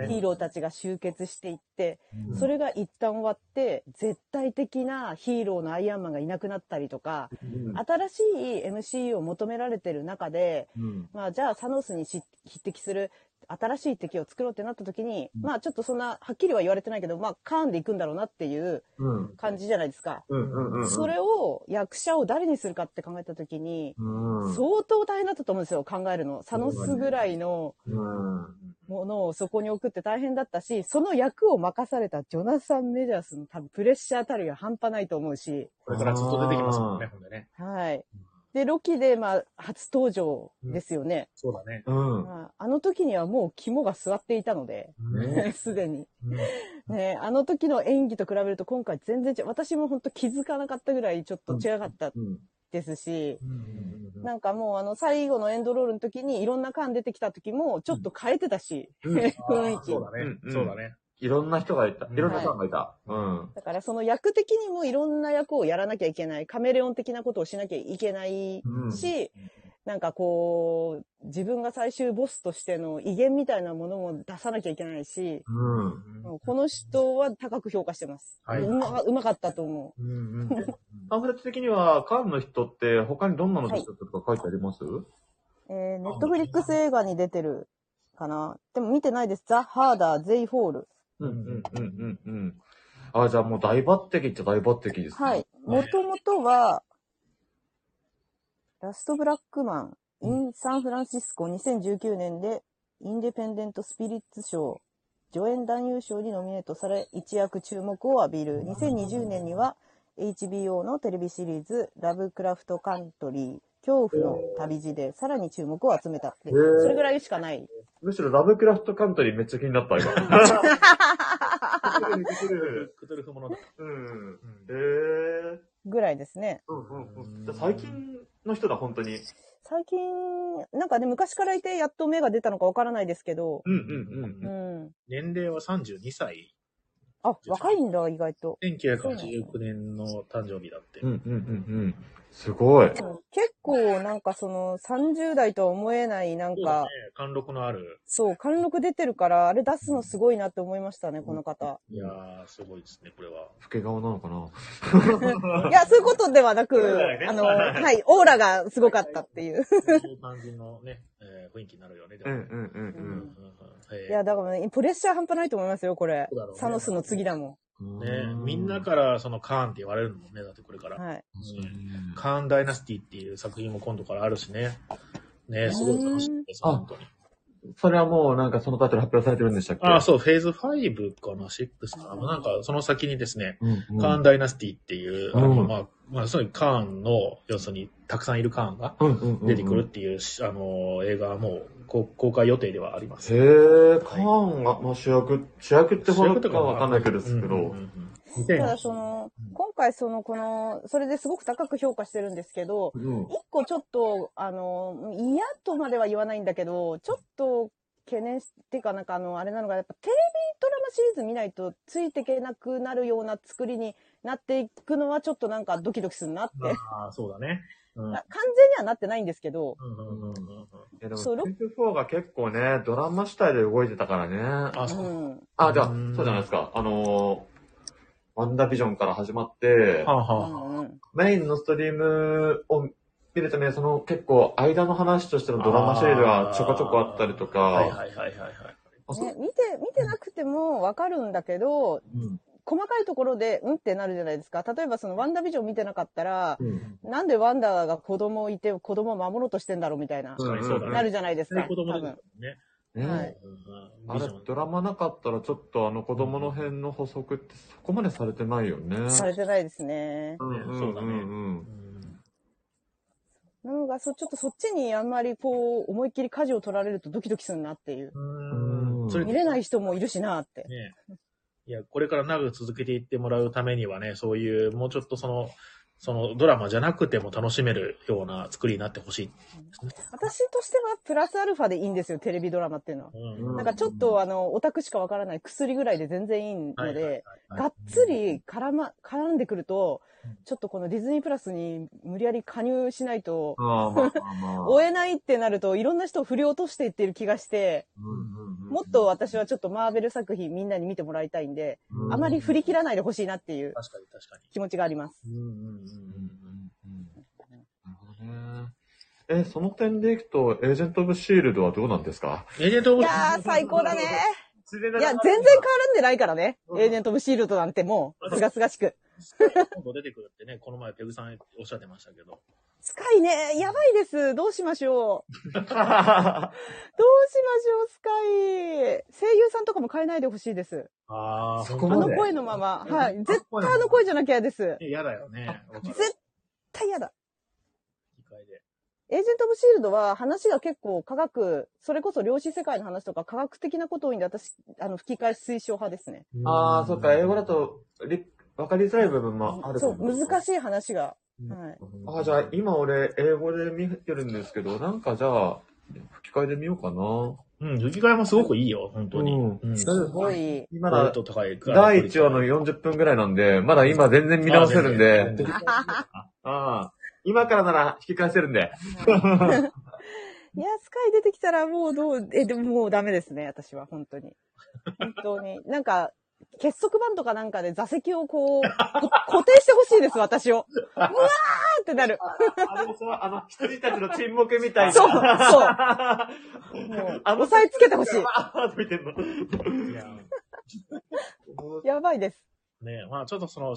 [SPEAKER 3] ヒーローたちが集結していって、うん、それが一旦終わって、絶対的なヒーローのアイアンマンがいなくなったりとか、うん、新しい MCU を求められてる中で、うん、まあじゃあサノスに匹敵する新しい敵を作ろうってなった時に、まあちょっとそんな、はっきりは言われてないけど、まあカーンで行くんだろうなっていう感じじゃないですか。それを役者を誰にするかって考えた時に、相当大変だったと思うんですよ、考えるの。サノスぐらいのものをそこに送って大変だったし、その役を任されたジョナサン・メジャースの多分プレッシャーたりが半端ないと思うし。
[SPEAKER 1] これからずっと出てきますもんね、ほんでね。
[SPEAKER 3] はい。で、ロキで、まあ、初登場ですよね。
[SPEAKER 1] うん、そうだね、
[SPEAKER 2] うん
[SPEAKER 3] まあ。あの時にはもう肝が据わっていたので、 す、で、に。うん、ねあの時の演技と比べると今回全然違う。私も本当気づかなかったぐらいちょっと違かったですし、なんかもうあの最後のエンドロールの時にいろんな感出てきた時もちょっと変えてたし、 雰囲気。
[SPEAKER 1] そうだね。そうだね。
[SPEAKER 2] いろんな人がいた。いろんな人がいた。うん。
[SPEAKER 3] だからその役的にもいろんな役をやらなきゃいけない。カメレオン的なことをしなきゃいけないし、うん、なんかこう、自分が最終ボスとしての威厳みたいなものも出さなきゃいけないし、、
[SPEAKER 2] うん
[SPEAKER 3] この人は高く評価してます。はい、うまうまかったと思
[SPEAKER 2] う。うんうん、パンフレット的には、カーンの人って他にどんなの出したとか書いてあります、はい、
[SPEAKER 3] えー、ネットフリックス映画に出てるかな。でも見てないです。ザ・ハーダー・ゼイ・ホール。
[SPEAKER 2] うんうんうんうんうん。あ、じゃあもう大抜擢っちゃ大抜擢ですね。
[SPEAKER 3] はい。もともとは、ラストブラックマン、インサンフランシスコ2019年で、インデペンデントスピリッツ賞、助演男優賞にノミネートされ、一躍注目を浴びる。2020年には、HBO のテレビシリーズ、ラブクラフトカントリー、恐怖の旅路で、さらに注目を集めたって。それぐらいし かない。
[SPEAKER 2] むしろラブクラフトカントリーめっちゃ気になった、今。
[SPEAKER 1] くるくるくものだ。
[SPEAKER 2] うん。へ、えー。
[SPEAKER 3] ぐらいですね。
[SPEAKER 2] うんうんうん。最近の人だ、本当に。
[SPEAKER 3] 最近、なんかね、昔からいて、やっと目が出たのかわからないですけど。。
[SPEAKER 2] うんうんうん
[SPEAKER 3] うん、
[SPEAKER 1] 年齢は32歳。
[SPEAKER 3] あ、若いんだ、意外と。
[SPEAKER 1] 1989年の誕生日だって。
[SPEAKER 2] うんうんうんうん。すごい。結
[SPEAKER 3] 構、なんかその、30代とは思えない、なんか、ね、
[SPEAKER 1] 貫禄のある。
[SPEAKER 3] そう、貫禄出てるから、あれ出すのすごいなって思いましたね、この方。
[SPEAKER 1] いやー、すごいですね、これは。
[SPEAKER 2] 老け顔なのか
[SPEAKER 3] ないや、そういうことではなく、ね、あの、はい、オーラがすごかったっていう。
[SPEAKER 1] そういう感じのね、えー、雰囲気になるよね、
[SPEAKER 2] うんうんうんうん。
[SPEAKER 3] いや、だから、ね、プレッシャー半端ないと思いますよ、これ。ね、サノスの次だもん。
[SPEAKER 1] ね、みんなからそのカーンって言われるのもね、だってこれから。
[SPEAKER 3] はい、
[SPEAKER 1] カーンダイナスティっていう作品も今度からあるしね。ね、すごい楽しみです、本当に。
[SPEAKER 2] それはもうなんかそのタイトル発表されてるんでしたっけ
[SPEAKER 1] ああ、そう、フェーズ5かな、6かな。なんかその先にですね、うんうん、カーンダイナスティっていう、あのまあ、まあ、そういうカーンの、要するにたくさんいるカーンが出てくるっていう、あの、映画はもう公開予定ではあります。
[SPEAKER 2] へえ、カーンが、まあ、主役、主役ってほどかわかんないけどですけど。
[SPEAKER 3] ただその、今回その、この、それですごく高く評価してるんですけど、一、うん、個ちょっと、あの、嫌とまでは言わないんだけど、ちょっと懸念っていうかなんかあの、あれなのが、やっぱテレビドラマシリーズ見ないとついていけなくなるような作りになっていくのはちょっとなんかドキドキするなって。
[SPEAKER 1] ああ、そうだね。
[SPEAKER 3] うん、完全にはなってないんですけど。
[SPEAKER 2] でも、24が結構ね、ドラマ主体で動いてたからね。。
[SPEAKER 1] あ、そう
[SPEAKER 2] うん、あ、じゃあ、そうじゃないですか。あのー、ワンダービジョンから始まって、
[SPEAKER 1] はあは
[SPEAKER 2] あ、メインのストリームを見るために、その結構間の話としてのドラマシリーズがちょこちょこあったりとか。
[SPEAKER 1] はいはいはいはい、はい
[SPEAKER 3] ね。見て、見てなくてもわかるんだけど、うん細かいところで、うんってなるじゃないですか。例えばそのワンダービジョン見てなかったら、なんでワンダーが子供いて子供を守ろうとしてんだろうみたいな、
[SPEAKER 1] 確かにそうだね
[SPEAKER 3] なるじゃないですか。
[SPEAKER 1] 子供
[SPEAKER 3] 多
[SPEAKER 1] ですよ
[SPEAKER 3] 分。
[SPEAKER 1] ね。
[SPEAKER 2] うん
[SPEAKER 3] はい
[SPEAKER 2] あれ、ドラマなかったら、ちょっとあの子供の辺の補足ってそこまでされてないよね。
[SPEAKER 3] されてないですね。
[SPEAKER 2] うんうん
[SPEAKER 1] そうだね
[SPEAKER 2] うん
[SPEAKER 3] なのが、そ、ちょっとそっちにあんまりこう、思いっきり舵を取られるとドキドキするなっていう。
[SPEAKER 1] うん。それ
[SPEAKER 3] 見れない人もいるしなって。
[SPEAKER 1] ね。いや、これから長く続けていってもらうためにはね、そういう、もうちょっとその、そのドラマじゃなくても楽しめるような作りになってほしい。
[SPEAKER 3] 私としてはプラスアルファでいいんですよ、テレビドラマっていうのは。
[SPEAKER 1] うん
[SPEAKER 3] なんかちょっとあの、オタクしかわからない薬ぐらいで全然いいの
[SPEAKER 1] はいはいはい
[SPEAKER 3] で、がっつり絡ま、絡んでくると、ちょっとこのディズニープラスに無理やり加入しないと、
[SPEAKER 2] ああ、まあまあまあ。
[SPEAKER 3] 追えないってなると、いろんな人を振り落としていってる気がして、もっと私はちょっとマーベル作品みんなに見てもらいたいんで、あまり振り切らないでほしいなっていう
[SPEAKER 1] 確かに確か
[SPEAKER 3] 気持ちがあります。
[SPEAKER 1] に。うんうんうん
[SPEAKER 2] え、その点でいくと、エージェント・オブ・シールドはどうなんですか
[SPEAKER 1] エージェントオ
[SPEAKER 3] い
[SPEAKER 1] ブ
[SPEAKER 3] やー、最高だ ね。
[SPEAKER 1] 自然
[SPEAKER 3] いや、全然絡んでないからね。エージェント・オブ・シールドなんてもう、すがすがしく。
[SPEAKER 1] 今度出てくるってね、この前ペグさんおっしゃってましたけど。
[SPEAKER 3] スカイね、やばいです。どうしましょ う。どうしましょう、スカイ。声優さんとかも変えないでほしいです。
[SPEAKER 1] ああ、
[SPEAKER 2] そこ
[SPEAKER 3] あ
[SPEAKER 2] ま
[SPEAKER 3] の
[SPEAKER 2] で
[SPEAKER 3] 声のまま。
[SPEAKER 1] うん
[SPEAKER 3] はい。絶対あの声じゃなきゃです。
[SPEAKER 1] 嫌だよね。わかる
[SPEAKER 3] 絶対嫌だ。
[SPEAKER 1] 理解で。
[SPEAKER 3] エージェント・オブ・シールドは話が結構科学、それこそ量子世界の話とか科学的なことを多いんで、私、あの、吹き替え推奨派ですね。
[SPEAKER 2] ああ、そっか、英語だと、り、わかりづらい部分もあるか
[SPEAKER 3] そう、
[SPEAKER 2] も
[SPEAKER 3] 難しい話が。
[SPEAKER 1] うん
[SPEAKER 3] はい。
[SPEAKER 2] ああ、じゃあ、今俺、英語で見てるんですけど、なんかじゃあ、吹き替えで見ようかな。
[SPEAKER 1] うん、吹き替えもすごくいいよ、本当に。
[SPEAKER 2] うん
[SPEAKER 1] うん。
[SPEAKER 2] す
[SPEAKER 3] すご い。
[SPEAKER 2] 今
[SPEAKER 1] クオ
[SPEAKER 2] だ
[SPEAKER 1] リテ、ィ高いから
[SPEAKER 2] 第1話の40分ぐらいなんで、まだ今全然見直せるん
[SPEAKER 1] あ全
[SPEAKER 2] で
[SPEAKER 1] 然、
[SPEAKER 2] ああ、今からなら引き返せるんで。
[SPEAKER 3] いや、スカイ出てきたらもうどう、え、でももうダメですね、私は、本当に。本当に。 なんか、結束バンドかなんかで座席をこう、 こ固定してほしいです、私を。うわーってなる。
[SPEAKER 2] あのさ、あの、羊たちの沈黙みたいな。
[SPEAKER 3] そう、そう。
[SPEAKER 2] あ
[SPEAKER 3] もう、
[SPEAKER 2] の
[SPEAKER 3] 押さえつけてほしい。
[SPEAKER 2] あー見てんの。
[SPEAKER 1] いや
[SPEAKER 3] やばいです。
[SPEAKER 1] ねまあちょっとその、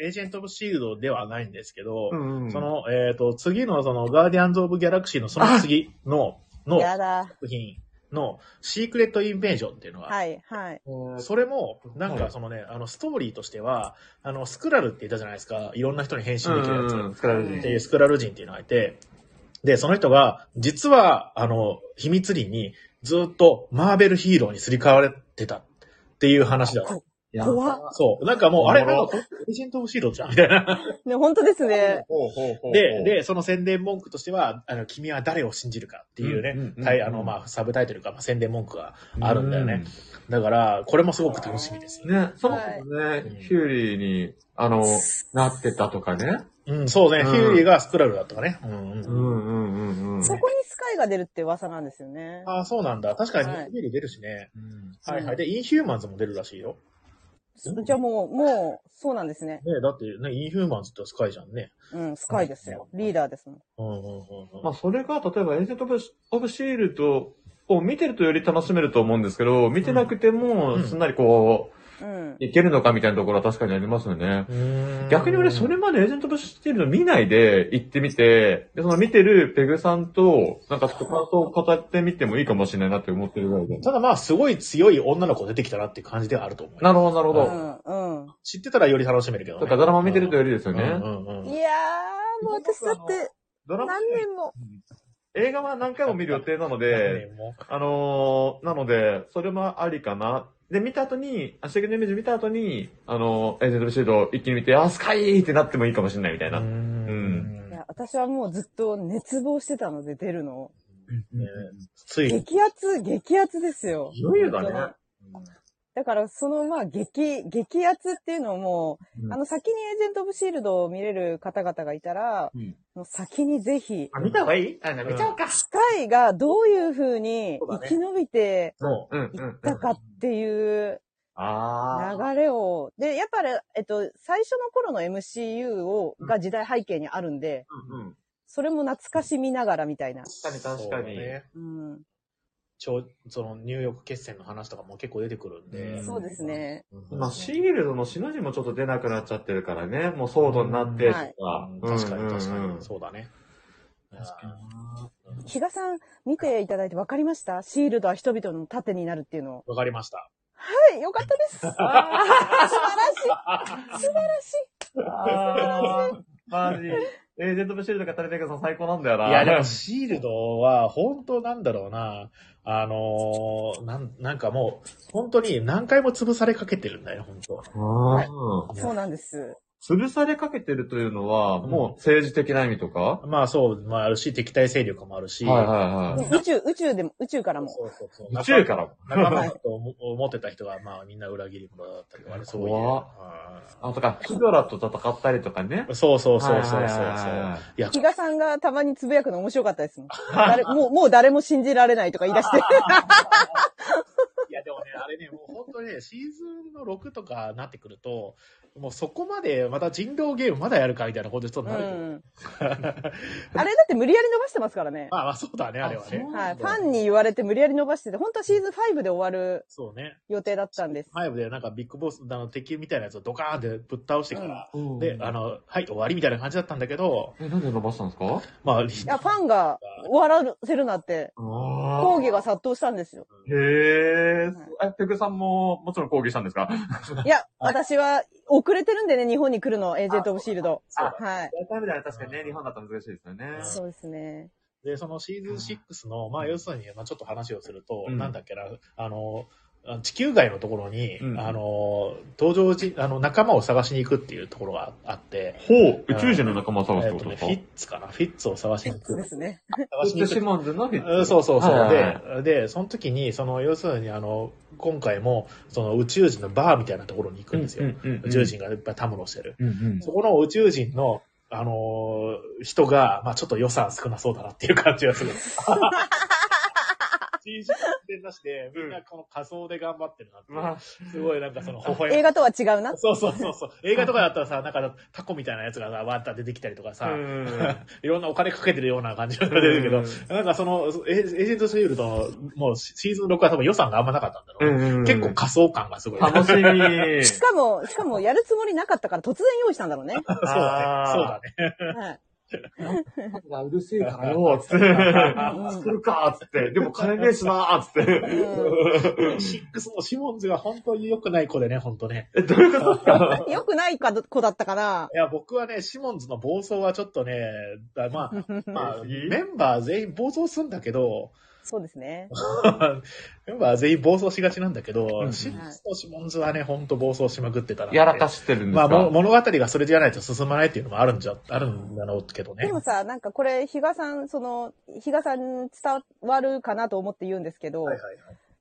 [SPEAKER 1] えエージェント・オブ・シールドではないんですけど、
[SPEAKER 2] うんうん
[SPEAKER 1] その、えっ、と、次のその、ガーディアンズ・オブ・ギャラクシーのその次の、の
[SPEAKER 3] やだ。
[SPEAKER 1] 作品の、シークレット・インベージョンっていうのが、
[SPEAKER 3] はい、はい。
[SPEAKER 1] それも、なんかそのね、あの、ストーリーとしては、あの、スクラルって言ったじゃないですか、いろんな人に変身できるやつ。
[SPEAKER 2] うんうん作られて
[SPEAKER 1] っ
[SPEAKER 2] る
[SPEAKER 1] ていうスクラル人っていうのがいて、で、その人が、実は、あの、秘密裏に、ずっとマーベルヒーローにすり替われてたっていう話だった。
[SPEAKER 2] や
[SPEAKER 3] 怖っ。
[SPEAKER 1] そう。なんかもう、あれ、
[SPEAKER 2] お
[SPEAKER 1] なん
[SPEAKER 2] も
[SPEAKER 1] か
[SPEAKER 2] ろ
[SPEAKER 1] これ、エージェント・オブ・シールドじゃんみたいな。
[SPEAKER 3] ね、本当ですね。
[SPEAKER 2] ほうほうほう
[SPEAKER 1] で、、で、その宣伝文句としては、あの、君は誰を信じるかっていう
[SPEAKER 2] うんうんうんう
[SPEAKER 1] ね、
[SPEAKER 2] ん
[SPEAKER 1] タイあの、まあ、サブタイトルか、まあ、宣伝文句があるんだよね。だから、これもすごく楽しみですよね。
[SPEAKER 2] ね、そもそもね、ヒューリーに、あの、なってたとかね。
[SPEAKER 1] うん、そうね、
[SPEAKER 2] うん
[SPEAKER 1] ヒューリーがスクラルだとかね。うんうん
[SPEAKER 2] う
[SPEAKER 1] うん。
[SPEAKER 2] んうんうんうん。
[SPEAKER 3] そこにスカイが出るって噂なんですよね。
[SPEAKER 1] ああ、そうなんだ。確かに、ヒ
[SPEAKER 3] はい
[SPEAKER 1] ューリー出るしね。
[SPEAKER 2] うん
[SPEAKER 1] はいはい。で、インヒューマンズも出るらしいよ。
[SPEAKER 3] じゃあもう、もう、そうなんですね。
[SPEAKER 1] ねだってね、インヒューマンズってスカイじゃんね。
[SPEAKER 3] うん、スカイですよ。リーダーですもん。
[SPEAKER 1] うんうんうんうん。
[SPEAKER 2] まあ、それが、例えば、エージェント・オブ・シールドを見てるとより楽しめると思うんですけど、見てなくて
[SPEAKER 1] う
[SPEAKER 2] も、
[SPEAKER 1] ん
[SPEAKER 2] すんなりこ
[SPEAKER 3] うん。
[SPEAKER 2] う、いけるのかみたいなところは確かにありますよね。
[SPEAKER 1] うーん
[SPEAKER 2] 逆に俺、それまでエージェント・オブ・シールド見ないで行ってみて、で、その見てるペグさんと、なんかちょっと感想を語ってみてもいいかもしれないなって思ってるぐらいで。
[SPEAKER 1] ただまあ、すごい強い女の子出てきたなっていう感じではあると思う。
[SPEAKER 2] なるほど、なるほ
[SPEAKER 3] う
[SPEAKER 2] ど。
[SPEAKER 3] ん、うん。
[SPEAKER 1] 知ってたらより楽しめるけどね。
[SPEAKER 2] とか、ドラマ見てるとよりです
[SPEAKER 1] う
[SPEAKER 2] よ
[SPEAKER 1] んうん
[SPEAKER 2] ね。
[SPEAKER 1] うんうん。
[SPEAKER 3] いやー、もう私だって、
[SPEAKER 2] ドラマ
[SPEAKER 3] 何、年も。
[SPEAKER 2] 映画は何回も見る予定なので、
[SPEAKER 1] ねもう
[SPEAKER 2] あのー、なので、それもありかな。で、見た後に、アシェクのイメージ見た後に、あのー、エージェント・オブ・シールド一気に見て、あ、スカイってなってもいいかもしれないみたいな。
[SPEAKER 1] う
[SPEAKER 2] うん
[SPEAKER 1] ん
[SPEAKER 3] いや、私はもうずっと熱望してたので出るのを。
[SPEAKER 1] ねついに。
[SPEAKER 3] 激圧、激圧ですよ。
[SPEAKER 2] いよいよだね
[SPEAKER 3] 本当に。だから、その、まあ、激、激圧っていうのも、
[SPEAKER 2] うん
[SPEAKER 3] あの、先にエージェント・オブ・シールドを見れる方々がいたら、
[SPEAKER 2] うん
[SPEAKER 3] もう先にぜひ、
[SPEAKER 2] あ、見た方がいいあ、なんか見ちゃおうか。
[SPEAKER 3] スカイがどういう風に
[SPEAKER 1] そうだ
[SPEAKER 3] 生
[SPEAKER 1] ね
[SPEAKER 3] き延びて
[SPEAKER 1] も
[SPEAKER 2] うん、
[SPEAKER 3] い
[SPEAKER 2] うん。うん
[SPEAKER 3] ったかっていう
[SPEAKER 2] あー。
[SPEAKER 3] 流れを、で、やっぱり、えっと、最初の頃の MCU を、が時代背景にあるんで、
[SPEAKER 2] うんうん。
[SPEAKER 3] それも懐かしみながらみたいな。
[SPEAKER 2] 確かに確かに。
[SPEAKER 1] そうね
[SPEAKER 3] うん。
[SPEAKER 1] その入浴決戦の話とかも結構出てくるんで。
[SPEAKER 3] そうですね。
[SPEAKER 2] まあ、シールドの死の字もちょっと出なくなっちゃってるからね。もうソードになってとか。
[SPEAKER 1] 確かに確かに。そうだね。
[SPEAKER 3] 確かに。比嘉さん、見ていただいて分かりましたシールドは人々の盾になるっていうのを。
[SPEAKER 1] 分かりました。
[SPEAKER 3] はい、よかったです。素晴らしい。素晴らしい。
[SPEAKER 2] あー、マジ。エージェントブシールドがタレペグさん最高なんだよな。
[SPEAKER 1] いや、でもシールドは、本当なんだろうな。あのー、なん、なんかもう、本当に何回も潰されかけてるんだよ、本当。
[SPEAKER 3] はい、そうなんです。
[SPEAKER 2] 潰されかけてるというのは、もう政治的な意味とか、
[SPEAKER 1] うん、まあそう、まああるし、敵対勢力もあるし、
[SPEAKER 3] 宇宙、宇宙でも、宇宙からも。
[SPEAKER 2] そうそうそう宇宙からも。
[SPEAKER 1] 仲間と思ってた人が、まあみんな裏切り者だったりとかね、そういう。
[SPEAKER 2] あ、とか、ヒドラと戦ったりとかね。
[SPEAKER 1] そうそうそうそうそう。い
[SPEAKER 3] や、比嘉さんがたまにつぶやくの面白かったですもん。 誰もう、もう誰も信じられないとか言い出して。
[SPEAKER 1] いや、でもね、あれね、もう本当ね、シーズンの6とかなってくると、もうそこまでまた人狼ゲームまだやるかみたいなことになる、うん、
[SPEAKER 3] あれだって無理やり伸ばしてますからね。
[SPEAKER 1] まあまあそうだね、あれはね。
[SPEAKER 3] はい。ファンに言われて無理やり伸ばしてて、本当はシーズン5で終わる予定だったんです。
[SPEAKER 1] ね、5でなんかビッグボスの敵みたいなやつをドカーンってぶっ倒してから、うん、で、あの、はい、終わりみたいな感じだったんだけど。
[SPEAKER 2] え、なんで伸ばしたんですか
[SPEAKER 1] まあ、い
[SPEAKER 3] や、ファンが終わらせるなって、抗議が殺到したんですよ。
[SPEAKER 2] へえ、え、ペグさんももちろん抗議したんですか
[SPEAKER 3] いや、私は、遅れてるんでね、日本に来るの、エージェント・オブ・シールド。
[SPEAKER 2] はい。ダメだね、確かにね、日本だと難しいですよね。
[SPEAKER 3] そうですね。
[SPEAKER 1] で、そのシーズン6の、まあ、要するに、まあ、ちょっと話をすると、うん、なんだっけな、あの、地球外のところに、うん、あの、登場時、あの、仲間を探しに行くっていうところがあって。
[SPEAKER 2] ほう、宇宙人の仲間を探すってことです
[SPEAKER 1] か、フィッツかなフィッツを探しに行く。
[SPEAKER 3] ですね。
[SPEAKER 2] 探しに行く。シモンズのフィッ
[SPEAKER 1] ツ。そうそうそう。で、で、その時に、その、要するに、あの、今回も、その宇宙人のバーみたいなところに行くんですよ。宇宙人がいっぱいたむろしてる。そこの宇宙人の、あのー、人が、まあちょっと予算少なそうだなっていう感じがする。CG で出して、みんなこの仮想で頑張ってるなって。うん、すごいなんかその、微
[SPEAKER 3] 笑映画とは違うな。
[SPEAKER 1] そうそうそうそう。映画とかだったらさ、なんかタコみたいなやつがわーっと出てきたりとかさ、 いろんなお金かけてるような感じが出るけど、なんかその、エージェントシールドの、もうシーズン6は多分予算があんまなかったんだろう。結構仮想感がすごい。
[SPEAKER 2] 楽しみ。
[SPEAKER 3] しかも、しかもやるつもりなかったから突然用意したんだろうね。
[SPEAKER 1] そうだね。そうだね。はい
[SPEAKER 2] がうるせえからよ、つって。作るか、つって。でも金ねえしな、つって。
[SPEAKER 1] シックスのシモンズが本当に良くない子でね、本当ね。
[SPEAKER 2] え、どういうことですか
[SPEAKER 3] 良くない子だったかな。
[SPEAKER 1] いや、僕はね、シモンズの暴走はちょっとね、まあ、まあ、メンバー全員暴走するんだけ ど、
[SPEAKER 3] そうですね。
[SPEAKER 1] メンバー全員暴走しがちなんだけど、うん、シックスとシモンズはね、ほんと暴走しまくってたな
[SPEAKER 2] やらかしてるんです
[SPEAKER 1] かまあ、物語がそれじゃないと進まないっていうのもあるんじゃ、あるんだろうけどね。
[SPEAKER 3] でもさ、なんかこれ、比嘉さん、その、比嘉さん伝わるかなと思って言うんですけど、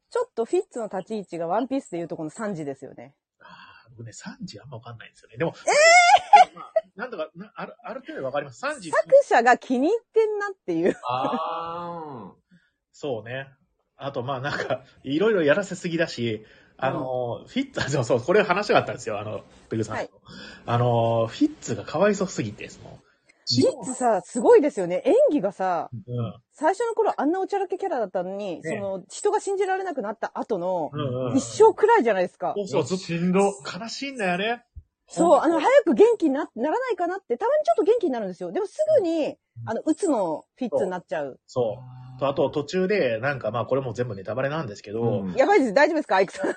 [SPEAKER 3] ちょっとフィッツの立ち位置がワンピースでいうとこの3時ですよね。
[SPEAKER 1] ああ、僕ね、3時あんまわかんないんですよね。でも、ええーまあなんとか、なある、ある程度わかります。3時。
[SPEAKER 3] 作者が気に入ってんなっていう。
[SPEAKER 1] ああ。そうね。あと、まあなんか、いろいろやらせすぎだし、あの、うん、フィッツ、 あ、そうそう、これ話があったんですよ、あの、ペグさん、はい、あの、フィッツがかわいそうすぎて、その。
[SPEAKER 3] フィッツさ、すごいですよね。演技がさ、うん、最初の頃あんなおちゃらけキャラだったのに、ね、その、人が信じられなくなった後の、一生くらいじゃないですか。
[SPEAKER 1] そうそう、ずっとしんど。悲しいんだよね。
[SPEAKER 3] そう、あの、早く元気にな、ならないかなって、たまにちょっと元気になるんですよ。でもすぐに、あの、うつのフィッツになっちゃう。、
[SPEAKER 1] そう。と、あと途中で、なんかまあ、これも全部ネタバレなんですけど。うん
[SPEAKER 3] やばいです。大丈夫ですかアイク さん。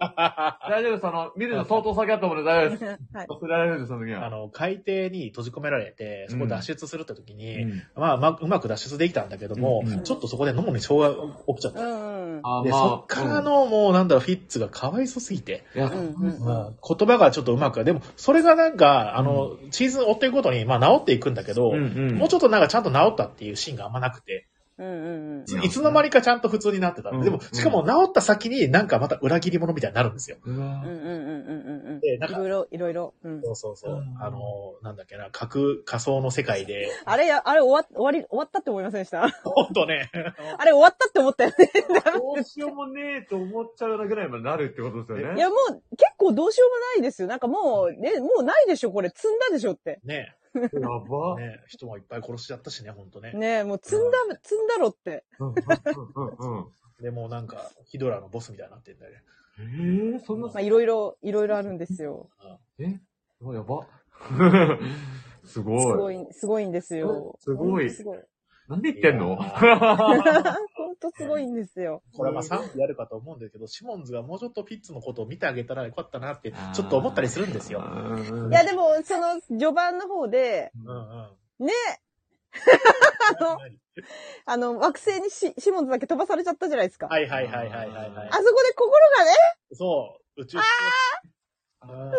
[SPEAKER 2] 大丈夫です。あの、見るの相当先だと思うんで大丈夫です。はい。忘れられるんです、その時は。
[SPEAKER 1] あの、海底に閉じ込められて、そこ脱出するって時に、うん、まあ、まあ、うまく脱出できたんだけども、うんうん、ちょっとそこで脳に症が起きちゃった。うん、で、そっからの、もう、なんだろう、フィッツがかわいそうすぎて。言葉がちょっとうまく、でも、それがなんか、あの、シーズン追っていくごとに、まあ、治っていくんだけど、うんうんもうちょっとなんかちゃんと治ったっていうシーンがあんまなくて。いつの間にかちゃんと普通になってた。でも、しかも治った先になんかまた裏切り者みたいになるんですよ。うんうん
[SPEAKER 3] うんうん。で、なんか。いろいろ、いろいろ。
[SPEAKER 1] そうそうそう。あの、なんだっけな、架仮想の世界で。
[SPEAKER 3] あれ、あれ終わ、終わり、終わったって思いませんでした
[SPEAKER 1] ほんと ね。
[SPEAKER 3] あれ終わったって思ったよね。
[SPEAKER 2] どうしようもねえと思っちゃうぐらいまでなるってことですよね。
[SPEAKER 3] いや、もう結構どうしようもないですよ。なんかもう、ね、もうないでしょ、これ。積んだでしょって。
[SPEAKER 1] ね。
[SPEAKER 2] やば。
[SPEAKER 1] ね人もいっぱい殺しちゃったしね、ほんとね。
[SPEAKER 3] ねもう積んだ、積んだろって。
[SPEAKER 1] でか、ヒドラのボスみたいになってんだよね。
[SPEAKER 2] ええー、そんな
[SPEAKER 3] まあ、いろいろ、いろいろあるんですよ。
[SPEAKER 2] えやば。 すごい。
[SPEAKER 3] すごい、すごいんですよ。
[SPEAKER 2] すごい。
[SPEAKER 3] すごい。
[SPEAKER 2] なんで言ってんの
[SPEAKER 3] 本当すごいんですよ。
[SPEAKER 1] これはまあ賛否あるかと思うんですけど、シモンズがもうちょっとピッツのことを見てあげたらよかったなって、ちょっと思ったりするんですよ。
[SPEAKER 3] いや、でも、その、序盤の方で、
[SPEAKER 1] うん
[SPEAKER 3] ねあの、あの、惑星にシシモンズだけ飛ばされちゃったじゃないですか。
[SPEAKER 1] はいはいはいはいはい、はい。
[SPEAKER 3] あそこで心がね、
[SPEAKER 1] そう、宇宙飛行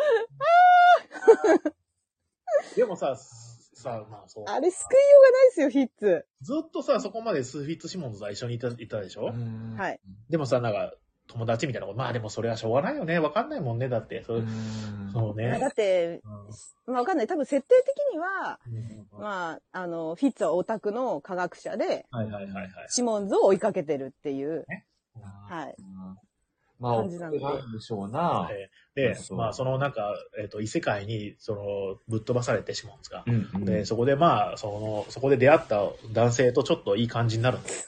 [SPEAKER 1] 士でもさ、さ、まあそう。
[SPEAKER 3] あれ救いようがないですよ、ヒッツ。
[SPEAKER 1] ずっとさ、そこまでスーフィッツ・シモンズと一緒にいたいたでしょ
[SPEAKER 3] はい。
[SPEAKER 1] でもさ、なんか、友達みたいなこと。まあでもそれはしょうがないよね。わかんないもんね。だって、それそう
[SPEAKER 3] まあだ
[SPEAKER 1] ね
[SPEAKER 3] っ。て、まあわかんない。多分設定的には、
[SPEAKER 1] うん
[SPEAKER 3] まあ、あの、フィッツはオタクの科学者で、
[SPEAKER 1] はいはいはいはい。
[SPEAKER 3] シモンズを追いかけてるっていう。はい。
[SPEAKER 2] まあ、
[SPEAKER 3] 感じなんで
[SPEAKER 2] んでしょうな。
[SPEAKER 1] で、
[SPEAKER 2] そう
[SPEAKER 1] まあそのなんか、えっ、と、異世界に、その、ぶっ飛ばされてシモンズが。
[SPEAKER 2] うんうん
[SPEAKER 1] で、そこでまあ、その、そこで出会った男性とちょっといい感じになるんです。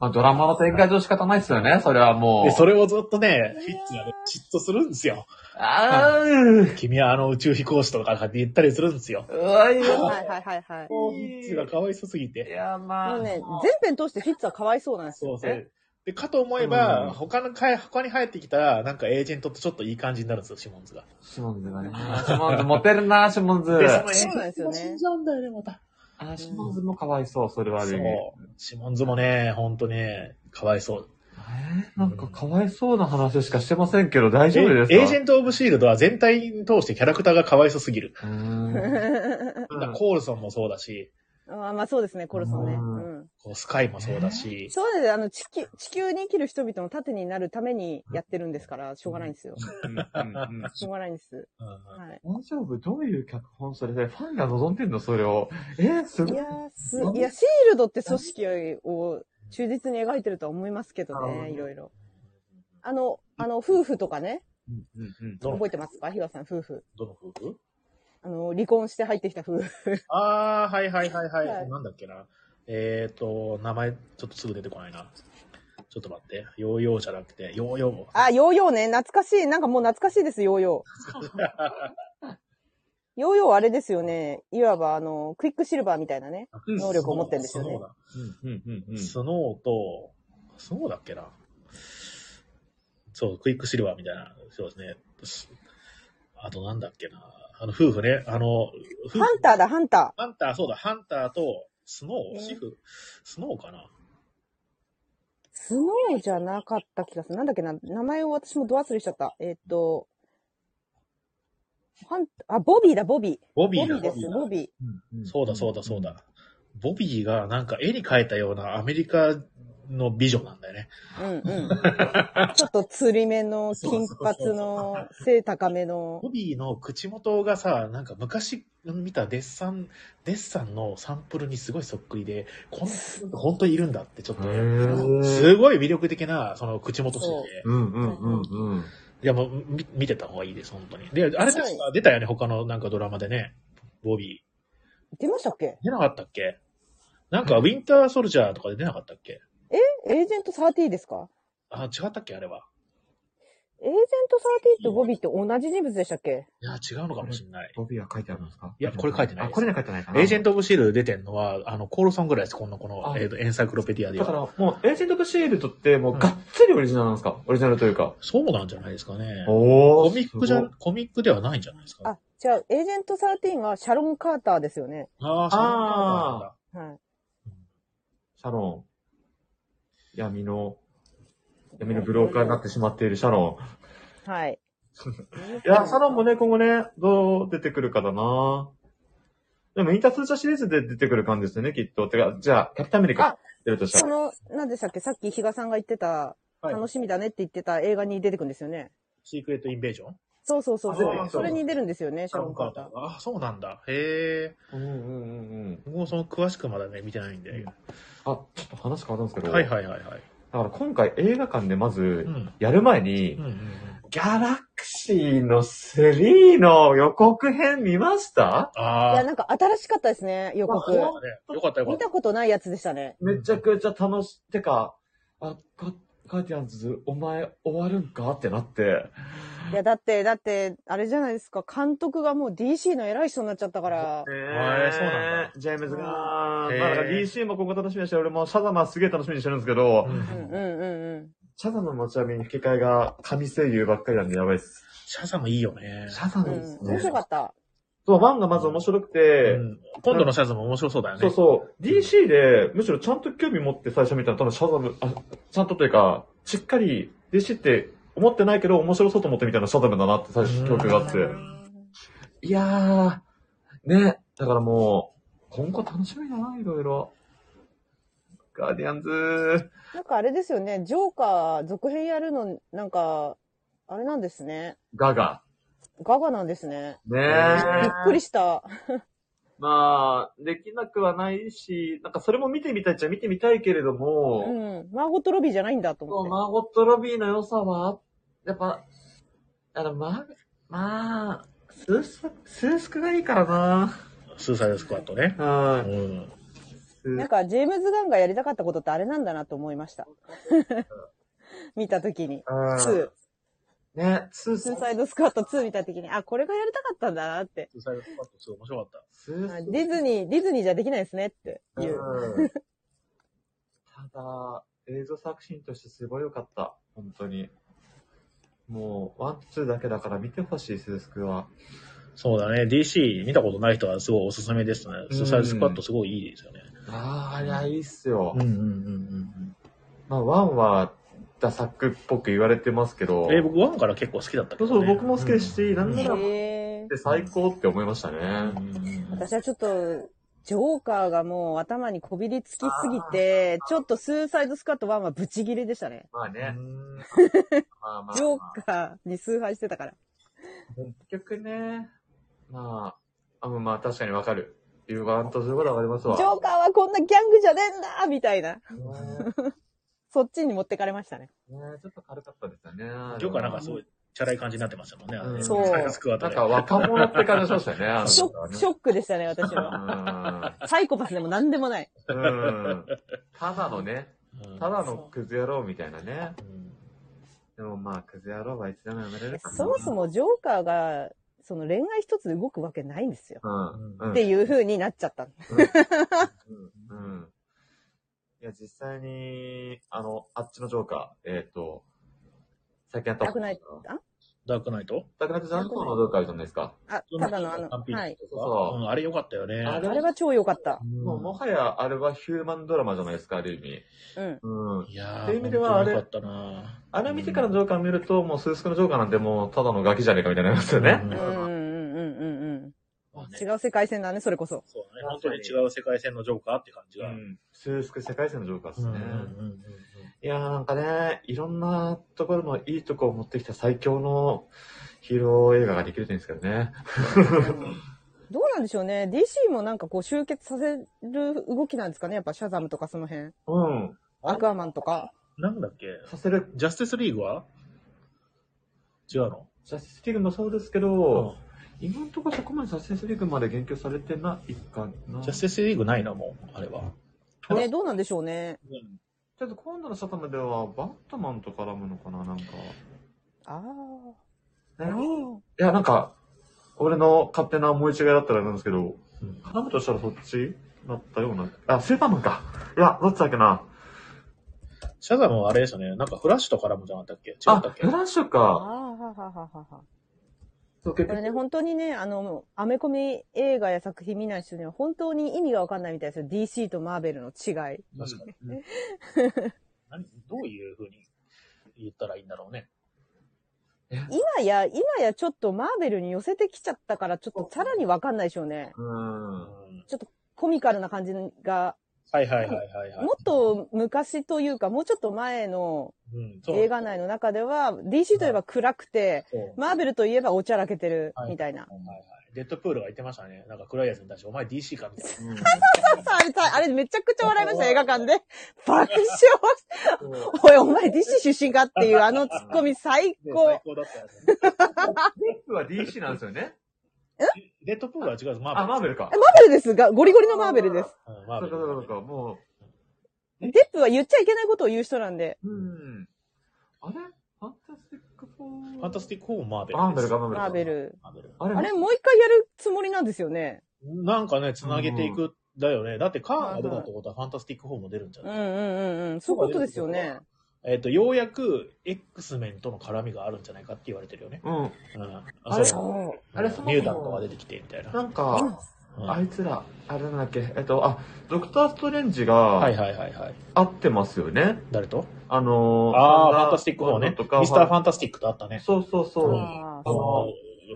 [SPEAKER 2] まあ、ドラマの展開上仕方ないっすよね、それはも
[SPEAKER 1] で、
[SPEAKER 2] う。
[SPEAKER 1] それをずっとね、フィッツがね、嫉妬するんですよ。
[SPEAKER 2] あー
[SPEAKER 1] 君はあの宇宙飛行士とかって言ったりするんですよ。
[SPEAKER 2] うわ、いや。
[SPEAKER 3] はいはいはいはい。
[SPEAKER 1] もうフィッツがかわいそすぎて
[SPEAKER 2] い。や、ま
[SPEAKER 3] も
[SPEAKER 2] あ。
[SPEAKER 3] うね、全編通してフィッツはかわいそうなんです
[SPEAKER 1] そう
[SPEAKER 3] よ。
[SPEAKER 1] そう。で、かと思えば、
[SPEAKER 2] うん
[SPEAKER 1] 他の会、他に入ってきたら、なんかエージェントとちょっといい感じになるんですよ、シモンズが。
[SPEAKER 2] シモンズがね。シモンズ、モテるな、シモンズ。
[SPEAKER 1] で、そのエージ
[SPEAKER 3] そうなん
[SPEAKER 1] ェン
[SPEAKER 3] です
[SPEAKER 1] ト
[SPEAKER 3] よ
[SPEAKER 1] も
[SPEAKER 3] ね
[SPEAKER 1] 死んじゃうんだよね、また。
[SPEAKER 2] あシモンズもかわいそう、それはあ
[SPEAKER 1] そ
[SPEAKER 2] る
[SPEAKER 1] う
[SPEAKER 2] 意味。え。
[SPEAKER 1] シモンズもね、ほんとね、かわいそう。
[SPEAKER 2] ーなんかかわいそうな話しかしてませんけど、大丈夫ですか
[SPEAKER 1] えエージェント・オブ・シールドは全体に通してキャラクターがかわいそすぎる。
[SPEAKER 2] うーん
[SPEAKER 1] だからコールソンもそうだし、
[SPEAKER 3] あまあそうですね、コルソンね。
[SPEAKER 2] うん
[SPEAKER 3] うん。
[SPEAKER 1] こうスカイもそうだし、
[SPEAKER 3] そうです。あの、地球、地球に生きる人々の盾になるためにやってるんですから、しょうがないんですよ。しょうがないんです。
[SPEAKER 1] うんうん
[SPEAKER 3] はい。
[SPEAKER 2] 大丈夫どういう脚本それで、ファンが望んでんのそれを。えー、す
[SPEAKER 3] い
[SPEAKER 2] ごい
[SPEAKER 3] や。ーす、いや、シールドって組織を忠実に描いてるとは思いますけど
[SPEAKER 2] あー
[SPEAKER 3] ね、いろいろ。あの、あの、夫婦とかね、
[SPEAKER 1] どの
[SPEAKER 3] 覚えてますかひわさん、夫婦。
[SPEAKER 1] どの夫婦
[SPEAKER 3] あの、離婚して入ってきた夫婦。
[SPEAKER 1] あー、はいはいはいはい。
[SPEAKER 3] はい
[SPEAKER 1] なんだっけな。えーと、名前、ちょっとすぐ出てこないな。ちょっと待って。ヨーヨーじゃなくて、ヨーヨー。
[SPEAKER 3] あ、ヨーヨーね。懐かしい。なんかもう懐かしいです、ヨーヨ ー。ヨーヨーはあれですよね。いわば、あの、クイックシルバーみたいなね。能力を持ってんですよね
[SPEAKER 1] そうだ
[SPEAKER 2] うんうんうん
[SPEAKER 1] スノーと、スノーだっけな。そう、クイックシルバーみたいな。そうですねす。あとなんだっけな。あの、夫婦ね。あの、夫婦
[SPEAKER 3] ハンターだ、ハンタ
[SPEAKER 1] ハンター、そうだ、ハンターと、スノ
[SPEAKER 3] ね
[SPEAKER 1] ー、シフ、スノーかな。
[SPEAKER 3] ー。スノーじゃなかった気がする。なんだっけな。名前を私もド忘れしちゃった。えーっと、ハンあ、ボビーだ、ボビー。
[SPEAKER 1] ボ
[SPEAKER 3] ボ
[SPEAKER 1] ビ
[SPEAKER 3] ビ
[SPEAKER 1] ーだ、
[SPEAKER 3] ーで
[SPEAKER 1] ボビ
[SPEAKER 3] す、
[SPEAKER 1] ー
[SPEAKER 3] ボ
[SPEAKER 1] だ。
[SPEAKER 3] ビー。
[SPEAKER 2] うん
[SPEAKER 1] そうだ、そうだ、そうだ。ボビーがなんか絵に描いたようなアメリカの美女なんだよね。
[SPEAKER 3] うんうん。 ちょっと釣り目の、金髪の、背高めの
[SPEAKER 1] ボ。ビーの口元がさ、なんか昔見たデッサン、デッサンのサンプルにすごいそっくりで、こんな人って本当にいるんだってちょっと
[SPEAKER 2] へー
[SPEAKER 1] ね、すごい魅力的な、その口元してて、
[SPEAKER 2] うんうんうんうん。
[SPEAKER 1] いやもうみ見てた方がいいです、本当に。で、あれ確か出たよね、他のなんかドラマでね、ボビ
[SPEAKER 3] 出ましたっけ
[SPEAKER 1] ー。出なかったっけなんかウィンターソルジャーとかで出なかったっけ
[SPEAKER 3] エージェント30ですか
[SPEAKER 1] あ、違ったっけあれは。
[SPEAKER 3] エージェント30とボビーって同じ人物でしたっけ
[SPEAKER 1] いや、違うのかもしれない。
[SPEAKER 2] ボビーは書いてあるんですか
[SPEAKER 1] いやこれ書いてない
[SPEAKER 2] あ、これは書いてないかな。
[SPEAKER 1] エージェント・オブ・シールド出てんのは、あの、コールソンぐらいです、この、この、
[SPEAKER 2] あ
[SPEAKER 1] えーとエンサイクロペディアで
[SPEAKER 2] だか
[SPEAKER 1] は。
[SPEAKER 2] ら、もう、エージェント・オブ・シールドって、もう、がっつりオリジナルなんですか、オリジナルというか。
[SPEAKER 1] そうなんじゃないですかね。
[SPEAKER 2] お
[SPEAKER 1] コミックじゃ、コミックではないんじゃないですか。
[SPEAKER 3] あ、じゃあ、エージェント13はシャロン・カーターですよね。
[SPEAKER 1] ああ、
[SPEAKER 2] あ
[SPEAKER 3] はい。
[SPEAKER 2] シャロン。闇の、闇のブローカーになってしまっているシャロン。
[SPEAKER 3] はい。
[SPEAKER 2] いや、シャロンもね、今後ね、どう出てくるかだなでも、インタースーチャーシリーズで出てくる感じですよね、きっと。てか、じゃあ、キャプテンアメリカ
[SPEAKER 3] あ
[SPEAKER 2] 出るとした
[SPEAKER 3] そ
[SPEAKER 2] ら。
[SPEAKER 3] の、何でしたっけさっき比嘉さんが言ってた、
[SPEAKER 1] はい
[SPEAKER 3] 楽しみだねって言ってた映画に出てくるんですよね。
[SPEAKER 1] シークレット・インベージョン
[SPEAKER 3] そうそうそう
[SPEAKER 1] あ
[SPEAKER 3] そ。
[SPEAKER 1] そうう
[SPEAKER 3] それに出るんですよね、シャロン・カーター。
[SPEAKER 1] ああ、そうなんだ。へえ。
[SPEAKER 2] うんうんうんうん。
[SPEAKER 1] 僕もその詳しくまだね、見てないんで。
[SPEAKER 2] あ、ちょっと話変わるんですけど。
[SPEAKER 1] はいはいはいはい。
[SPEAKER 2] だから今回映画館でまず
[SPEAKER 1] う、ん。
[SPEAKER 2] やる前に、
[SPEAKER 1] うんうんうん。
[SPEAKER 2] ギャラクシーの3の予告編見ました
[SPEAKER 3] い
[SPEAKER 1] あ
[SPEAKER 3] や、
[SPEAKER 1] あ。
[SPEAKER 3] なんか新しかったですね、予告。
[SPEAKER 2] まあ
[SPEAKER 1] よかったよか
[SPEAKER 3] 見
[SPEAKER 1] った
[SPEAKER 3] ことないやつでしたね。
[SPEAKER 2] めちゃくちゃ楽し、てか、あ、かガーディアンズ、お前終わるんかってなって。
[SPEAKER 3] いや、だって、だって、あれじゃないですか、監督がもう DC の偉い人になっちゃったから。
[SPEAKER 1] へーそうなん
[SPEAKER 2] だ。ジェームズが、
[SPEAKER 1] へー
[SPEAKER 2] まあ、だから DC もここ楽しみにして、俺もシャザマすげえ楽しみにしてるんですけど、
[SPEAKER 3] うんうんうんうん。
[SPEAKER 2] シャザマもちなみに吹き替えが神声優ばっかりなんでやばいっす。
[SPEAKER 1] シャザムいいよね。
[SPEAKER 2] シャザマ
[SPEAKER 3] う
[SPEAKER 2] で
[SPEAKER 3] ん
[SPEAKER 2] す、
[SPEAKER 3] 面白
[SPEAKER 2] ね。
[SPEAKER 3] かった。
[SPEAKER 2] そう、ワンがまず面白くて、
[SPEAKER 1] うん今度のシャザム面白そうだよね。
[SPEAKER 2] そうそう、DC で、むしろちゃんと興味持って最初見たの多分シャザム、あ、ちゃんとというか、しっかり DC って思ってないけど面白そうと思ってみたのシャザムだなって最初記憶があって。いやー、ね、だからもう、今後楽しみだな、いろいろ。ガーディアンズー。
[SPEAKER 3] なんかあれですよね、ジョーカー続編やるの、なんか、あれなんですね。
[SPEAKER 2] ガガ。
[SPEAKER 3] ガガなんですね。
[SPEAKER 2] ねえ。
[SPEAKER 3] びっくりした。
[SPEAKER 2] まあ、できなくはないし、なんかそれも見てみたいっちゃ見てみたいけれども、
[SPEAKER 3] うん。マーゴットロビーじゃないんだと
[SPEAKER 2] そう
[SPEAKER 3] 思っ
[SPEAKER 2] マーゴット・ロビーの良さは、やっぱ、あの、まあ、まあ、スース、スースクがいいからな
[SPEAKER 1] スーサイドスクワットね。
[SPEAKER 2] う。
[SPEAKER 1] うんん。
[SPEAKER 2] ス
[SPEAKER 3] て。なん
[SPEAKER 2] ー
[SPEAKER 3] か、ジェームズ・ガンがやりたかったことってあれなんだなと思いました。 見たときに。
[SPEAKER 2] うん
[SPEAKER 3] 2。
[SPEAKER 2] ね、スー
[SPEAKER 3] ス
[SPEAKER 2] ス
[SPEAKER 3] ー、サイドスクワット2見たときに、あ、これがやりたかったんだなって。
[SPEAKER 1] スーサイドスクワットすごい面白かっ
[SPEAKER 2] スー
[SPEAKER 3] あ
[SPEAKER 2] ス
[SPEAKER 3] ディズニー、ディズニーじゃできないですねっていう。
[SPEAKER 2] うんただ、映像作品としてすごい良かった。本当に。もう、ワン、ツーだけだから見てほしい、スースクは。
[SPEAKER 1] た。そうだね。DC 見たことない人はすごいおすすめですね。スーサイドスクワットすごいいいですよね。
[SPEAKER 2] ああ、ありゃいいっすよ。
[SPEAKER 1] うんうんうん
[SPEAKER 2] まあ、ワンは、ダサックっぽく言われてますけど
[SPEAKER 1] う。ん。え、僕1から結構好きだったけ
[SPEAKER 2] そう
[SPEAKER 1] ど、ね。
[SPEAKER 2] そう、僕も好きですし、なんなら、で
[SPEAKER 3] へー
[SPEAKER 2] 最高って思いましたね。
[SPEAKER 3] 私はちょっと、ジョーカーがもう頭にこびりつきすぎて、ちょっとスーサイドスカット1はブチギレでしたね。
[SPEAKER 2] まあね。まあまあ、
[SPEAKER 3] ジョーカーに崇拝してたから。
[SPEAKER 2] 結局ね、まあ、あまあ確かにわかる。言わんとすることはわかりますわ。
[SPEAKER 3] ジョーカーはこんなギャングじゃねえんだみたいな。
[SPEAKER 2] ね
[SPEAKER 3] そっちに持ってかれましたね。
[SPEAKER 2] ねちょっと軽かったですよね。
[SPEAKER 1] ジョーカーなんかすごい、チャラい感じになってましたもんね。あのね
[SPEAKER 3] そう
[SPEAKER 1] スーサイドスクワッ
[SPEAKER 2] な
[SPEAKER 1] ト
[SPEAKER 2] ん
[SPEAKER 1] で。
[SPEAKER 2] か若者って感じしま したよね、あの
[SPEAKER 3] ショ
[SPEAKER 2] 人
[SPEAKER 3] ッ
[SPEAKER 2] は
[SPEAKER 3] ク、
[SPEAKER 2] ね
[SPEAKER 3] ショックでしたね、私は。サイコパスでも何でもない。
[SPEAKER 2] うんうんただのね、
[SPEAKER 1] うん
[SPEAKER 2] ただのクズ野郎みたいなね。
[SPEAKER 1] うん
[SPEAKER 2] でもまあ、クズ野郎はいつでもやめれるからな
[SPEAKER 3] そもそもジョーカーが、その恋愛一つで動くわけないんですよ。
[SPEAKER 2] うん。うん
[SPEAKER 3] っていう風になっちゃった。
[SPEAKER 2] うんいや、実際に、あの、あっちのジョーカー、えっ、と、最近やった
[SPEAKER 3] ダークナイト
[SPEAKER 2] ダ
[SPEAKER 1] ダークナイト
[SPEAKER 2] ークナイトジャンコのジョーカーあるじゃないですか。
[SPEAKER 3] あ、ただのあの、はい。
[SPEAKER 1] そう
[SPEAKER 2] そ
[SPEAKER 1] う
[SPEAKER 2] う
[SPEAKER 1] んあれ良かったよね。
[SPEAKER 2] あ
[SPEAKER 3] あ
[SPEAKER 2] れ
[SPEAKER 3] れは超良かった。
[SPEAKER 1] うん
[SPEAKER 2] もう、もはや、あれはヒューマンドラマじゃないですか、ある意味。
[SPEAKER 3] うん。
[SPEAKER 2] うん。
[SPEAKER 1] いやー、
[SPEAKER 2] っていう意味ではあれ
[SPEAKER 1] 本当に良かったな
[SPEAKER 2] あれを見てからのジョーカー見ると、もうスースクのジョーカーなんてもう、ただのガキじゃねえかみたいになりますよね。
[SPEAKER 3] うんうんうんうん
[SPEAKER 1] まあ
[SPEAKER 3] うん。違
[SPEAKER 1] ね
[SPEAKER 3] う世界線だね、それこそ。
[SPEAKER 1] そうだね。本当に違う世界線のジョーカーって感じ
[SPEAKER 2] う
[SPEAKER 1] が。
[SPEAKER 2] ん。スースク世界線のジョーカーですね。
[SPEAKER 1] うん
[SPEAKER 2] いやーなんかね、いろんなところのいいとこを持ってきた最強のヒーロー映画ができるといいんですけどね。
[SPEAKER 3] どうなんでしょうね。DC もなんかこう集結させる動きなんですかね。やっぱシャザムとかその辺。
[SPEAKER 2] うん。
[SPEAKER 3] アクアマンとか。
[SPEAKER 1] なんだっけ
[SPEAKER 2] させる
[SPEAKER 1] ジャスティスリーグは違うの
[SPEAKER 2] ジャスティスリーグもそうですけど、今のところそこまでジャスティスリーグまで言及されてないかな。
[SPEAKER 1] ジャス
[SPEAKER 2] ち
[SPEAKER 1] ティスリーグないな、もう、あれは。
[SPEAKER 2] うん
[SPEAKER 3] ね、どうなんでしょうね。
[SPEAKER 2] ょっと今度のシャタムではバットマンと絡むのかな、なんか。
[SPEAKER 3] ああ。
[SPEAKER 2] ねいや、なんか、俺の勝手な思い違いだったらなんですけど、
[SPEAKER 1] うん
[SPEAKER 2] 絡むとしたらそっちだったような。あ、スーパーマンか。いや、どっちだっけな。
[SPEAKER 1] シャザムはあれですよね。なんかフラッシュと絡むじゃなかったっけ違った
[SPEAKER 2] あ
[SPEAKER 1] っ、け
[SPEAKER 2] フラッシュ
[SPEAKER 3] ああ、
[SPEAKER 2] か。
[SPEAKER 3] ははははは。
[SPEAKER 2] そう結
[SPEAKER 3] これ
[SPEAKER 2] 局
[SPEAKER 3] ね、本当にね、あの、アメコミ映画や作品見ない人には本当に意味がわかんないみたいですよ。DC とマーベルの違い。
[SPEAKER 1] 確かに。何どういうふうに言ったらいいんだろうね。
[SPEAKER 3] 今や、今やちょっとマーベルに寄せてきちゃったから、ちょっとさらにわかんないでしょうね。
[SPEAKER 2] うん。
[SPEAKER 1] う
[SPEAKER 2] うん
[SPEAKER 1] ん
[SPEAKER 3] コミカルな感じが、
[SPEAKER 1] はいはいはいはいはい
[SPEAKER 3] も。っと昔というか、もうちょっと前の
[SPEAKER 1] うんそう
[SPEAKER 3] 映画内の中では、DC といえば暗くて、
[SPEAKER 1] そう
[SPEAKER 3] マーベルといえばおちゃらけてるみたいな。
[SPEAKER 1] はいはい。デッドプールが言ってましたね。なんか暗いやつに対して、お前 DC かみたい
[SPEAKER 2] うん
[SPEAKER 3] さあ、あれさ、あれめちゃくちゃ笑いました、映画館で。爆笑
[SPEAKER 2] そう
[SPEAKER 3] おい、お前 DC 出身かっていうあのツッコミ最
[SPEAKER 1] な。
[SPEAKER 3] 高
[SPEAKER 1] 最。高だったよね。
[SPEAKER 2] 僕は DC なんですよね。
[SPEAKER 1] デッドプールは違うぞ、マ
[SPEAKER 2] あ、マ
[SPEAKER 1] ー
[SPEAKER 2] ー
[SPEAKER 1] ベル。
[SPEAKER 2] ベルか
[SPEAKER 3] マ。ーベルですが、ゴリゴリのマーベルです。
[SPEAKER 1] うんマ
[SPEAKER 2] そ
[SPEAKER 1] ーベ
[SPEAKER 2] うか
[SPEAKER 1] ル。
[SPEAKER 2] そうかそうか、も
[SPEAKER 3] デップは言っちゃいけないことを言う人なんで。
[SPEAKER 2] う。うん。あれファンタスティック4。
[SPEAKER 1] ファンタスティック4マーベル。
[SPEAKER 2] マーベルかマーベルか。
[SPEAKER 3] マーベル。
[SPEAKER 1] マーベル。
[SPEAKER 2] あれ
[SPEAKER 3] あれ、もう一回やるつもりなんですよね。
[SPEAKER 1] なんかね、繋げていく、だよね。だってカーンが出たってことはファンタスティック4も出るんじゃ
[SPEAKER 3] うん
[SPEAKER 1] ない、
[SPEAKER 3] うんうんうん。そういうことですよね。
[SPEAKER 1] えっ、と、ようやく X メンとの絡みがあるんじゃないかって言われてるよね。
[SPEAKER 2] うん。
[SPEAKER 1] うん。
[SPEAKER 2] あれ
[SPEAKER 1] そう
[SPEAKER 3] そう
[SPEAKER 2] あれそもそも
[SPEAKER 1] ミュータントが出てきて、みたいな。
[SPEAKER 2] なん
[SPEAKER 3] うん
[SPEAKER 2] か、
[SPEAKER 1] うん
[SPEAKER 2] あいつら、あれなんだっけ、えっと、あ、ドクター・ストレンジ
[SPEAKER 1] はい
[SPEAKER 2] が、
[SPEAKER 1] はいはいはい。
[SPEAKER 2] 合ってますよね。
[SPEAKER 1] 誰と
[SPEAKER 2] あの
[SPEAKER 1] ああ、ファンタスティック4ね。ミスターフ
[SPEAKER 2] ン。
[SPEAKER 1] ァンタスティックとあったね。
[SPEAKER 2] そうそうそう。
[SPEAKER 1] うんあ
[SPEAKER 3] ああ
[SPEAKER 1] の、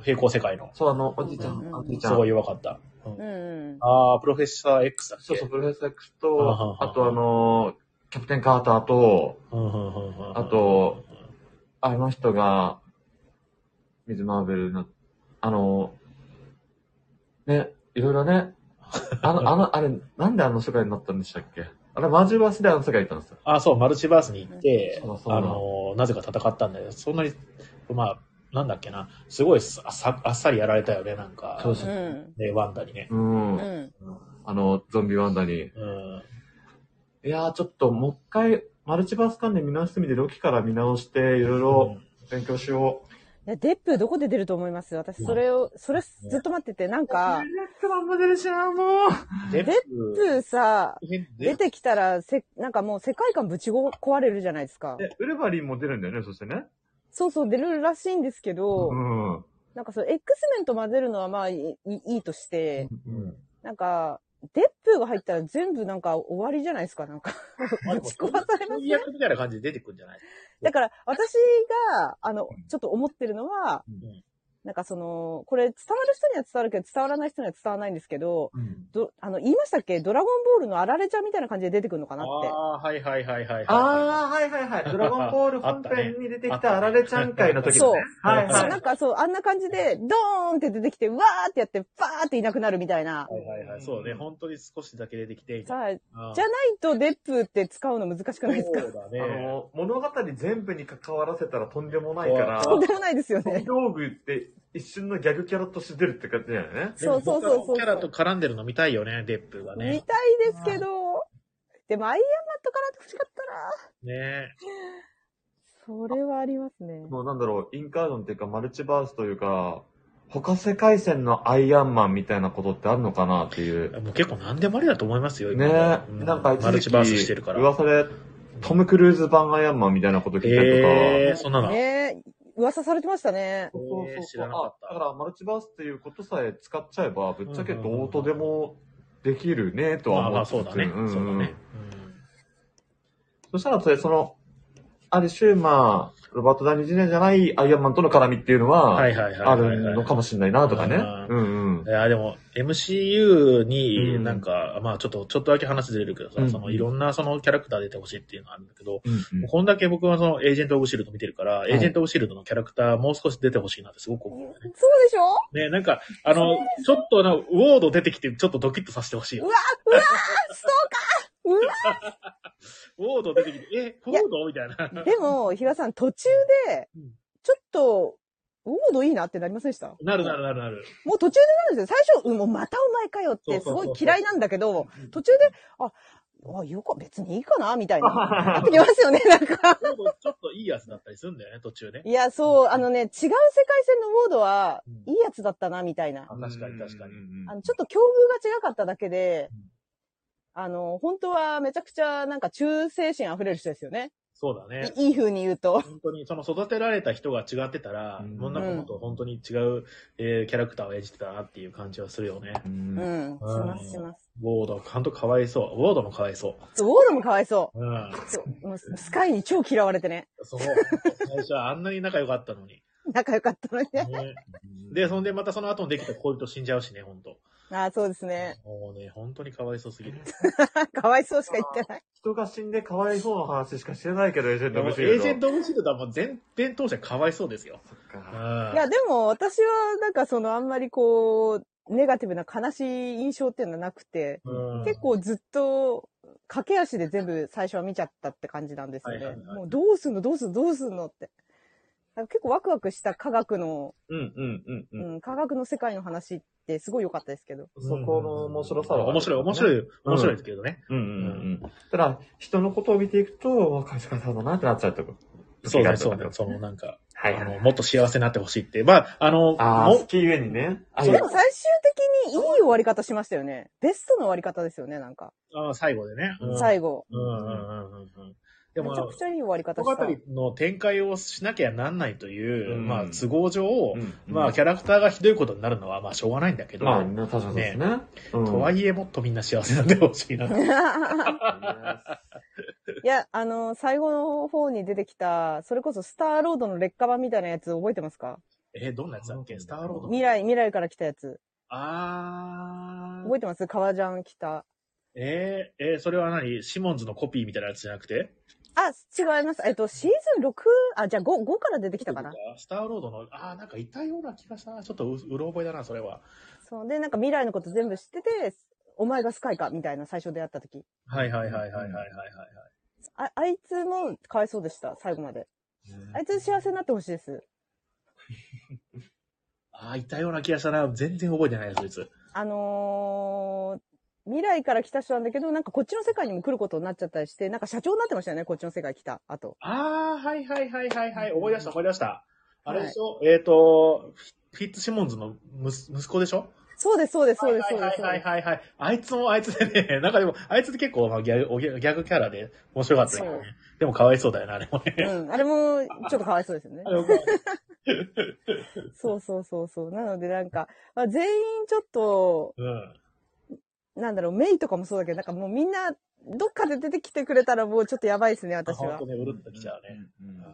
[SPEAKER 1] 平行世界の。
[SPEAKER 2] そう、あの、おじいちゃ、
[SPEAKER 3] うんん
[SPEAKER 2] おじいちゃ
[SPEAKER 1] す
[SPEAKER 2] ん。
[SPEAKER 1] ごい弱かった。うん
[SPEAKER 3] うんうん。
[SPEAKER 1] ああ、プロフェッサー X だっけ
[SPEAKER 2] そうそう、プロフェッサー X
[SPEAKER 1] ははは
[SPEAKER 2] と、あとあの、キャプテン・カーターと、
[SPEAKER 1] うんうんうんうん
[SPEAKER 2] あと、あの人が、ミズ・マーベルの、あの、ね、いろいろ ね、あの、あの、あれ、なんであの世界になったんでしたっけあれ、マージュバースであの世界に行ったんですよ。
[SPEAKER 1] あそう、マルチバースに行って、
[SPEAKER 2] そうそう
[SPEAKER 1] あの、なぜか戦ったんだよ。そんなに、まあ、なんだっけな、すごいさあさあっさりやられたよね、なんか。
[SPEAKER 2] そう
[SPEAKER 3] う
[SPEAKER 2] そ
[SPEAKER 3] ん。
[SPEAKER 1] ね、ワンダにね。
[SPEAKER 2] うん。
[SPEAKER 3] うん。
[SPEAKER 2] あの、ゾンビワンダに。
[SPEAKER 1] うん。
[SPEAKER 2] いやー、ちょっと、もう一回、マルチバース関連見直してみて、ロキから見直して、いろいろ勉強しよう。
[SPEAKER 3] いや、デップどこで出ると思います私、それを、それずっと待ってて、なんか、
[SPEAKER 2] クマンも出るしな、もう。
[SPEAKER 1] デッ
[SPEAKER 3] デデップさ、出
[SPEAKER 1] デ
[SPEAKER 3] てきたら、せ、なんかもう世界観ぶち壊れるじゃないですか。
[SPEAKER 2] え、ウルバリンも出るんだよね、そしてね。
[SPEAKER 3] そうそう、出るらしいんですけど、
[SPEAKER 2] うん。うん。
[SPEAKER 3] なんかその X メンと混ぜるのはまあいいいいいとして、
[SPEAKER 1] うん。
[SPEAKER 3] なんか、デップが入ったら全部なんか終わりじゃないですか、なんか。
[SPEAKER 1] まあで
[SPEAKER 3] 打
[SPEAKER 1] も
[SPEAKER 3] ち壊されます
[SPEAKER 1] 翻訳みたいな感じで出てくるんじゃない
[SPEAKER 3] だから、私が、あの、ちょっと思ってるのは、
[SPEAKER 1] うん
[SPEAKER 3] なんかその、これ伝わる人には伝わるけど、伝わらない人には伝わらないんですけど、
[SPEAKER 1] うん。
[SPEAKER 3] ど、あの、言いましたっけドラゴンボールのあられちゃんみたいな感じで出てくるのか
[SPEAKER 1] あ
[SPEAKER 3] なって。
[SPEAKER 1] あー、はいはいはいはいはい。
[SPEAKER 2] あー、は いはいはい。ドラゴンボール本編に出てきたあられちゃん会の時だね。
[SPEAKER 1] あったね
[SPEAKER 2] はい
[SPEAKER 3] そう、
[SPEAKER 2] は
[SPEAKER 3] ないん。かそう、あんな感じで、ドーンって出てきて、わーってやって、バーっていなくなるみたいな。
[SPEAKER 1] はいはいはい。そうね、本当に少しだけ出てきて、みたい
[SPEAKER 3] さあ、じ
[SPEAKER 1] な
[SPEAKER 3] ゃないとデップって使うの難しくないですか
[SPEAKER 1] そうだ
[SPEAKER 2] あ
[SPEAKER 1] ね。
[SPEAKER 2] の、物語全部に関わらせたらとんでもないから、
[SPEAKER 1] そ
[SPEAKER 3] とん
[SPEAKER 1] う
[SPEAKER 3] でもないですよ
[SPEAKER 2] 飛び
[SPEAKER 3] ね。
[SPEAKER 2] 道具って一瞬のギャグキャラとして出るって感じだよね。
[SPEAKER 3] そうそうそうそう
[SPEAKER 1] キャラと絡んでるの見たいよね、デップが
[SPEAKER 3] 見
[SPEAKER 1] ね。
[SPEAKER 3] たいですけど、でもアイアンマンとかなって欲しかったな。
[SPEAKER 1] ね
[SPEAKER 3] それはありますね。
[SPEAKER 2] もうなんだろう、インカードンっていうかマルチバースというか、他世界線のアイアンマンみたいなことってあるのかなっていう。
[SPEAKER 1] もう結構何でもありだと思いますよ、
[SPEAKER 2] ね
[SPEAKER 1] 今う
[SPEAKER 2] なんか一
[SPEAKER 1] マル
[SPEAKER 2] 時
[SPEAKER 1] チ
[SPEAKER 2] 期
[SPEAKER 1] バースしてるから。
[SPEAKER 2] 噂でトム・クルーズ版アイアンマンみたいなこと聞いたりとか。
[SPEAKER 1] えー、そんなの。
[SPEAKER 3] ねえ、噂されてましたね。
[SPEAKER 2] そうそう
[SPEAKER 1] え
[SPEAKER 2] そ
[SPEAKER 1] ー
[SPEAKER 2] う
[SPEAKER 1] 知らなかった
[SPEAKER 2] あだから、マルチバースっていうことさえ使っちゃえば、ぶっちゃけどうとでもできるね、と
[SPEAKER 1] ま
[SPEAKER 2] は
[SPEAKER 1] あま
[SPEAKER 2] 思
[SPEAKER 1] あ、
[SPEAKER 2] って
[SPEAKER 1] そうだね。
[SPEAKER 2] んん
[SPEAKER 1] そうだね。
[SPEAKER 2] そしたら、それ、その、ある種、まあ、ロバート・ダウニー・ジュニアじゃないアイアンマンとの絡みっていうの
[SPEAKER 1] うん
[SPEAKER 2] は、
[SPEAKER 1] はいはいはい
[SPEAKER 2] あ
[SPEAKER 1] はいはい。
[SPEAKER 2] るのかもしれないな、とかね。
[SPEAKER 1] うん
[SPEAKER 2] うんうん
[SPEAKER 1] い。や、でも、MCU に
[SPEAKER 2] うん
[SPEAKER 1] なんか、まあちょっと、ちょっとだけ話ずれるけどさ、
[SPEAKER 2] うん
[SPEAKER 1] そのいろんなそのキャラクター出てほしいっていうのはあるんだけど、
[SPEAKER 2] うんうん
[SPEAKER 1] こんだけ僕はそのエージェント・オブ・シールド見てるから、
[SPEAKER 2] い
[SPEAKER 1] エージェント・オブ・シールドのキャラクターもう少し出てほしいなってすごく
[SPEAKER 3] そう
[SPEAKER 1] 思う。
[SPEAKER 3] でしょ
[SPEAKER 1] ね、なんか、あの、ちょっとな、ウォード出てきて、ちょっとドキッとさせてほしいよ
[SPEAKER 3] う。わうわスト
[SPEAKER 1] ウォード出てきて、え、ウォ
[SPEAKER 3] や
[SPEAKER 1] ードみたいな。
[SPEAKER 3] ーカ ーでも、比嘉さん、途中で
[SPEAKER 1] うん、
[SPEAKER 3] ちょっと、ウォードいいなってなりませんでした
[SPEAKER 1] なるなるなるなる。
[SPEAKER 3] もう途中でなるんですよ。最初、うんもうまたお前かよっ
[SPEAKER 1] そう
[SPEAKER 3] て、
[SPEAKER 1] そ
[SPEAKER 3] す
[SPEAKER 1] うそう
[SPEAKER 3] ご
[SPEAKER 1] そう
[SPEAKER 3] い嫌いなんだけど、途中で、あ、あ、よか、別にいいかなみたいな。 なってきますよね、なんか。
[SPEAKER 1] ウォードちょっといいやつだったりするんだよね、途中ね。
[SPEAKER 3] いや、そう、あのね、違う世界線のウォードは
[SPEAKER 1] うん、
[SPEAKER 3] いいやつだったな、みたいな。
[SPEAKER 1] あ確かに確かに
[SPEAKER 2] うんうんうん
[SPEAKER 3] あの、ちょっと境遇が違かっただけで
[SPEAKER 1] うん、
[SPEAKER 3] あの、本当はめちゃくちゃなんか忠誠心溢れる人ですよね。
[SPEAKER 1] そうだね。
[SPEAKER 3] いいい風に言うと。
[SPEAKER 1] 本当に、その育てられた人が違ってたら、
[SPEAKER 2] うん
[SPEAKER 1] 女の子と本当に違う、えーキャラクターを演じてたなっていう感じはするよね。
[SPEAKER 2] うん
[SPEAKER 3] うん、しま
[SPEAKER 1] うん
[SPEAKER 3] すします。
[SPEAKER 1] ウォード、本当かわいそう。ウォードもかわいそ。
[SPEAKER 3] そうウォードもかわいそう
[SPEAKER 1] うん。
[SPEAKER 3] う。そうもうスカイに超嫌われてね。
[SPEAKER 1] そう。最初はあんなに仲良かったのに。
[SPEAKER 3] 仲良かったのにね。
[SPEAKER 1] ねで、そんでまたその後にできた恋人死んじゃうしね、本当
[SPEAKER 3] ああ、そうですね。
[SPEAKER 1] もうね、本当にかわいそうすぎる。
[SPEAKER 3] かわいそうしか言ってない。
[SPEAKER 2] 人が死んでかわいそうな話しかしてないけど、エージェン
[SPEAKER 1] で
[SPEAKER 2] ト・オ
[SPEAKER 1] も
[SPEAKER 2] ブ
[SPEAKER 1] エ
[SPEAKER 2] シール
[SPEAKER 1] ージェン
[SPEAKER 2] ド
[SPEAKER 1] ト・オブ・シールドはもう全編当社かわいそうですよ。
[SPEAKER 2] そっ
[SPEAKER 1] うん。
[SPEAKER 2] か
[SPEAKER 3] いや、でも私はなんかそのあんまりこう、ネガティブな悲しい印象っていうのはなくて、
[SPEAKER 1] うん
[SPEAKER 3] 結構ずっと駆け足で全部最初は見ちゃったって感じなんですよ
[SPEAKER 1] はいは
[SPEAKER 3] ね
[SPEAKER 1] いはい。
[SPEAKER 3] もうどうすんのどうすんのどうすんのって。なんか結構ワクワクした科学の、
[SPEAKER 2] うんうんうんうん。
[SPEAKER 3] うん、科学の世界の話ってすごい良かったですけど。
[SPEAKER 2] そこの面白さはあるよね
[SPEAKER 1] 面白い、面白い、面白いですけどね。
[SPEAKER 2] うんうんうん。ただ、人のことを見ていくと、わ、かわいそうだなってなっちゃうとこ。
[SPEAKER 1] そうね、そうね。そのなんか、
[SPEAKER 2] はいはい
[SPEAKER 1] あの、もっと幸せになってほしいって。まあ、あの、
[SPEAKER 2] ああ、
[SPEAKER 1] も
[SPEAKER 2] 好きゆえにね。あ
[SPEAKER 3] でも最終的にいい終わり方しましたよね。ベストの終わり方ですよね、なんか。
[SPEAKER 1] あー最後でね。うん、
[SPEAKER 3] 最後。
[SPEAKER 1] うんうんうんうんうん。で
[SPEAKER 3] め
[SPEAKER 1] も、
[SPEAKER 3] ちゃくちゃいい終わり方
[SPEAKER 1] 物
[SPEAKER 3] し
[SPEAKER 1] 語
[SPEAKER 3] た。
[SPEAKER 1] の展開をしなきゃなんないという、
[SPEAKER 2] うん
[SPEAKER 1] まあ、都合上、
[SPEAKER 2] うん
[SPEAKER 1] まあ、キャラクターがひどいことになるのは、まあ、しょうがないんだけど、
[SPEAKER 2] まあ、ね、確かにそうですね。うん
[SPEAKER 1] とはいえ、もっとみんな幸せになってほしいな。
[SPEAKER 3] いや、あの、最後の方に出てきた、それこそスターロードの劣化版みたいなやつ覚えてますか
[SPEAKER 1] え、どんなやつだっけスターロード
[SPEAKER 3] 未来、未来から来たやつ。
[SPEAKER 1] あー。
[SPEAKER 3] 覚えてます革ジャン着た。
[SPEAKER 1] えー、えーそれは何シモンズのコピーみたいなやつじゃなくて
[SPEAKER 3] あ、違います。えっと、シーズン6、あ、じゃあ5、5から出てきたかな。
[SPEAKER 1] スターロードの、あー、なんかいたような気がしたな。ちょっとう、うろ覚えだな、それは。
[SPEAKER 3] そう。で、なんか未来のこと全部知ってて、お前がスカイか、みたいな最初出会った時。
[SPEAKER 1] はいはいはいはいはいはいはい。
[SPEAKER 3] あ、あいつもかわいそうでした、最後まで。あいつ幸せになってほしいです。
[SPEAKER 1] あー、いたような気がしたな。全然覚えてないやつ、いつ。
[SPEAKER 3] あのー、未来から来た人なんだけど、なんかこっちの世界にも来ることになっちゃったりして、なんか社長になってましたよね、こっちの世界来た後。
[SPEAKER 1] あー、はいはいはいはいはい。思い出した思い出した。あれでしょ、えっ、ー、と、フィッツシモンズのむす息子でしょ
[SPEAKER 3] そうです、そうです、そうです、
[SPEAKER 1] は
[SPEAKER 3] そ
[SPEAKER 1] いう
[SPEAKER 3] で
[SPEAKER 1] は
[SPEAKER 3] す。
[SPEAKER 1] い
[SPEAKER 3] そう
[SPEAKER 1] はい
[SPEAKER 3] です
[SPEAKER 1] はいはい。あいつもあいつでね、なん かでも、あいつって結構まあギャグおギャグギャグキャラで面白かったよね
[SPEAKER 3] そ。
[SPEAKER 1] でもかわいそうだよな、あれもね。
[SPEAKER 3] うん、あれも、ちょっとかわいそうですよね
[SPEAKER 1] あ。れも
[SPEAKER 3] そうそうそうそう。なのでなんか、まあ、全員ちょっと、
[SPEAKER 1] うん。
[SPEAKER 3] なんだろう、メイとかもそうだけど、なんかもうみんな、どっかで出てきてくれたらもうちょっとやばいですね、私
[SPEAKER 1] 本
[SPEAKER 3] は
[SPEAKER 1] 当。ね、うるっときちゃうね。
[SPEAKER 2] うんうん
[SPEAKER 1] あ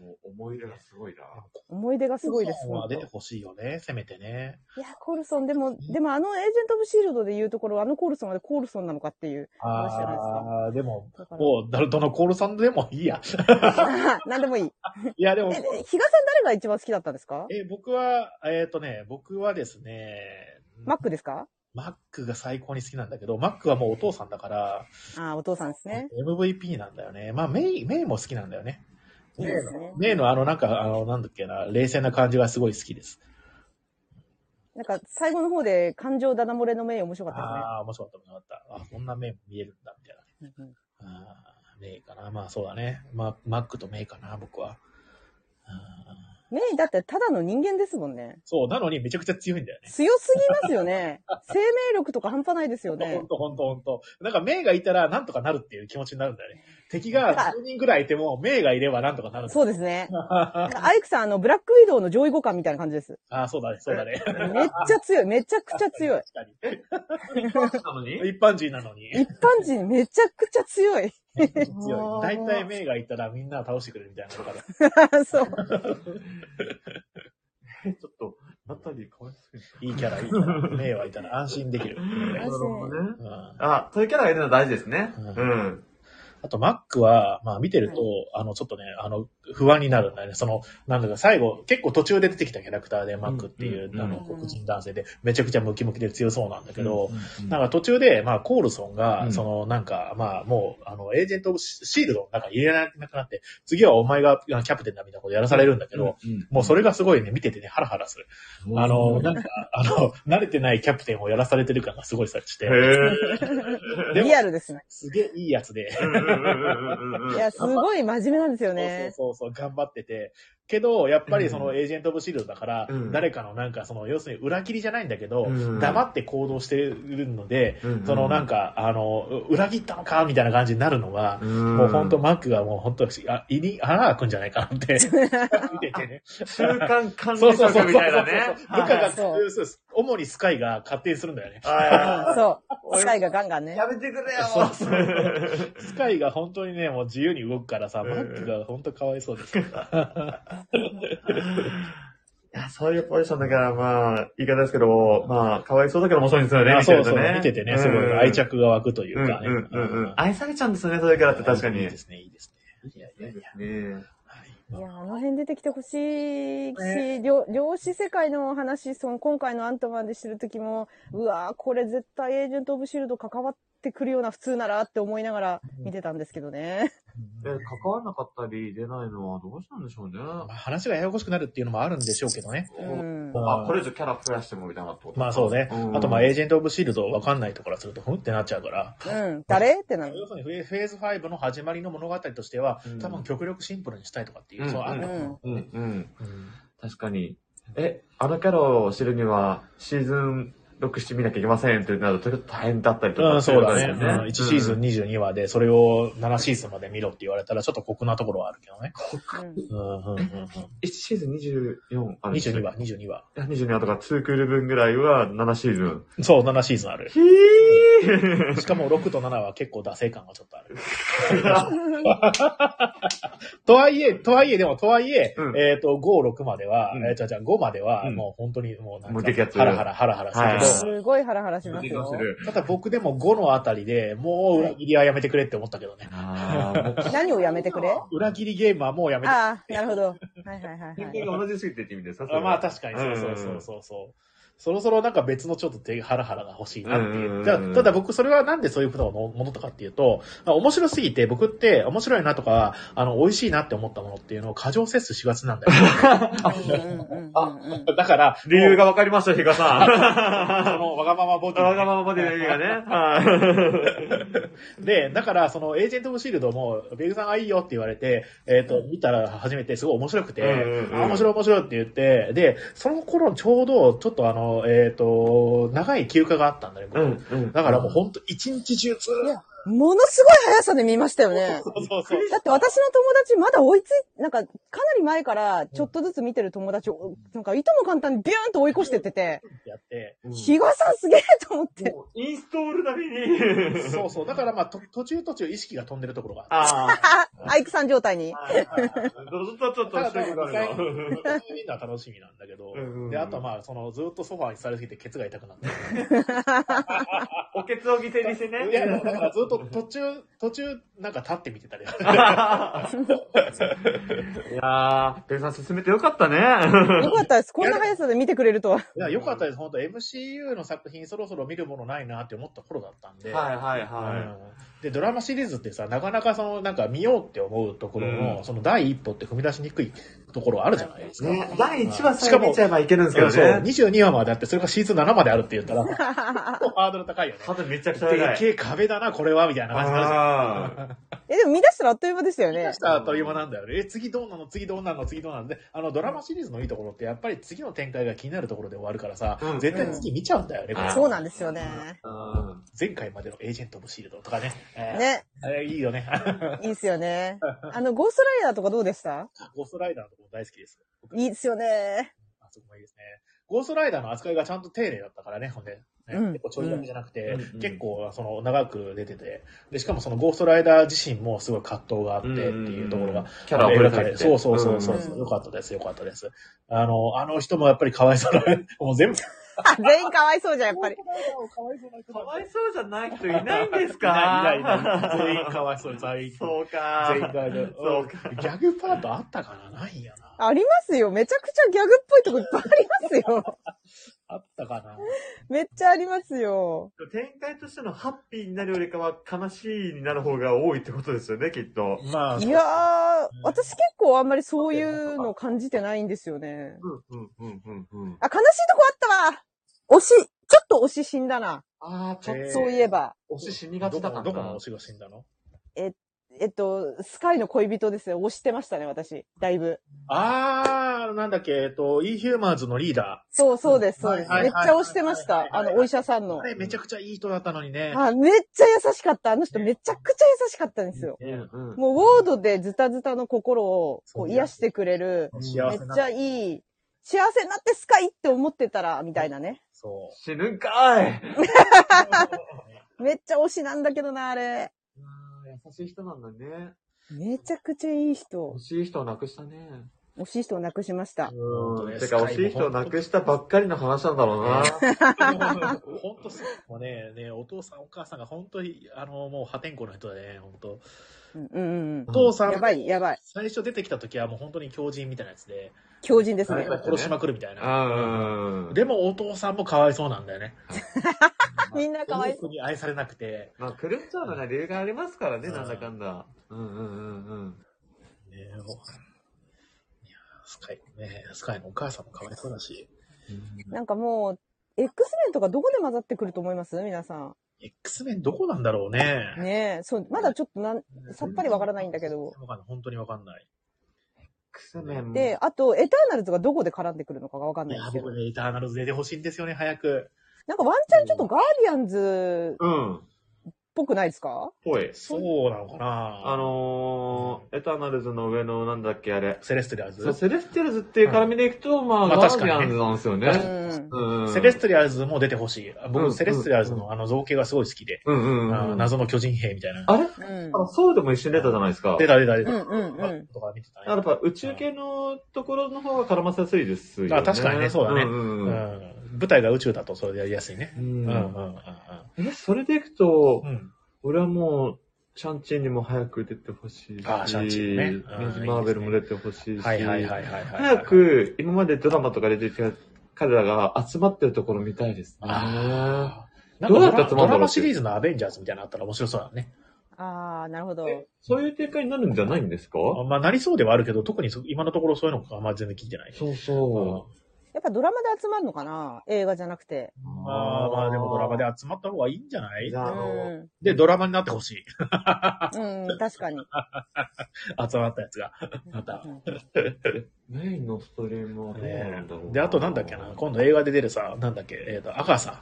[SPEAKER 2] もう思い入れがすごいな。
[SPEAKER 3] 思い出が
[SPEAKER 1] ー
[SPEAKER 3] すごいです。
[SPEAKER 1] コルソンは
[SPEAKER 3] 本当
[SPEAKER 1] 出
[SPEAKER 3] い
[SPEAKER 1] てほしいよね、せめてね。
[SPEAKER 3] や、コールソン、でも、でもあのエージェント・オブ・シールドで言うところ、あのコールソンはコールソンなのかっていう。話じゃないですか
[SPEAKER 1] あー、でも、
[SPEAKER 3] だから
[SPEAKER 1] もう、だどのコールさんでもいい や。
[SPEAKER 3] なんでもいい。
[SPEAKER 1] いや、でも
[SPEAKER 3] え、、比嘉さん誰が一番好きだったんですか
[SPEAKER 1] え、僕は、えっ、とね、僕はですね、
[SPEAKER 3] マックですか
[SPEAKER 1] マックが最高に好きなんだけど、マックはもうお父さんだから、
[SPEAKER 3] ああ、お父さんですね。
[SPEAKER 1] MVP なんだよね。まあ、メイ、メイも好きなんだよね。
[SPEAKER 3] いい
[SPEAKER 1] メイ
[SPEAKER 3] ですね
[SPEAKER 1] の、メイのあの、なんか、あの、なんだっけな、冷静な感じがすごい好きです。
[SPEAKER 3] なんか、最後の方で感情ダダ漏れの名面白かった
[SPEAKER 1] ああー、面白かった、面白かった。あ、こんなメイ見えるんだ、みたい
[SPEAKER 3] ですねうんうん。
[SPEAKER 1] な。あーメイかな。まあ、そうだね。まあ、マックとメイかな、僕は。あー
[SPEAKER 3] メイだってただの人間ですもんね。
[SPEAKER 1] そう、なのにめちゃくちゃ強いんだよね。
[SPEAKER 3] 強すぎますよ ね。生命力とか半端ないですよ
[SPEAKER 1] ほ
[SPEAKER 3] ね
[SPEAKER 1] ん。とほんとほんと。なんか、メイがいたらなんとかなるっていう気持ちになるんだよね。敵が10人ぐらいいても、メイがいればなんとかなるんだよ
[SPEAKER 3] そうです ね。なんかアイクさん、あの、ブラックウィドウの上位互換みたいな感じです。
[SPEAKER 1] ああ、そうだね、そうだね。
[SPEAKER 3] めっちゃ強い。めちゃくちゃ 強い。
[SPEAKER 1] 確
[SPEAKER 2] なの
[SPEAKER 1] かに
[SPEAKER 2] に
[SPEAKER 1] 一般人なのに。
[SPEAKER 3] 一般人めちゃくちゃ強い。
[SPEAKER 1] 強い。大体メイがいたらみんな倒してくれるみたいなのがある
[SPEAKER 3] そう。
[SPEAKER 2] ちょっと、ナタリーかわいそうに
[SPEAKER 1] いいキャラ、いいキャラ。メイはいたら安心できる。
[SPEAKER 2] なるほどね。
[SPEAKER 1] うん
[SPEAKER 2] あ、そういうキャラがいるのは大事ですね。
[SPEAKER 1] う
[SPEAKER 2] うんん。
[SPEAKER 1] あと、マックは、まあ見てると、あの、ちょっとね、あの、不安になるんだよね。その、なんだか最後、結構途中で出てきたキャラクターで、マックっていう
[SPEAKER 2] う、ん
[SPEAKER 1] あの、
[SPEAKER 3] うん
[SPEAKER 1] 黒人男性で、めちゃくちゃムキムキで強そうなんだけど、
[SPEAKER 2] うん
[SPEAKER 1] なんか途中で、まあ、コールソンが、
[SPEAKER 2] うん
[SPEAKER 1] その、なんか、まあ、もう、あの、エージェントオブシシールドの中に入れられなくなって、次はお前があのキャプテンだみたいなことやらされるんだけど、もうそれがすごいね、見ててね、ハラハラする。あの、なんか、あの、慣れてないキャプテンをやらされてる感がすごいさし
[SPEAKER 2] へ
[SPEAKER 1] て、
[SPEAKER 2] ぇ
[SPEAKER 1] でも
[SPEAKER 3] リアルですね。
[SPEAKER 1] すげえいいやつで、
[SPEAKER 3] いや、すごい真面目なんですよね。
[SPEAKER 1] そうそうそう、頑張ってて、けど、やっぱりその
[SPEAKER 2] うん
[SPEAKER 1] エージェント・オブ・シールドだから、
[SPEAKER 2] うん
[SPEAKER 1] 誰かのなんか、その、要するに裏切りじゃないんだけど、
[SPEAKER 2] うん
[SPEAKER 1] 黙って行動してるので、
[SPEAKER 2] うん
[SPEAKER 1] そのなんか、あの、う裏切ったのか、みたいな感じになるのは、も
[SPEAKER 2] も
[SPEAKER 1] う本当マックがもう本当、あ、胃に穴が開くんじゃないかな って、見ててね。
[SPEAKER 2] 習慣管理
[SPEAKER 1] そう
[SPEAKER 2] 職
[SPEAKER 1] そうそうそう。
[SPEAKER 2] みたいなね。
[SPEAKER 1] 部下が、
[SPEAKER 3] そう
[SPEAKER 1] そうです主にスカイが勝手にするんだよね。
[SPEAKER 2] あ
[SPEAKER 3] そう。スカイがガンガン
[SPEAKER 2] ー
[SPEAKER 3] ね。
[SPEAKER 2] やめてくれよ
[SPEAKER 1] そうそうスカイが本当にね、もう自由に動くからさ、マックが本当かわいそうです。
[SPEAKER 2] いやそういうポジションだから、まあ、言い方ですけど、まあ、かわいそうだけど面白いんですよね。
[SPEAKER 1] あ
[SPEAKER 2] 見て
[SPEAKER 1] そう
[SPEAKER 2] る
[SPEAKER 1] そ
[SPEAKER 2] と
[SPEAKER 1] う、
[SPEAKER 2] ね。
[SPEAKER 1] 見ててね、すごい愛着が湧くという
[SPEAKER 2] うん
[SPEAKER 1] かね。
[SPEAKER 2] うんうんう
[SPEAKER 1] うん
[SPEAKER 2] ん。愛されちゃうんですよね、そういうキャラって確かに。
[SPEAKER 1] いい
[SPEAKER 2] ね
[SPEAKER 1] ですね、いいですね。いやいやいや。
[SPEAKER 2] え
[SPEAKER 1] はい
[SPEAKER 3] いや、あの辺出てきてほしいし、量量子世界の話、その今回のアントマンで知るときも、うわーこれ絶対エージェント・オブ・シールド関わってくるような普通ならって思いながら見てたんですけどね。
[SPEAKER 2] で、関わらなかったり出ないのはどうしたんでしょうね。
[SPEAKER 1] まあ話がややこしくなるっていうのもあるんでしょうけどね。
[SPEAKER 3] うん。
[SPEAKER 2] あ、これ以上キャラ増やしてもみたいなってこと
[SPEAKER 1] まあそうね。
[SPEAKER 2] うん
[SPEAKER 1] あとまあエージェント・オブ・シールドわかんないところからすると、ふんってなっちゃうから。
[SPEAKER 3] うん。誰ってなる。
[SPEAKER 1] 要するにフェフェーズ5の始まりの物語としては、
[SPEAKER 2] うん
[SPEAKER 1] 多分極力シンプルにしたいとかっていう、
[SPEAKER 2] うん
[SPEAKER 1] そうある
[SPEAKER 3] う
[SPEAKER 1] の、
[SPEAKER 3] ん。
[SPEAKER 2] うん、うん。
[SPEAKER 1] うん
[SPEAKER 2] 確かに。え、あのキャラを知るには、シーズン6してみなきゃいけませんってなると、ちょっと大変だったりとか。
[SPEAKER 1] うん、そうだね。
[SPEAKER 2] っていこと
[SPEAKER 1] うん1シーズン。22話で、それを7シーズンまで見ろって言われたら、ちょっと酷なところはあるけどね。
[SPEAKER 3] うん
[SPEAKER 1] うんうんうんうん、
[SPEAKER 2] 1シーズン24あるんです
[SPEAKER 1] 22
[SPEAKER 2] よ
[SPEAKER 1] 話、22話。
[SPEAKER 2] 22話とか2クール分ぐらいは7シーズン。
[SPEAKER 1] そう、7シーズンある。
[SPEAKER 2] ひー
[SPEAKER 1] しかも6と7は結構惰性感がちょっとある。 とはいえ、とはいえ、でもとはいえ、
[SPEAKER 2] うん
[SPEAKER 1] えっ、と、5、6までは、
[SPEAKER 2] うん
[SPEAKER 1] えーじゃあじゃあ5までは、
[SPEAKER 2] うん
[SPEAKER 1] もう本当にもうなん
[SPEAKER 2] もう
[SPEAKER 1] か
[SPEAKER 2] 激ア、ツ
[SPEAKER 1] ハラハラハラハラする
[SPEAKER 3] すごいハラハラします
[SPEAKER 2] 気が
[SPEAKER 3] よ
[SPEAKER 2] す。る
[SPEAKER 1] けど、ただ僕でも5のあたりでもう裏切りはやめてくれって思ったけどね。
[SPEAKER 2] あーもう
[SPEAKER 3] 何をやめてくれあ
[SPEAKER 1] 裏切りゲームはもうやめて
[SPEAKER 3] あー、なるほど。はいはいはい
[SPEAKER 2] 展
[SPEAKER 3] はい
[SPEAKER 2] 開。 が同じすぎてって意味ですかそれ
[SPEAKER 1] あ
[SPEAKER 2] は
[SPEAKER 1] まあ確かに、そうそうそうそうそう。そろそろなんか別のちょっと手ハラハラが欲しいなって
[SPEAKER 2] うんうんう
[SPEAKER 1] い
[SPEAKER 2] ん
[SPEAKER 1] う。じゃあただ僕それはなんでそういうことのものとかっていうと、あ面白すぎて僕って面白いなとか、あの、美味しいなって思ったものっていうのを過剰摂取しがちなんだ よ。
[SPEAKER 3] うんうんうんうんうん
[SPEAKER 1] だから、
[SPEAKER 2] 理由が分かりました、ヒ カさん。
[SPEAKER 1] あの、わがままボディ、
[SPEAKER 2] わがまままでの意味がね。はい。
[SPEAKER 1] で、だから、その、エージェント・オブ・シールドも、ベグさんがいいよって言われて、えっ、と、見たら初めてすごい面白くて、
[SPEAKER 2] うんうんうん
[SPEAKER 1] あ面白い面白いって言って、で、その頃ちょうど、ちょっとあの、えっ、と、長い休暇があったんだね、僕
[SPEAKER 2] うん
[SPEAKER 1] だからもうほんと一日中ず
[SPEAKER 3] い
[SPEAKER 1] ーっ
[SPEAKER 3] や、ものすごい速さで見ましたよね。
[SPEAKER 1] と、そうそう
[SPEAKER 3] だって私の友達まだ追いつい、なんか、かなり前からちょっとずつ見てる友達を、なんかいとも簡単にビューンと追い越してってて、
[SPEAKER 1] やって、
[SPEAKER 3] 比嘉さんすげえと思って。
[SPEAKER 2] もうインストール並み に。
[SPEAKER 1] そうそう、だからまあ、と途中途中意識が飛んでるところがあって
[SPEAKER 2] あ
[SPEAKER 3] あ、アイクさん状態に。
[SPEAKER 2] あ。どうぞ、ちょっと、
[SPEAKER 1] ただ、
[SPEAKER 2] して
[SPEAKER 1] 2
[SPEAKER 2] くださ
[SPEAKER 1] 回、。
[SPEAKER 2] い
[SPEAKER 1] 2回見るのは楽しみなんだけど
[SPEAKER 2] うんうんうん、
[SPEAKER 1] で、あとはまあ、その、ずーっとソファーにされすぎてケツが痛くなって。
[SPEAKER 2] おけつを犠牲にしてね。
[SPEAKER 1] いや、だからずっと途中、途中、なんか立って見てたり。
[SPEAKER 2] いやー、ペンさん進めてよかったね。
[SPEAKER 3] よかったです。こんな速さで見てくれるとは。
[SPEAKER 1] いや、良かったです。本当 MCU の作品そろそろ見るものないなって思った頃だったんで。
[SPEAKER 2] はいはい
[SPEAKER 1] うん
[SPEAKER 2] は
[SPEAKER 1] で、ドラマシリーズってさ、なかなかその、なんか見ようって思うところの、
[SPEAKER 2] うん
[SPEAKER 1] その第一歩って踏み出しにくいところあるじゃないです
[SPEAKER 2] い。
[SPEAKER 1] か。
[SPEAKER 2] ね、第1話
[SPEAKER 1] し
[SPEAKER 2] さ
[SPEAKER 1] か
[SPEAKER 2] え
[SPEAKER 1] も
[SPEAKER 2] 見ちゃえばいけるんですけ
[SPEAKER 1] そう
[SPEAKER 2] ど
[SPEAKER 1] そう
[SPEAKER 2] ね。
[SPEAKER 1] 22話まであって、それがシーズン7まであるって言っ たら、結構ハードル高いよね。
[SPEAKER 2] 肌めちゃくちゃ
[SPEAKER 1] で
[SPEAKER 2] 長
[SPEAKER 1] っ
[SPEAKER 2] い。
[SPEAKER 1] けえ壁だな、これは、みたいな感じになるじゃん
[SPEAKER 2] あ
[SPEAKER 3] え、でも見出したらあっという間ですよね
[SPEAKER 1] 出し。たあっという間なんだよね。え、次どうなの次どうなの次どうなので、あの、ドラマシリーズのいいところって、やっぱり次の展開が気になるところで終わるからさ、
[SPEAKER 2] うん
[SPEAKER 1] 絶対次見ちゃうんだよね、これ
[SPEAKER 2] あー
[SPEAKER 3] そうなんですよね。
[SPEAKER 2] ーうん
[SPEAKER 1] 前回までのエージェント・オブ・シールドとかね。えー
[SPEAKER 3] ね。
[SPEAKER 1] あれいいよね。
[SPEAKER 3] いいですよね。あの、ゴーストライダーとかどうでした
[SPEAKER 1] ゴーストライダーのとこも大好きです。僕
[SPEAKER 3] いいですよね。
[SPEAKER 1] あそこもいいですね。ゴーストライダーの扱いがちゃんと丁寧だったからね、ほんで。ね
[SPEAKER 3] うん
[SPEAKER 1] 結構ちょいだけじゃなくて、
[SPEAKER 2] うん
[SPEAKER 1] 結構その長く出てて、で、しかもそのゴーストライダー自身もすごい葛藤があってっていうところが、
[SPEAKER 2] キャラを覚え
[SPEAKER 1] 描
[SPEAKER 2] た
[SPEAKER 1] か
[SPEAKER 2] り
[SPEAKER 1] れ
[SPEAKER 2] して。
[SPEAKER 1] そうそうそうそう、
[SPEAKER 3] うん
[SPEAKER 1] よかったです、よかったです。あの、あの人もやっぱりかわいそうな、もう全部、
[SPEAKER 3] あ全員かわいそうじゃん、やっぱり。
[SPEAKER 1] かわいそうな人
[SPEAKER 2] かわ
[SPEAKER 1] い
[SPEAKER 2] いそうじゃない人いないんです
[SPEAKER 1] いな
[SPEAKER 2] か
[SPEAKER 1] いいないいない全員かわいそう、全員。
[SPEAKER 2] そうか
[SPEAKER 1] 全員かわいそう。
[SPEAKER 2] そうか。
[SPEAKER 1] ギャグパートあったかなないんやな。
[SPEAKER 3] ありますよ。めちゃくちゃギャグっぽいとこいっぱいありますよ。
[SPEAKER 1] あったかな
[SPEAKER 3] めっちゃありますよ。
[SPEAKER 2] 展開としてのハッピーになるよりかは悲しいになる方が多いってことですよね、きっと。
[SPEAKER 1] まあ、
[SPEAKER 3] いやー、私結構あんまりそういうの感じてないんですよね。
[SPEAKER 2] うん、うん、うん、うん、うん。
[SPEAKER 3] あ、悲しいとこあったわ推し、ちょっと推し死んだな。
[SPEAKER 2] ああ、ちょっ
[SPEAKER 1] えー
[SPEAKER 3] そういえば。
[SPEAKER 2] と、推し死に
[SPEAKER 1] ど
[SPEAKER 2] が
[SPEAKER 1] こ
[SPEAKER 2] ちだから
[SPEAKER 1] の
[SPEAKER 2] な。
[SPEAKER 1] どこの推しが死んだの
[SPEAKER 3] えっと、スカイの恋人ですよ。推してましたね、私。だいぶ。
[SPEAKER 1] あー、なんだっけ、えっと、イーヒューマンズのリーダ
[SPEAKER 3] そうそうです、そうです。
[SPEAKER 1] はい
[SPEAKER 3] め
[SPEAKER 1] は
[SPEAKER 3] っ
[SPEAKER 1] い
[SPEAKER 3] ち
[SPEAKER 1] はい
[SPEAKER 3] ゃ推してました。あの、お医者さん
[SPEAKER 1] ー。
[SPEAKER 3] の
[SPEAKER 1] あ。れ、めちゃくちゃいい人だったのにね。
[SPEAKER 3] あ、めっちゃ優しかった。あの人めちゃくちゃ優しかったんですよ。
[SPEAKER 2] うん、うん。
[SPEAKER 3] もう、ウォードでズタズタの心をこう癒してくれる、
[SPEAKER 1] 幸
[SPEAKER 3] め
[SPEAKER 1] せ
[SPEAKER 3] っ
[SPEAKER 1] な
[SPEAKER 3] ち。ゃいい、幸せになってスカイって思ってたら、みたいなね。
[SPEAKER 1] そ
[SPEAKER 2] 死ぬんかい
[SPEAKER 3] めっちゃ推しなんだけどな、あれ。
[SPEAKER 2] 優しい人なんだね。
[SPEAKER 3] めちゃくちゃいい人
[SPEAKER 2] 惜。しい人を亡くしたね。
[SPEAKER 3] 推しい人を亡くしました
[SPEAKER 1] う。。
[SPEAKER 2] てか、惜しい人を亡くしたばっかりの話なんだろうな。
[SPEAKER 1] 本当そう。もうね、ね、お父さんお母さんが本当に、あの、もう破天荒な人だね、本当。
[SPEAKER 3] うんうん
[SPEAKER 1] お父さ
[SPEAKER 3] うん。
[SPEAKER 1] ん、
[SPEAKER 3] やばい、やばい。
[SPEAKER 1] 最初出てきた時はもう本当に狂人みたいなやつで、
[SPEAKER 3] 強人ですね。
[SPEAKER 2] はい
[SPEAKER 1] 殺しまくるみたいな。
[SPEAKER 2] うん。
[SPEAKER 1] でもお父さんもかわいそうなんだよね。
[SPEAKER 3] みんな可愛い。
[SPEAKER 1] に愛されなくて。
[SPEAKER 2] まあ、狂っちゃうのが理由がありますからね、なんだかんだ。うんうんうんうん。
[SPEAKER 1] ねえ、いやスカイ、ねスカイのお母さんも可哀想だし。
[SPEAKER 3] なんかもう、X メンとかどこで混ざってくると思います皆さん。
[SPEAKER 1] X メンどこなんだろうね。
[SPEAKER 3] ねえ、そう、まだちょっとなん、さっぱりわからないんだけど。
[SPEAKER 1] 本当にわかんない。
[SPEAKER 2] X メン
[SPEAKER 3] で、あと、エターナルズがどこで絡んでくるのかがわかんないんですけ
[SPEAKER 1] ど。僕ね、エターナルズ出てほしいんですよね、早く。
[SPEAKER 3] なんかワンチャンちょっとガーディアンズ、
[SPEAKER 2] うん。
[SPEAKER 3] ぽくないですか
[SPEAKER 2] ぽい。
[SPEAKER 1] そうなのかな
[SPEAKER 2] あのー、エターナルズの上のなんだっけあれ。
[SPEAKER 1] セレステリアル
[SPEAKER 2] ズセレステリアルズっていう絡みでいくと、まあ、まあ、確かに。ガーディアンズなんですよね。
[SPEAKER 1] セレステリアルズも出てほしい。僕、セレステリアルズのあの造形がすごい好きで。謎の巨人兵みたいな。
[SPEAKER 2] あれあそうでも一緒に出たじゃないですか。
[SPEAKER 1] 出た出た出た。
[SPEAKER 3] と
[SPEAKER 1] か見てた。
[SPEAKER 2] やっぱ宇宙系のところの方が絡ませやすいです
[SPEAKER 1] よね。確かにね、そうだね。舞台が宇宙だとそれでやりやすいね。
[SPEAKER 2] え、それでいくと、俺はもう、シャンチーにも早く出てほしいし、
[SPEAKER 1] あシャンチーね。
[SPEAKER 2] マーベルも出てほしいし、
[SPEAKER 1] 早
[SPEAKER 2] く今までドラマとかで出て彼らが集まってるところ見たいですね。
[SPEAKER 1] どうやって集まるんだろうドラマシリーズのアベンジャーズみたいなのあったら面白そうだね。
[SPEAKER 3] ああ、なるほど。。
[SPEAKER 2] そういう展開になるんじゃないんですか
[SPEAKER 1] まあ、なりそうではあるけど、特に今のところそういうのあんま全然聞いてない。
[SPEAKER 2] そうそう
[SPEAKER 3] やっぱドラマで集まるのかな映画じゃなくて。
[SPEAKER 1] ああ、まあでもドラマで集まった方がいいんじゃないあの、で、ドラマになってほしい。
[SPEAKER 3] うん、確かに。
[SPEAKER 1] 集まったやつが、また。
[SPEAKER 2] メインのストリームはどうなんだろう、ね、
[SPEAKER 1] で、あとなんだっけな、今度映画で出るさ、なんだっけ、えっ、ー、と、赤さん。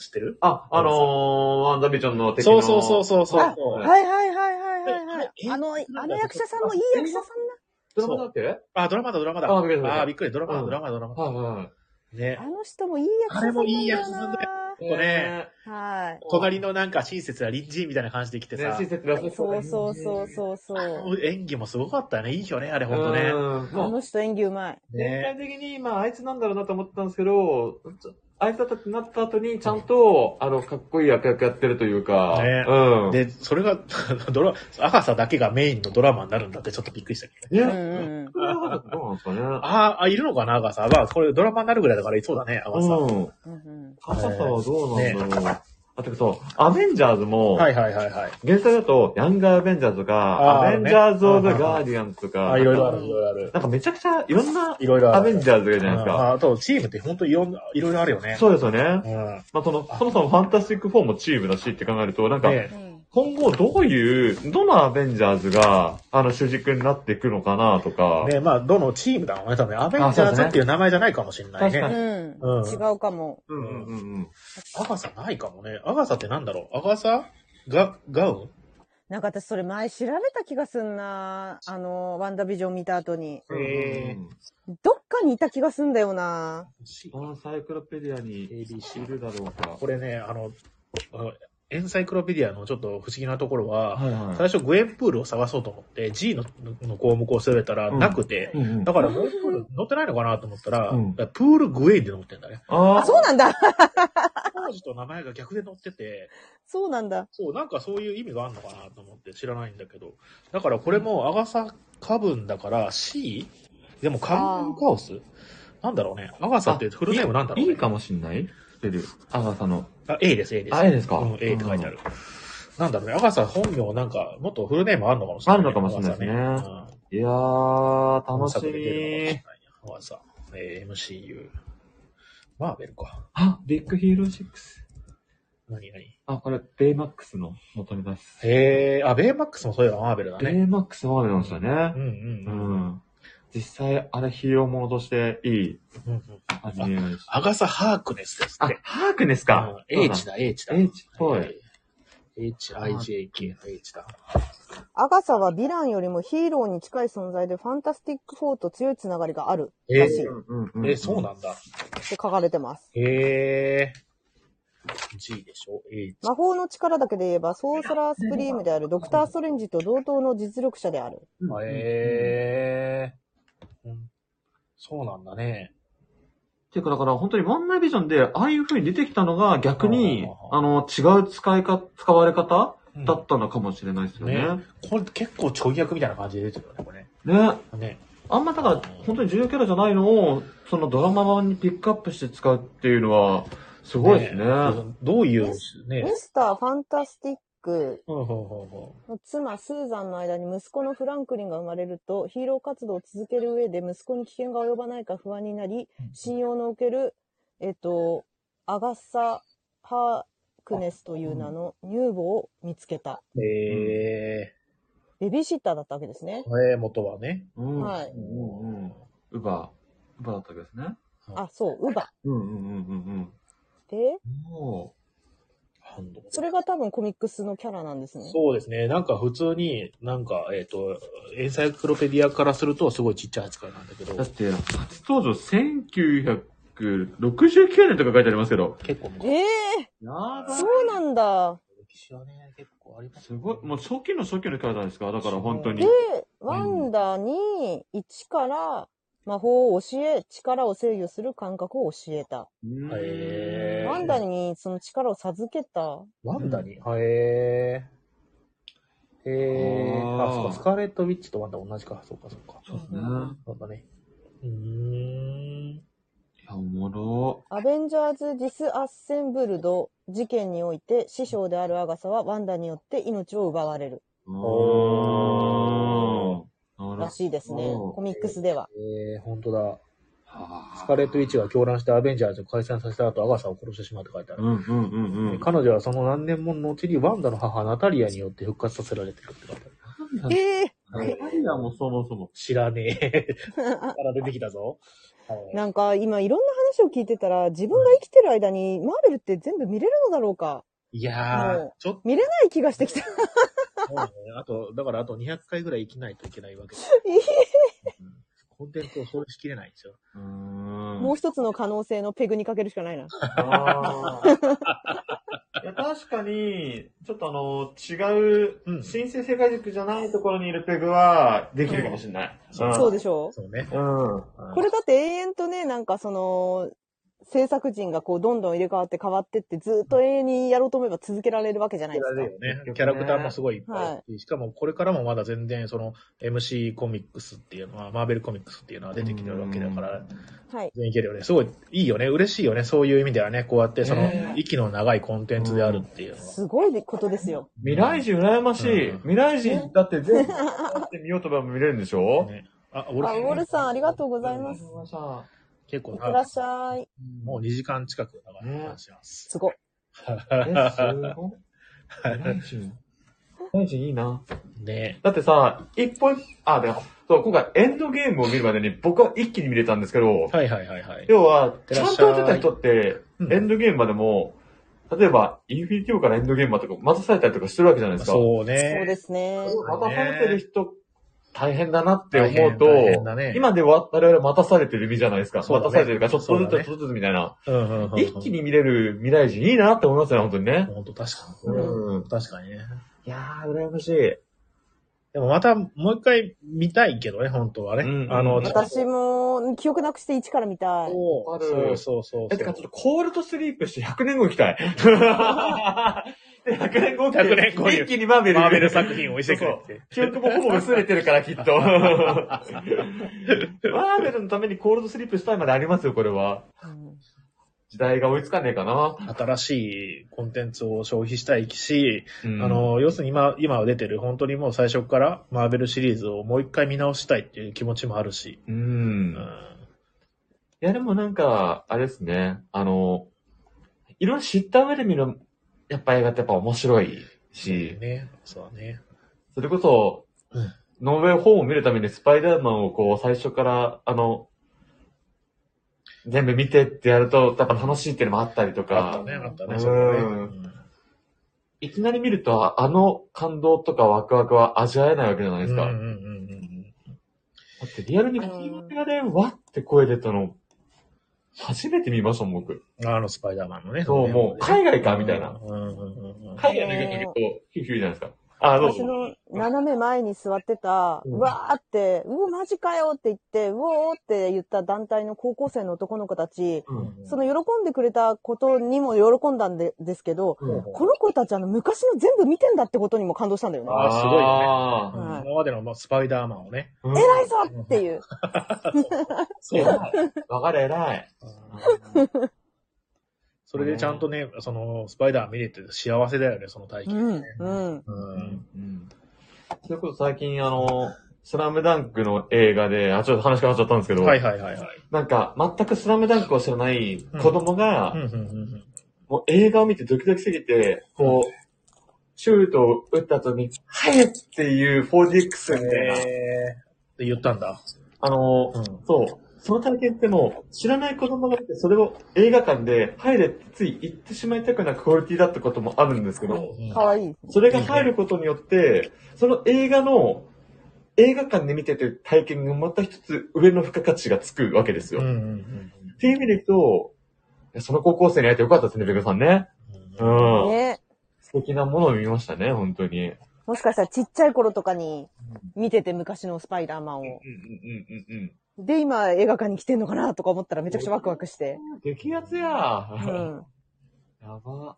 [SPEAKER 1] 知ってる
[SPEAKER 2] あ、あのー、ワンダビジョンの
[SPEAKER 1] 敵の。そうそうそうそう
[SPEAKER 3] はいはいはいはいはいはい。あの、あの役者さんもいい役者さんだ。
[SPEAKER 2] ドラマだっけ
[SPEAKER 1] あ、ドラマだ、ドラマだ。あ、びっくり、ドラマだ、ドラマだ、ドラマだ。。
[SPEAKER 2] はい
[SPEAKER 1] ね。
[SPEAKER 3] あの人もいい役者
[SPEAKER 1] あれもいい役者さんだよ。こね、
[SPEAKER 3] はい。
[SPEAKER 1] 隣のなんか親切な隣人みたいな感じで来てさ。。
[SPEAKER 2] 親切な
[SPEAKER 3] そうそうそうそうそう
[SPEAKER 1] 演技もすごかったね。いいよね、あれほんとね。
[SPEAKER 3] あの人演技うまい。
[SPEAKER 2] 全体的に、まあ、あいつなんだろうなと思ったんですけど、あいつだってなった後に、ちゃんと、あの、かっこいい役役やってるというか。
[SPEAKER 1] ね、
[SPEAKER 2] うん。
[SPEAKER 1] で、それが、 ドラ、赤さだけがメインのドラマになるんだってちょっとびっくりしたけ
[SPEAKER 2] ど。ね。うんうん、どうなんですかね。
[SPEAKER 1] ああ、いるのかな、赤さ。まあ、これドラマになるぐらいだからいそうだね、赤さ。うん。
[SPEAKER 2] 赤さはどうなんだろう。ねあ、てかそう、アベンジャーズも、
[SPEAKER 1] はいはいはいはい。
[SPEAKER 2] 現在だと、ヤングアベンジャーズとか、アベンジャーズ・オブ・ガーディアンズとか、
[SPEAKER 1] いろいろある、いろいろある。
[SPEAKER 2] なんかめちゃくちゃいろんな、いろいろアベンジャーズがいるじゃないですか。
[SPEAKER 1] あと、チームって本当いろいろあるよね。
[SPEAKER 2] そうですよね。まあ、その、そもそもファンタスティック4もチームだしって考えると、なんか、今後どういう、どのアベンジャーズが、あの、主軸になっていくのかなとか。
[SPEAKER 1] ね、まあ、どのチームだろうね、多分。アベンジャーズっていう名前じゃないかもしれないね。
[SPEAKER 3] うん。違うかも。
[SPEAKER 1] うんうんうんうん。アガサないかもね。アガサってなんだろうアガサガ、ガウン
[SPEAKER 3] なんか私それ前調べた気がすんなあの、ワンダビジョン見た後に。
[SPEAKER 1] へ
[SPEAKER 3] どっかにいた気がすんだよな
[SPEAKER 2] このサイクロペディアに ABC いるだろうか。
[SPEAKER 1] これね、あの、エンサイクロペディアのちょっと不思議なところは、はいはい、最初グエンプールを探そうと思って、G のの項目を調べたらなくて、うん、だからグエンプール載ってないのかなと思ったら、うん、プールグエンで載ってんだね。
[SPEAKER 3] ああ、そうなんだ
[SPEAKER 1] 当時と名前が逆で載ってて、
[SPEAKER 3] そうなんだ。
[SPEAKER 1] そう、なんかそういう意味があるのかなと思って知らないんだけど、だからこれもアガサカブンだから C? でもカンカオスなんだろうね。アガサってフルネームなんだろう、ね、
[SPEAKER 2] いいかもしんない出る。アガサの。
[SPEAKER 1] あ、A です、A です。
[SPEAKER 2] あ、A ですか。
[SPEAKER 1] うん、A って書いてある。なんだろうね、アガサ本名なんか、もっとフルネームあるのかもしれない、
[SPEAKER 2] あるのかもしれないですね。いやー、楽しみ。
[SPEAKER 1] アガサ、えー、MCU。マーベルか。
[SPEAKER 2] あ、ビッグヒーロー6。
[SPEAKER 1] 何何
[SPEAKER 2] あ、これ、ベイマックスの元ネタです。
[SPEAKER 1] へえー、あ、ベイマックスもそういえばマーベルだね。
[SPEAKER 2] ベイマックスマーベルなんですよね。
[SPEAKER 1] うんうんうん。うん
[SPEAKER 2] 実際、あれ、ヒーローものとしていい味になる
[SPEAKER 1] アガサ・ハークネスです
[SPEAKER 2] って。あ、ハークネスか。
[SPEAKER 1] うん、H だ、H だ。
[SPEAKER 2] H、はい。
[SPEAKER 1] HIJK、H だ。
[SPEAKER 3] アガサはヴィランよりもヒーローに近い存在で、ファンタスティック4と強いつながりがある
[SPEAKER 1] らしい。えーうんうん、えー、そうなんだ。って
[SPEAKER 3] 書かれてます。
[SPEAKER 1] へえー。G でしょ ?H。
[SPEAKER 3] 魔法の力だけで言えば、ソーサラースプリームであるドクター・ストレンジと同等の実力者である。
[SPEAKER 1] へえー。うん、そうなんだね。
[SPEAKER 2] ていうか、だから本当にワンナイビジョンで、ああいう風に出てきたのが逆に、あの、違う使いか、使われ方だったのかもしれないですよね。うん、ね
[SPEAKER 1] これ結構ちょい役みたいな感じで出てるよね、これ。
[SPEAKER 2] ね。
[SPEAKER 1] ね。
[SPEAKER 2] あんまだから、本当に重要キャラじゃないのを、そのドラマ版にピックアップして使うっていうのは、すごいですね。
[SPEAKER 1] どういうね。
[SPEAKER 3] ミスターファンタスティック
[SPEAKER 1] ほうほうほうほう
[SPEAKER 3] の妻スーザンの間に息子のフランクリンが生まれると、ヒーロー活動を続ける上で息子に危険が及ばないか不安になり、信用のおける、えっと、アガッサ・ハークネスという名の乳母を見つけた。
[SPEAKER 1] へえ
[SPEAKER 3] ベビーシッターだったわけですね。
[SPEAKER 1] えー、元はね。
[SPEAKER 2] うん。
[SPEAKER 3] はい
[SPEAKER 2] うんうんうん。ウバー。ウバーだったわけですね。
[SPEAKER 3] あ、そう、ウバ。
[SPEAKER 2] うんうんうんうん
[SPEAKER 3] で、
[SPEAKER 2] うん。も
[SPEAKER 1] ハンド
[SPEAKER 3] それが多分コミックスのキャラなんですね。
[SPEAKER 1] そうですね。なんか普通に、なんか、えっ、と、エンサイクロペディアからするとすごいちっちゃい扱いなんだけど
[SPEAKER 2] う、だって、初登場1969年とか書いてありますけど。
[SPEAKER 1] 結構昔
[SPEAKER 3] ええ
[SPEAKER 2] や
[SPEAKER 3] ー、
[SPEAKER 2] ば
[SPEAKER 3] そうなんだ。
[SPEAKER 1] 歴史はね、結構あります
[SPEAKER 2] すごい。もう初期の初期のキャラじゃないですか。だから本当に
[SPEAKER 3] で。、ワンダに一から魔法を教え、力を制御する感覚を教えた。
[SPEAKER 2] うん
[SPEAKER 1] へえー
[SPEAKER 3] ワンダにその力を授けた。
[SPEAKER 1] ワンダに、はえー。えー、
[SPEAKER 2] あー
[SPEAKER 1] あ、そうか、スカーレット・ウィッチとワンダ同じか、そうか、そうか。
[SPEAKER 2] そうですね。い
[SPEAKER 1] そうだね。うーん。
[SPEAKER 2] や、おもろ。
[SPEAKER 3] アベンジャーズ・ディス・アッセンブルド事件において師匠であるアガサはワンダによって命を奪われる
[SPEAKER 2] おー。な
[SPEAKER 3] ら
[SPEAKER 2] る
[SPEAKER 3] しいですね。
[SPEAKER 2] おー
[SPEAKER 3] コミックスでは。
[SPEAKER 1] えー、本当だ。スカー
[SPEAKER 2] 疲
[SPEAKER 1] レット・ウィッチが狂乱してアベンジャーズを解散させた後、アガサを殺してしまうって書いてある。
[SPEAKER 2] うんうんうんうん。
[SPEAKER 1] 彼女はその何年もの後にワンダの母ナタリアによって復活させられてるって書いてある。
[SPEAKER 3] ええ
[SPEAKER 2] ナタリアもそもそも。
[SPEAKER 1] 知らねえ。から出てきたぞ。はい
[SPEAKER 3] なんか今いろんな話を聞いてたら自分が生きてる間にマーベルって全部見れるのだろうか
[SPEAKER 1] いや
[SPEAKER 3] も
[SPEAKER 1] ー
[SPEAKER 3] う、
[SPEAKER 1] ちょっ
[SPEAKER 3] 見れない気がしてきた。
[SPEAKER 1] ともうね、あと、だからあと200回ぐらい生きないといけないわけです。うんコンテンツをそれしきれないんですよ。
[SPEAKER 2] うーん。
[SPEAKER 3] もう一つの可能性のペグにかけるしかないな。
[SPEAKER 2] あーいや確かに、ちょっとあの、違う、
[SPEAKER 1] うん
[SPEAKER 2] 新生世界軸じゃないところにいるペグは、できるかもしれない。。
[SPEAKER 1] そう
[SPEAKER 3] そうですしょ
[SPEAKER 1] そうね。
[SPEAKER 2] うん。
[SPEAKER 3] これだって永遠とね、なんかその、制作人がこうどんどん入れ替わって変わってってずっと永遠にやろうと思えば続けられるわけじゃないですか。
[SPEAKER 1] よね。キャラクターもすごいいっぱい、
[SPEAKER 3] は
[SPEAKER 1] しかもこれからもまだ全然その MC コミックスっていうのは、マーベルコミックスっていうのは出てきてるわけだから、
[SPEAKER 3] はい。
[SPEAKER 1] 全然いけるよね。すごいいいよね。嬉しいよね。そういう意味ではね、こうやってその
[SPEAKER 2] ね、
[SPEAKER 1] 息の長いコンテンツであるっていうのは。
[SPEAKER 3] すごいことですよ。
[SPEAKER 2] 未来人羨ましい。
[SPEAKER 1] うん
[SPEAKER 2] 未来人だって全部やってみようとば見れるんでしょ、
[SPEAKER 1] ねあ、ウ
[SPEAKER 3] あ、ウォルさんありがとうご
[SPEAKER 2] ご
[SPEAKER 3] ざいます。い
[SPEAKER 1] 結構
[SPEAKER 3] ってら
[SPEAKER 1] な
[SPEAKER 3] っ、しゃい。
[SPEAKER 1] もう2時間近く長い話してます。
[SPEAKER 3] すごい。
[SPEAKER 2] え、すごい。 未来人。未来人いいな。
[SPEAKER 1] ね
[SPEAKER 2] だってさ、一本、あ、でも、そう、今回エンドゲームを見るまでに僕は一気に見れたんですけど、
[SPEAKER 1] はいはいはいはい。
[SPEAKER 2] 要は、
[SPEAKER 1] て
[SPEAKER 2] ち
[SPEAKER 1] らっ
[SPEAKER 2] ゃ
[SPEAKER 1] しゃ
[SPEAKER 2] ん
[SPEAKER 1] い
[SPEAKER 2] とやってた人って、
[SPEAKER 1] うん
[SPEAKER 2] エンドゲームまでも、例えば、インフィニティウォーからエンドゲームまでとか待たされたりとかしてるわけじゃないですか。
[SPEAKER 1] そう
[SPEAKER 3] そう
[SPEAKER 1] ね。
[SPEAKER 3] ですね。
[SPEAKER 2] 待たされてる人、大変だなって
[SPEAKER 1] 大
[SPEAKER 2] 思
[SPEAKER 1] 変
[SPEAKER 2] うと、
[SPEAKER 1] 大変だね
[SPEAKER 2] 今では我々待たされてる身じゃないですか。
[SPEAKER 1] そうだね
[SPEAKER 2] 待たされてるから、ちょっとずつ、
[SPEAKER 1] そうだね
[SPEAKER 2] ちょっとずつみたいな。
[SPEAKER 1] うんうんうんうん
[SPEAKER 2] 一気。に見れる未来人いいなって思いますね、本当にね。
[SPEAKER 1] 本当確かに。
[SPEAKER 2] うん。
[SPEAKER 1] 確かにね。
[SPEAKER 2] いやー、羨ましい。
[SPEAKER 1] でもまたもう一回見たいけどね、本当はね。
[SPEAKER 2] うん
[SPEAKER 1] あの、
[SPEAKER 2] うん
[SPEAKER 1] ちゃんと
[SPEAKER 3] 私も記憶なくして一から見たい。
[SPEAKER 1] そうそうそうそう。
[SPEAKER 2] え、てか、ちょっとコールドスリープして100年後行 きたい。で100年後来て
[SPEAKER 1] 100年後に
[SPEAKER 2] 一気にマーベル見る。
[SPEAKER 1] マーベル作品を見せてくれ
[SPEAKER 2] そう
[SPEAKER 1] って。
[SPEAKER 2] 記憶もほぼ薄れてるから、きっと。マーベルのためにコールドスリープしたいまでありますよ、これは。
[SPEAKER 3] うん
[SPEAKER 2] 時代が追いつかねえかな。
[SPEAKER 1] 新しいコンテンツを消費したいし、
[SPEAKER 2] うん
[SPEAKER 1] あ、の、要するに今、今出てる本当にもう最初からマーベルシリーズをもう一回見直したいっていう気持ちもあるし。
[SPEAKER 2] う。
[SPEAKER 1] うん
[SPEAKER 2] い
[SPEAKER 1] ん。
[SPEAKER 2] や、でもなんか、あれですね。あの、いろいろ知った上で見る、やっぱ映画ってやっぱ面白いし、
[SPEAKER 1] ね。そうだね。
[SPEAKER 2] それこそ、
[SPEAKER 1] うん
[SPEAKER 2] ノーウェイホームを見るためにスパイダーマンをこう、最初から、あの、全部見てってやると、やっぱ楽しいっていうのもあったりと
[SPEAKER 1] あっ
[SPEAKER 2] か
[SPEAKER 1] た、ね、あった
[SPEAKER 2] うん
[SPEAKER 1] ね、それはね。
[SPEAKER 2] いきなり見ると、あの感動とかワクワクは味わえないわけじゃないですか。
[SPEAKER 1] うんうんうんうん
[SPEAKER 2] だってリアルに映画でわって声出たの、初めて見ましたもん、僕。
[SPEAKER 1] うん。あの、スパイダーマンのね。
[SPEAKER 2] そう、もう、海外か、みたいな。
[SPEAKER 1] うんうんうんうん。
[SPEAKER 2] 海外の映画だけど、ヒューヒューじゃないですか。あ、どう
[SPEAKER 3] 私
[SPEAKER 2] ぞ。
[SPEAKER 3] の斜め前に座ってた、
[SPEAKER 2] うん
[SPEAKER 3] うわーって、うお、マジかよって言って、うおーって言った団体の高校生の男の子たち、
[SPEAKER 2] うん
[SPEAKER 3] その喜んでくれたことにも喜んだんでですけど、
[SPEAKER 2] うん
[SPEAKER 3] この子たちあの昔の全部見てんだってことにも感動したんだよね。
[SPEAKER 1] あーすごいよね
[SPEAKER 2] あー
[SPEAKER 3] はい
[SPEAKER 1] 今までのまあスパイダーマンをね。
[SPEAKER 2] うん
[SPEAKER 3] 偉いぞっていう。
[SPEAKER 1] そう。
[SPEAKER 2] わかる、偉い。
[SPEAKER 1] それでちゃんとね、その、スパイダー見れて幸せだよね、その体験、
[SPEAKER 3] うん、うん。
[SPEAKER 1] うん。うん。
[SPEAKER 2] それこそ最近、あの、スラムダンクの映画で、あ、ちょっと話変わっちゃったんですけど、
[SPEAKER 1] はいはいはいはい。
[SPEAKER 2] なんか、全くスラムダンクを知らない子供が、
[SPEAKER 1] うんうんうん
[SPEAKER 2] もう映画を見てドキドキすぎて、こう、シュートを打った後に、はいっていう 4DX
[SPEAKER 1] うん。
[SPEAKER 2] みたいな、
[SPEAKER 1] えー、言ったんだ。
[SPEAKER 2] あの、
[SPEAKER 1] うん
[SPEAKER 2] そう。その体験ってもう、知らない子供がいて、それを映画館で入れってつい言ってしまいたくなクオリティだったこともあるんですけど、
[SPEAKER 3] かわいい。
[SPEAKER 2] それが入ることによって、その映画の、映画館で見てて体験がまた一つ上の付加価値がつくわけです
[SPEAKER 1] う
[SPEAKER 2] よ。
[SPEAKER 1] んう
[SPEAKER 2] っ
[SPEAKER 1] ん
[SPEAKER 2] ていう意味でいくと、いやその高校生に会えてよかったですね、ベグさんね。う
[SPEAKER 1] うん。
[SPEAKER 2] ん。
[SPEAKER 3] ね。
[SPEAKER 2] 素敵なものを見ましたね、本当に。
[SPEAKER 3] もしかしたらちっちゃい頃とかに見てて昔のスパイダーマンを。
[SPEAKER 2] うんうんうん
[SPEAKER 3] で、今映画館に来てんのかなとか思ったらめちゃくちゃワクワクして。
[SPEAKER 2] うん。激アツや。
[SPEAKER 3] うん。
[SPEAKER 2] やば。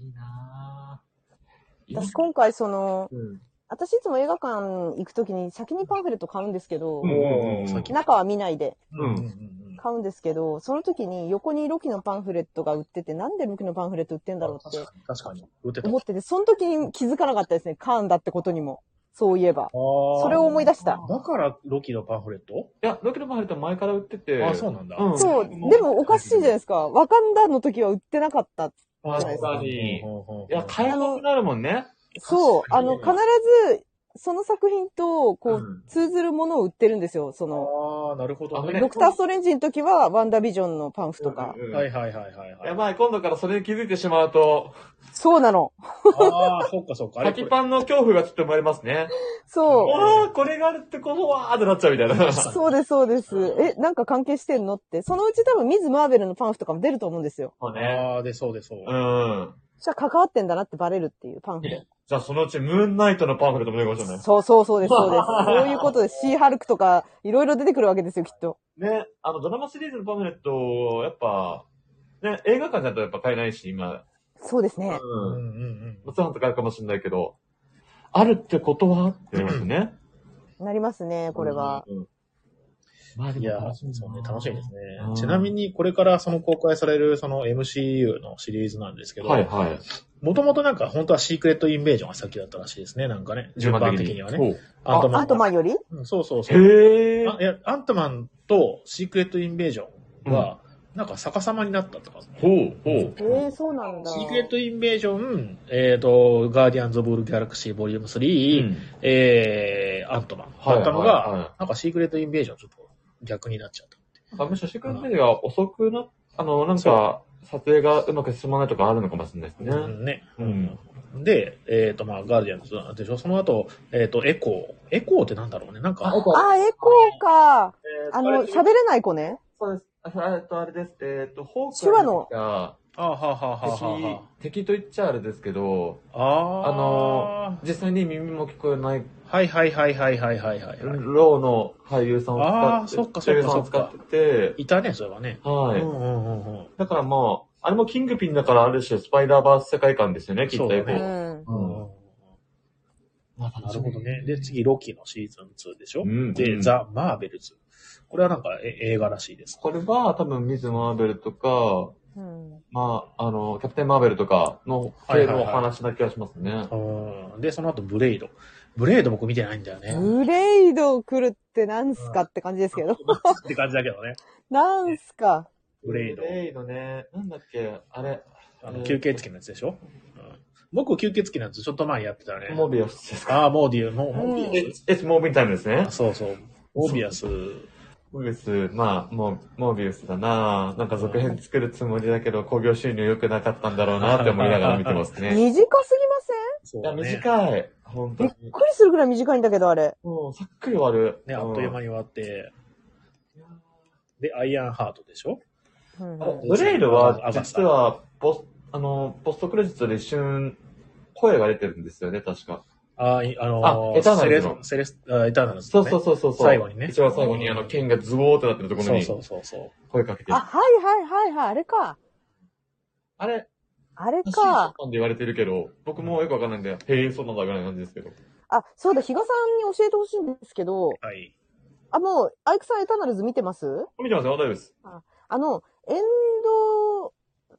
[SPEAKER 2] いいなぁ。
[SPEAKER 3] 私今回その、
[SPEAKER 2] うん。
[SPEAKER 3] 私いつも映画館行くときに先にパンフレット買うんですけど、
[SPEAKER 1] もう、先。
[SPEAKER 3] 中は見ないで
[SPEAKER 1] うんうんうん
[SPEAKER 3] 買うんですけど、その時に横にロキのパンフレットが売ってて、なんでロキのパンフレット売ってんだろうっ
[SPEAKER 1] 確
[SPEAKER 3] て
[SPEAKER 1] かに、確かに。打てた。
[SPEAKER 3] 思ってて、その時に気づかなかったですね。カーンだってことにも。そういえば。
[SPEAKER 1] そ
[SPEAKER 3] それを思い出した。
[SPEAKER 1] だから、ロキのパンフレット
[SPEAKER 2] いや、ロケのパンフレットは前から売ってて。
[SPEAKER 1] あそうなんだ
[SPEAKER 2] うん、
[SPEAKER 3] そう。でもおかしいじゃないですか。ワカンダの時は売ってなかった。
[SPEAKER 2] 確かに。い
[SPEAKER 1] ほうほうほう
[SPEAKER 2] や、買えなくなるもんね。
[SPEAKER 3] そう。
[SPEAKER 1] 確か
[SPEAKER 3] あ
[SPEAKER 1] に
[SPEAKER 3] の、必ず、その作品と、こ
[SPEAKER 2] う
[SPEAKER 3] う、
[SPEAKER 2] ん
[SPEAKER 3] 通ずるものを売ってるんですよ。その、
[SPEAKER 1] ああ、なるほどね。
[SPEAKER 2] あ
[SPEAKER 3] ドクターストレンジの時は、ワンダービジョンのパンフとか。
[SPEAKER 2] うんうん
[SPEAKER 1] はいはいはいはいはい。
[SPEAKER 2] やばい、今度からそれに気づいてしまうと、
[SPEAKER 3] そうなの。
[SPEAKER 1] ああ、そっかそっか。あれ
[SPEAKER 2] パキパンの恐怖がちょっと生まれますね。
[SPEAKER 3] そう。
[SPEAKER 2] わあ、これがあるってことは、ーってなっちゃうみたいな。
[SPEAKER 3] そうです、そうです。え、なんか関係してんのって。そのうち多分、ミズ・マーベルのパンフとかも出ると思うんですよ。
[SPEAKER 2] そうね。
[SPEAKER 1] ああー、で、そうでそう。
[SPEAKER 2] うん。
[SPEAKER 3] じゃあ関わってんだなってバレるっていうパンフで。
[SPEAKER 2] じゃあ、そのうち、ムーンナイトのパンフレットも出てくるかもし
[SPEAKER 3] そうそうそうです、そ うです。そういうことです。シー・ハルクとか、いろいろ出てくるわけですよ、きっと。
[SPEAKER 2] れない。ね、あの、ドラマシリーズのパンフレット、やっぱ、ね、映画館だとやっぱ買えないし、今。
[SPEAKER 3] そうですね。
[SPEAKER 1] うん
[SPEAKER 2] う。
[SPEAKER 1] うんん
[SPEAKER 2] お通販とかあるかもしれないけど、あるってことはってなりますね。
[SPEAKER 3] なりますね、これは。
[SPEAKER 2] うん。まあ
[SPEAKER 1] う
[SPEAKER 2] で
[SPEAKER 1] ん。い
[SPEAKER 2] も
[SPEAKER 1] やー、
[SPEAKER 2] 楽し
[SPEAKER 1] そ
[SPEAKER 2] みだ
[SPEAKER 1] うね、楽しみですね
[SPEAKER 2] うん。
[SPEAKER 1] ちなみに、これからその公開されるその MCU のシリーズなんですけど、
[SPEAKER 2] はいはい。
[SPEAKER 1] もともとなんか本当はシークレットインベージョンが先だったらしいですね、なんかね。順番的にはね。。
[SPEAKER 2] あ
[SPEAKER 1] アントマン。
[SPEAKER 3] あとマンより
[SPEAKER 1] うんそうそうそう。
[SPEAKER 2] へえ。
[SPEAKER 1] あいや、アントマンとシークレットインベージョンは、なんか逆さまになったとか、
[SPEAKER 2] ほうほう
[SPEAKER 3] え。ー、そうなんだ。
[SPEAKER 1] シークレットインベージョン、えっ、と、ガーディアンズ・オブ・ギャラクシー・ボリューム3、えー、アントマン
[SPEAKER 2] はい
[SPEAKER 1] だったのが、
[SPEAKER 2] はいはい
[SPEAKER 1] なんかシークレットインベージョンちょっと逆になっちゃった。
[SPEAKER 2] あむしろシークレットインベージョンが遅くな、あの、なんか、撮影がうまく進まないとかあるのかもしれないですね。
[SPEAKER 1] うんね。
[SPEAKER 2] うん
[SPEAKER 1] で、えっ、と、まあ、ガーディアンズでしょその後、えっ、と、エコー。エコーってなんだろうね。なんか、
[SPEAKER 3] あ、エコーか。あの、喋れない子ね。
[SPEAKER 2] そうです。あえっと、あれです。えっと、ホー
[SPEAKER 3] 手話の
[SPEAKER 2] が
[SPEAKER 1] あはあはあはあ
[SPEAKER 2] 敵
[SPEAKER 1] は、
[SPEAKER 2] 敵と言っちゃあれですけど、
[SPEAKER 1] あ。あー
[SPEAKER 2] あの実際に耳も聞こえない
[SPEAKER 1] はいはいはいはいはいはいはい。
[SPEAKER 2] ローの俳優さんを使
[SPEAKER 1] あー
[SPEAKER 2] って、
[SPEAKER 1] そっかそっか
[SPEAKER 2] 女優さんを使ってて、
[SPEAKER 1] いたね、それはね。
[SPEAKER 2] はい。
[SPEAKER 1] うんうんうんうん。
[SPEAKER 2] だからまあ、あれもキングピンだからある種スパイダーバース世界観ですよね、きっと。
[SPEAKER 1] そうだ
[SPEAKER 3] う
[SPEAKER 1] ね
[SPEAKER 2] う
[SPEAKER 3] ん。
[SPEAKER 2] ん。な
[SPEAKER 1] なるほどね。で、次、ロキのシーズン2でしょ、
[SPEAKER 2] うん
[SPEAKER 1] で、ザ・マーベルズ。これはなんかえ映画らしいです。
[SPEAKER 2] これは多分ミズ・マーベルとか、
[SPEAKER 3] うん。
[SPEAKER 2] まあ、あの、キャプテン・マーベルとかの系のお話な気がしますね。
[SPEAKER 1] うん。で、その後、ブレイド。ブレイド僕見てないんだよね。
[SPEAKER 3] ブレイド来るってなんすかって感じですけど。
[SPEAKER 1] って感じだけどね。
[SPEAKER 3] なんすか。
[SPEAKER 1] ブレイド
[SPEAKER 2] ブ。レイドね。なんだっけ、あれ、
[SPEAKER 1] あの吸血鬼のやつでしょ、うん、僕、吸血鬼のやつちょっと前やってたね。
[SPEAKER 2] モービアスですか
[SPEAKER 1] ああ、モーディウ、モモービア
[SPEAKER 2] It's, it's Moving Time ですね
[SPEAKER 1] ス。。そうそう。モービアス。
[SPEAKER 2] モービウス、まあ、モーモービウスだなぁなんか続編作るつもりだけど、興行収入良くなかったんだろうなって思いながら見てま すね。
[SPEAKER 3] 短す
[SPEAKER 1] そ
[SPEAKER 2] い
[SPEAKER 3] ぎません
[SPEAKER 2] うや、
[SPEAKER 1] だね。
[SPEAKER 2] 短い。本当
[SPEAKER 3] び
[SPEAKER 2] に
[SPEAKER 3] っ。くりするぐらい短いんだけど、あれ。
[SPEAKER 2] もう、さっくり終わる。
[SPEAKER 1] ね、あっという間
[SPEAKER 2] に。
[SPEAKER 1] に終わって。で、アイアンハートでしょ
[SPEAKER 3] うん
[SPEAKER 2] あブレイルは
[SPEAKER 1] ア、バサ
[SPEAKER 2] 実は、ポス、あの、ポストクレジットで一瞬、声が出てるんですよね、確か。
[SPEAKER 1] あーいあの
[SPEAKER 2] あエターナルズの
[SPEAKER 1] セレス、セレス、あエターナルズ
[SPEAKER 2] そ
[SPEAKER 1] の
[SPEAKER 2] う
[SPEAKER 1] ね、
[SPEAKER 2] そうそうそう。
[SPEAKER 1] 最後にね
[SPEAKER 2] 一番最後に、あの、剣がズボーってなってるところ
[SPEAKER 1] そう
[SPEAKER 2] に、
[SPEAKER 1] そうそうそう。
[SPEAKER 2] 声かけてる
[SPEAKER 3] あ、。はいはいはいはい、あれか。
[SPEAKER 2] あれ、
[SPEAKER 3] あれ
[SPEAKER 2] シー
[SPEAKER 3] か。
[SPEAKER 2] ンで言われてるけど、僕もよくわかんないんで、へえ、そうなんだぐらいな感じですけど。
[SPEAKER 3] あ、そうだ、比嘉さんに教えてほしいんですけど、
[SPEAKER 1] はい。
[SPEAKER 3] あ、もう、アイクさんエターナルズ見てます
[SPEAKER 2] 見てますよ、大丈夫です。
[SPEAKER 3] あの、エンド、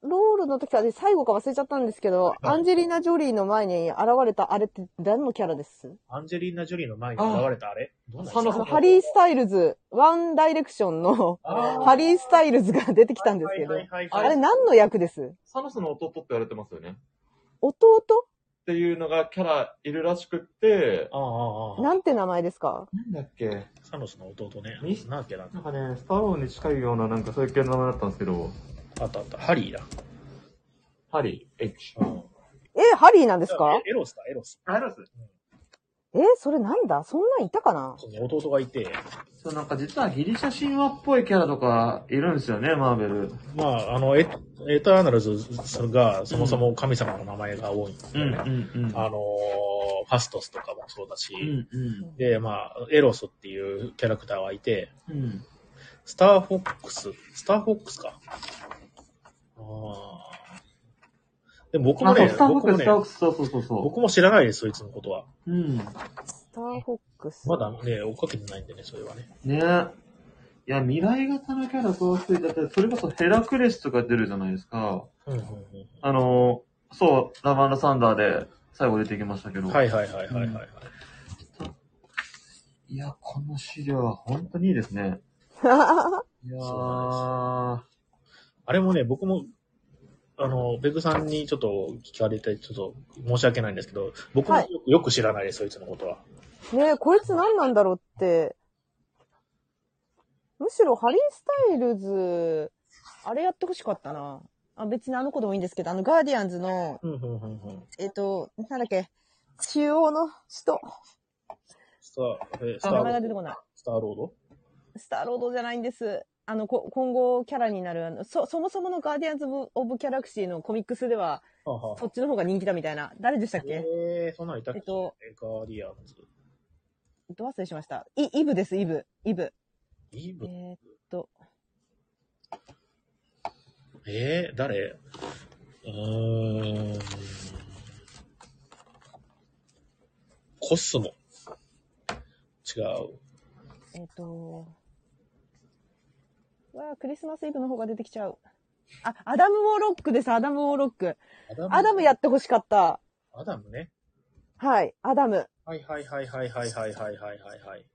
[SPEAKER 3] ロールの時は、ね、最後か忘れちゃったんですけど、アンジェリーナ・ジョリーの前に現れたあれって誰のキャラです
[SPEAKER 1] アンジェリーナ・ジョリーの前に現れたあれどうなんです
[SPEAKER 3] あの、ハリー・スタイルズ、ワンダイレクションの、ハリー・スタイルズが出てきたんですけど、
[SPEAKER 1] はいはいはいはい
[SPEAKER 3] あれ何の役です
[SPEAKER 2] サノスの弟って言われてますよね。
[SPEAKER 3] 弟
[SPEAKER 2] っていうのがキャラいるらしくって、
[SPEAKER 1] ああ、ああ、ああ。
[SPEAKER 3] なんて名前ですか
[SPEAKER 2] なんだっけ
[SPEAKER 1] サノスの弟ね
[SPEAKER 2] ミス。
[SPEAKER 1] なんだっけな
[SPEAKER 2] なんかね、スタローンに近いような、なんかそういう系の名前だったんですけど、
[SPEAKER 1] あったあった。ハリーだ。
[SPEAKER 2] ハリー、H。
[SPEAKER 1] うん。
[SPEAKER 3] え、ハリーなんですか
[SPEAKER 1] エロスだ、エロス。
[SPEAKER 2] あロス
[SPEAKER 3] え、それなんだそんなんいたかな
[SPEAKER 1] そうね弟がいて、
[SPEAKER 2] そう、なんか実はギリシャ神話っぽいキャラとかいるんですよね、マーベル。
[SPEAKER 1] まあ、あの、エエターナルズが、そもそも神様の名前が多いんですよね。
[SPEAKER 2] んうん
[SPEAKER 1] あのーファストスとかもそうだし、
[SPEAKER 2] うん
[SPEAKER 1] で、まあ、エロスっていうキャラクターがいて、
[SPEAKER 2] うん。うん。
[SPEAKER 1] スターフォックス、スターフォックスか。あーでも僕も
[SPEAKER 2] あ、そう、
[SPEAKER 1] ね
[SPEAKER 2] ス、ターフォッ
[SPEAKER 1] 僕
[SPEAKER 2] クス、
[SPEAKER 1] もね
[SPEAKER 2] スター、フォックス、そうそうそうそ
[SPEAKER 1] 僕も知らないです、そいつのことは。
[SPEAKER 2] う。うん。
[SPEAKER 3] スターフォック ス。
[SPEAKER 1] まだね、追っかけてないんでね、それはね。
[SPEAKER 2] ねいや、未来型のキャラそうしていたって、それこそヘラクレスとか出るじゃないですか。
[SPEAKER 1] うんうん
[SPEAKER 2] あのー、そう、ラバンダサンダーで最後出てきましたけ
[SPEAKER 1] う
[SPEAKER 2] ど。
[SPEAKER 1] ん、はいはいはいはいはい、はい
[SPEAKER 2] い。いや、この資料は本当にいいですね。いや
[SPEAKER 1] そうな
[SPEAKER 2] ー。
[SPEAKER 1] あれもね、僕も、あの、ベグさんにちょっと聞かれて、ちょっと申し訳ないんですけど、僕も
[SPEAKER 3] は
[SPEAKER 1] よ
[SPEAKER 3] い
[SPEAKER 1] く,、よく知らないです、そいつのことは。
[SPEAKER 3] ねえ、こいつ何なんだろうって。むしろハリー・スタイルズ、あれやってほしかったな。あ、別にあの子でもいいんですけど、あの、ガーディアンズの、
[SPEAKER 1] うんうんうんうん。
[SPEAKER 3] えっ、と、なんだっけ、中央の人。
[SPEAKER 1] スター、えスターロ
[SPEAKER 3] 名前が
[SPEAKER 1] ー
[SPEAKER 3] 出て
[SPEAKER 1] ド
[SPEAKER 3] こない。
[SPEAKER 1] スターロード
[SPEAKER 3] スターロードじゃないんです。あの、こ今後キャラになる、あのそ、そもそものガーディアンズ・オブ・キャラクシーのコミックスでは、
[SPEAKER 1] はあはあ
[SPEAKER 3] そっちの方が人気だみたいな。誰でしたっけ
[SPEAKER 1] えー、そんなのいたっけ、
[SPEAKER 3] えっと
[SPEAKER 1] ガーディアンズ。
[SPEAKER 3] ど忘れしました。イ、イブです、イブ。イブ。
[SPEAKER 1] イ
[SPEAKER 3] え
[SPEAKER 1] ブ
[SPEAKER 3] ーっと、
[SPEAKER 1] えー、誰うーん。コスモ。違う。
[SPEAKER 3] えーっと、わあクリスマスイブの方が出てきちゃう。あ、アダム・ウォーロックです、アダム・ウォーロック。
[SPEAKER 1] アダ
[SPEAKER 3] アダムやってほしかった。
[SPEAKER 1] アダムね。
[SPEAKER 3] はい、アダム。
[SPEAKER 1] はいはいはいはいはいはいはいはいはいはい。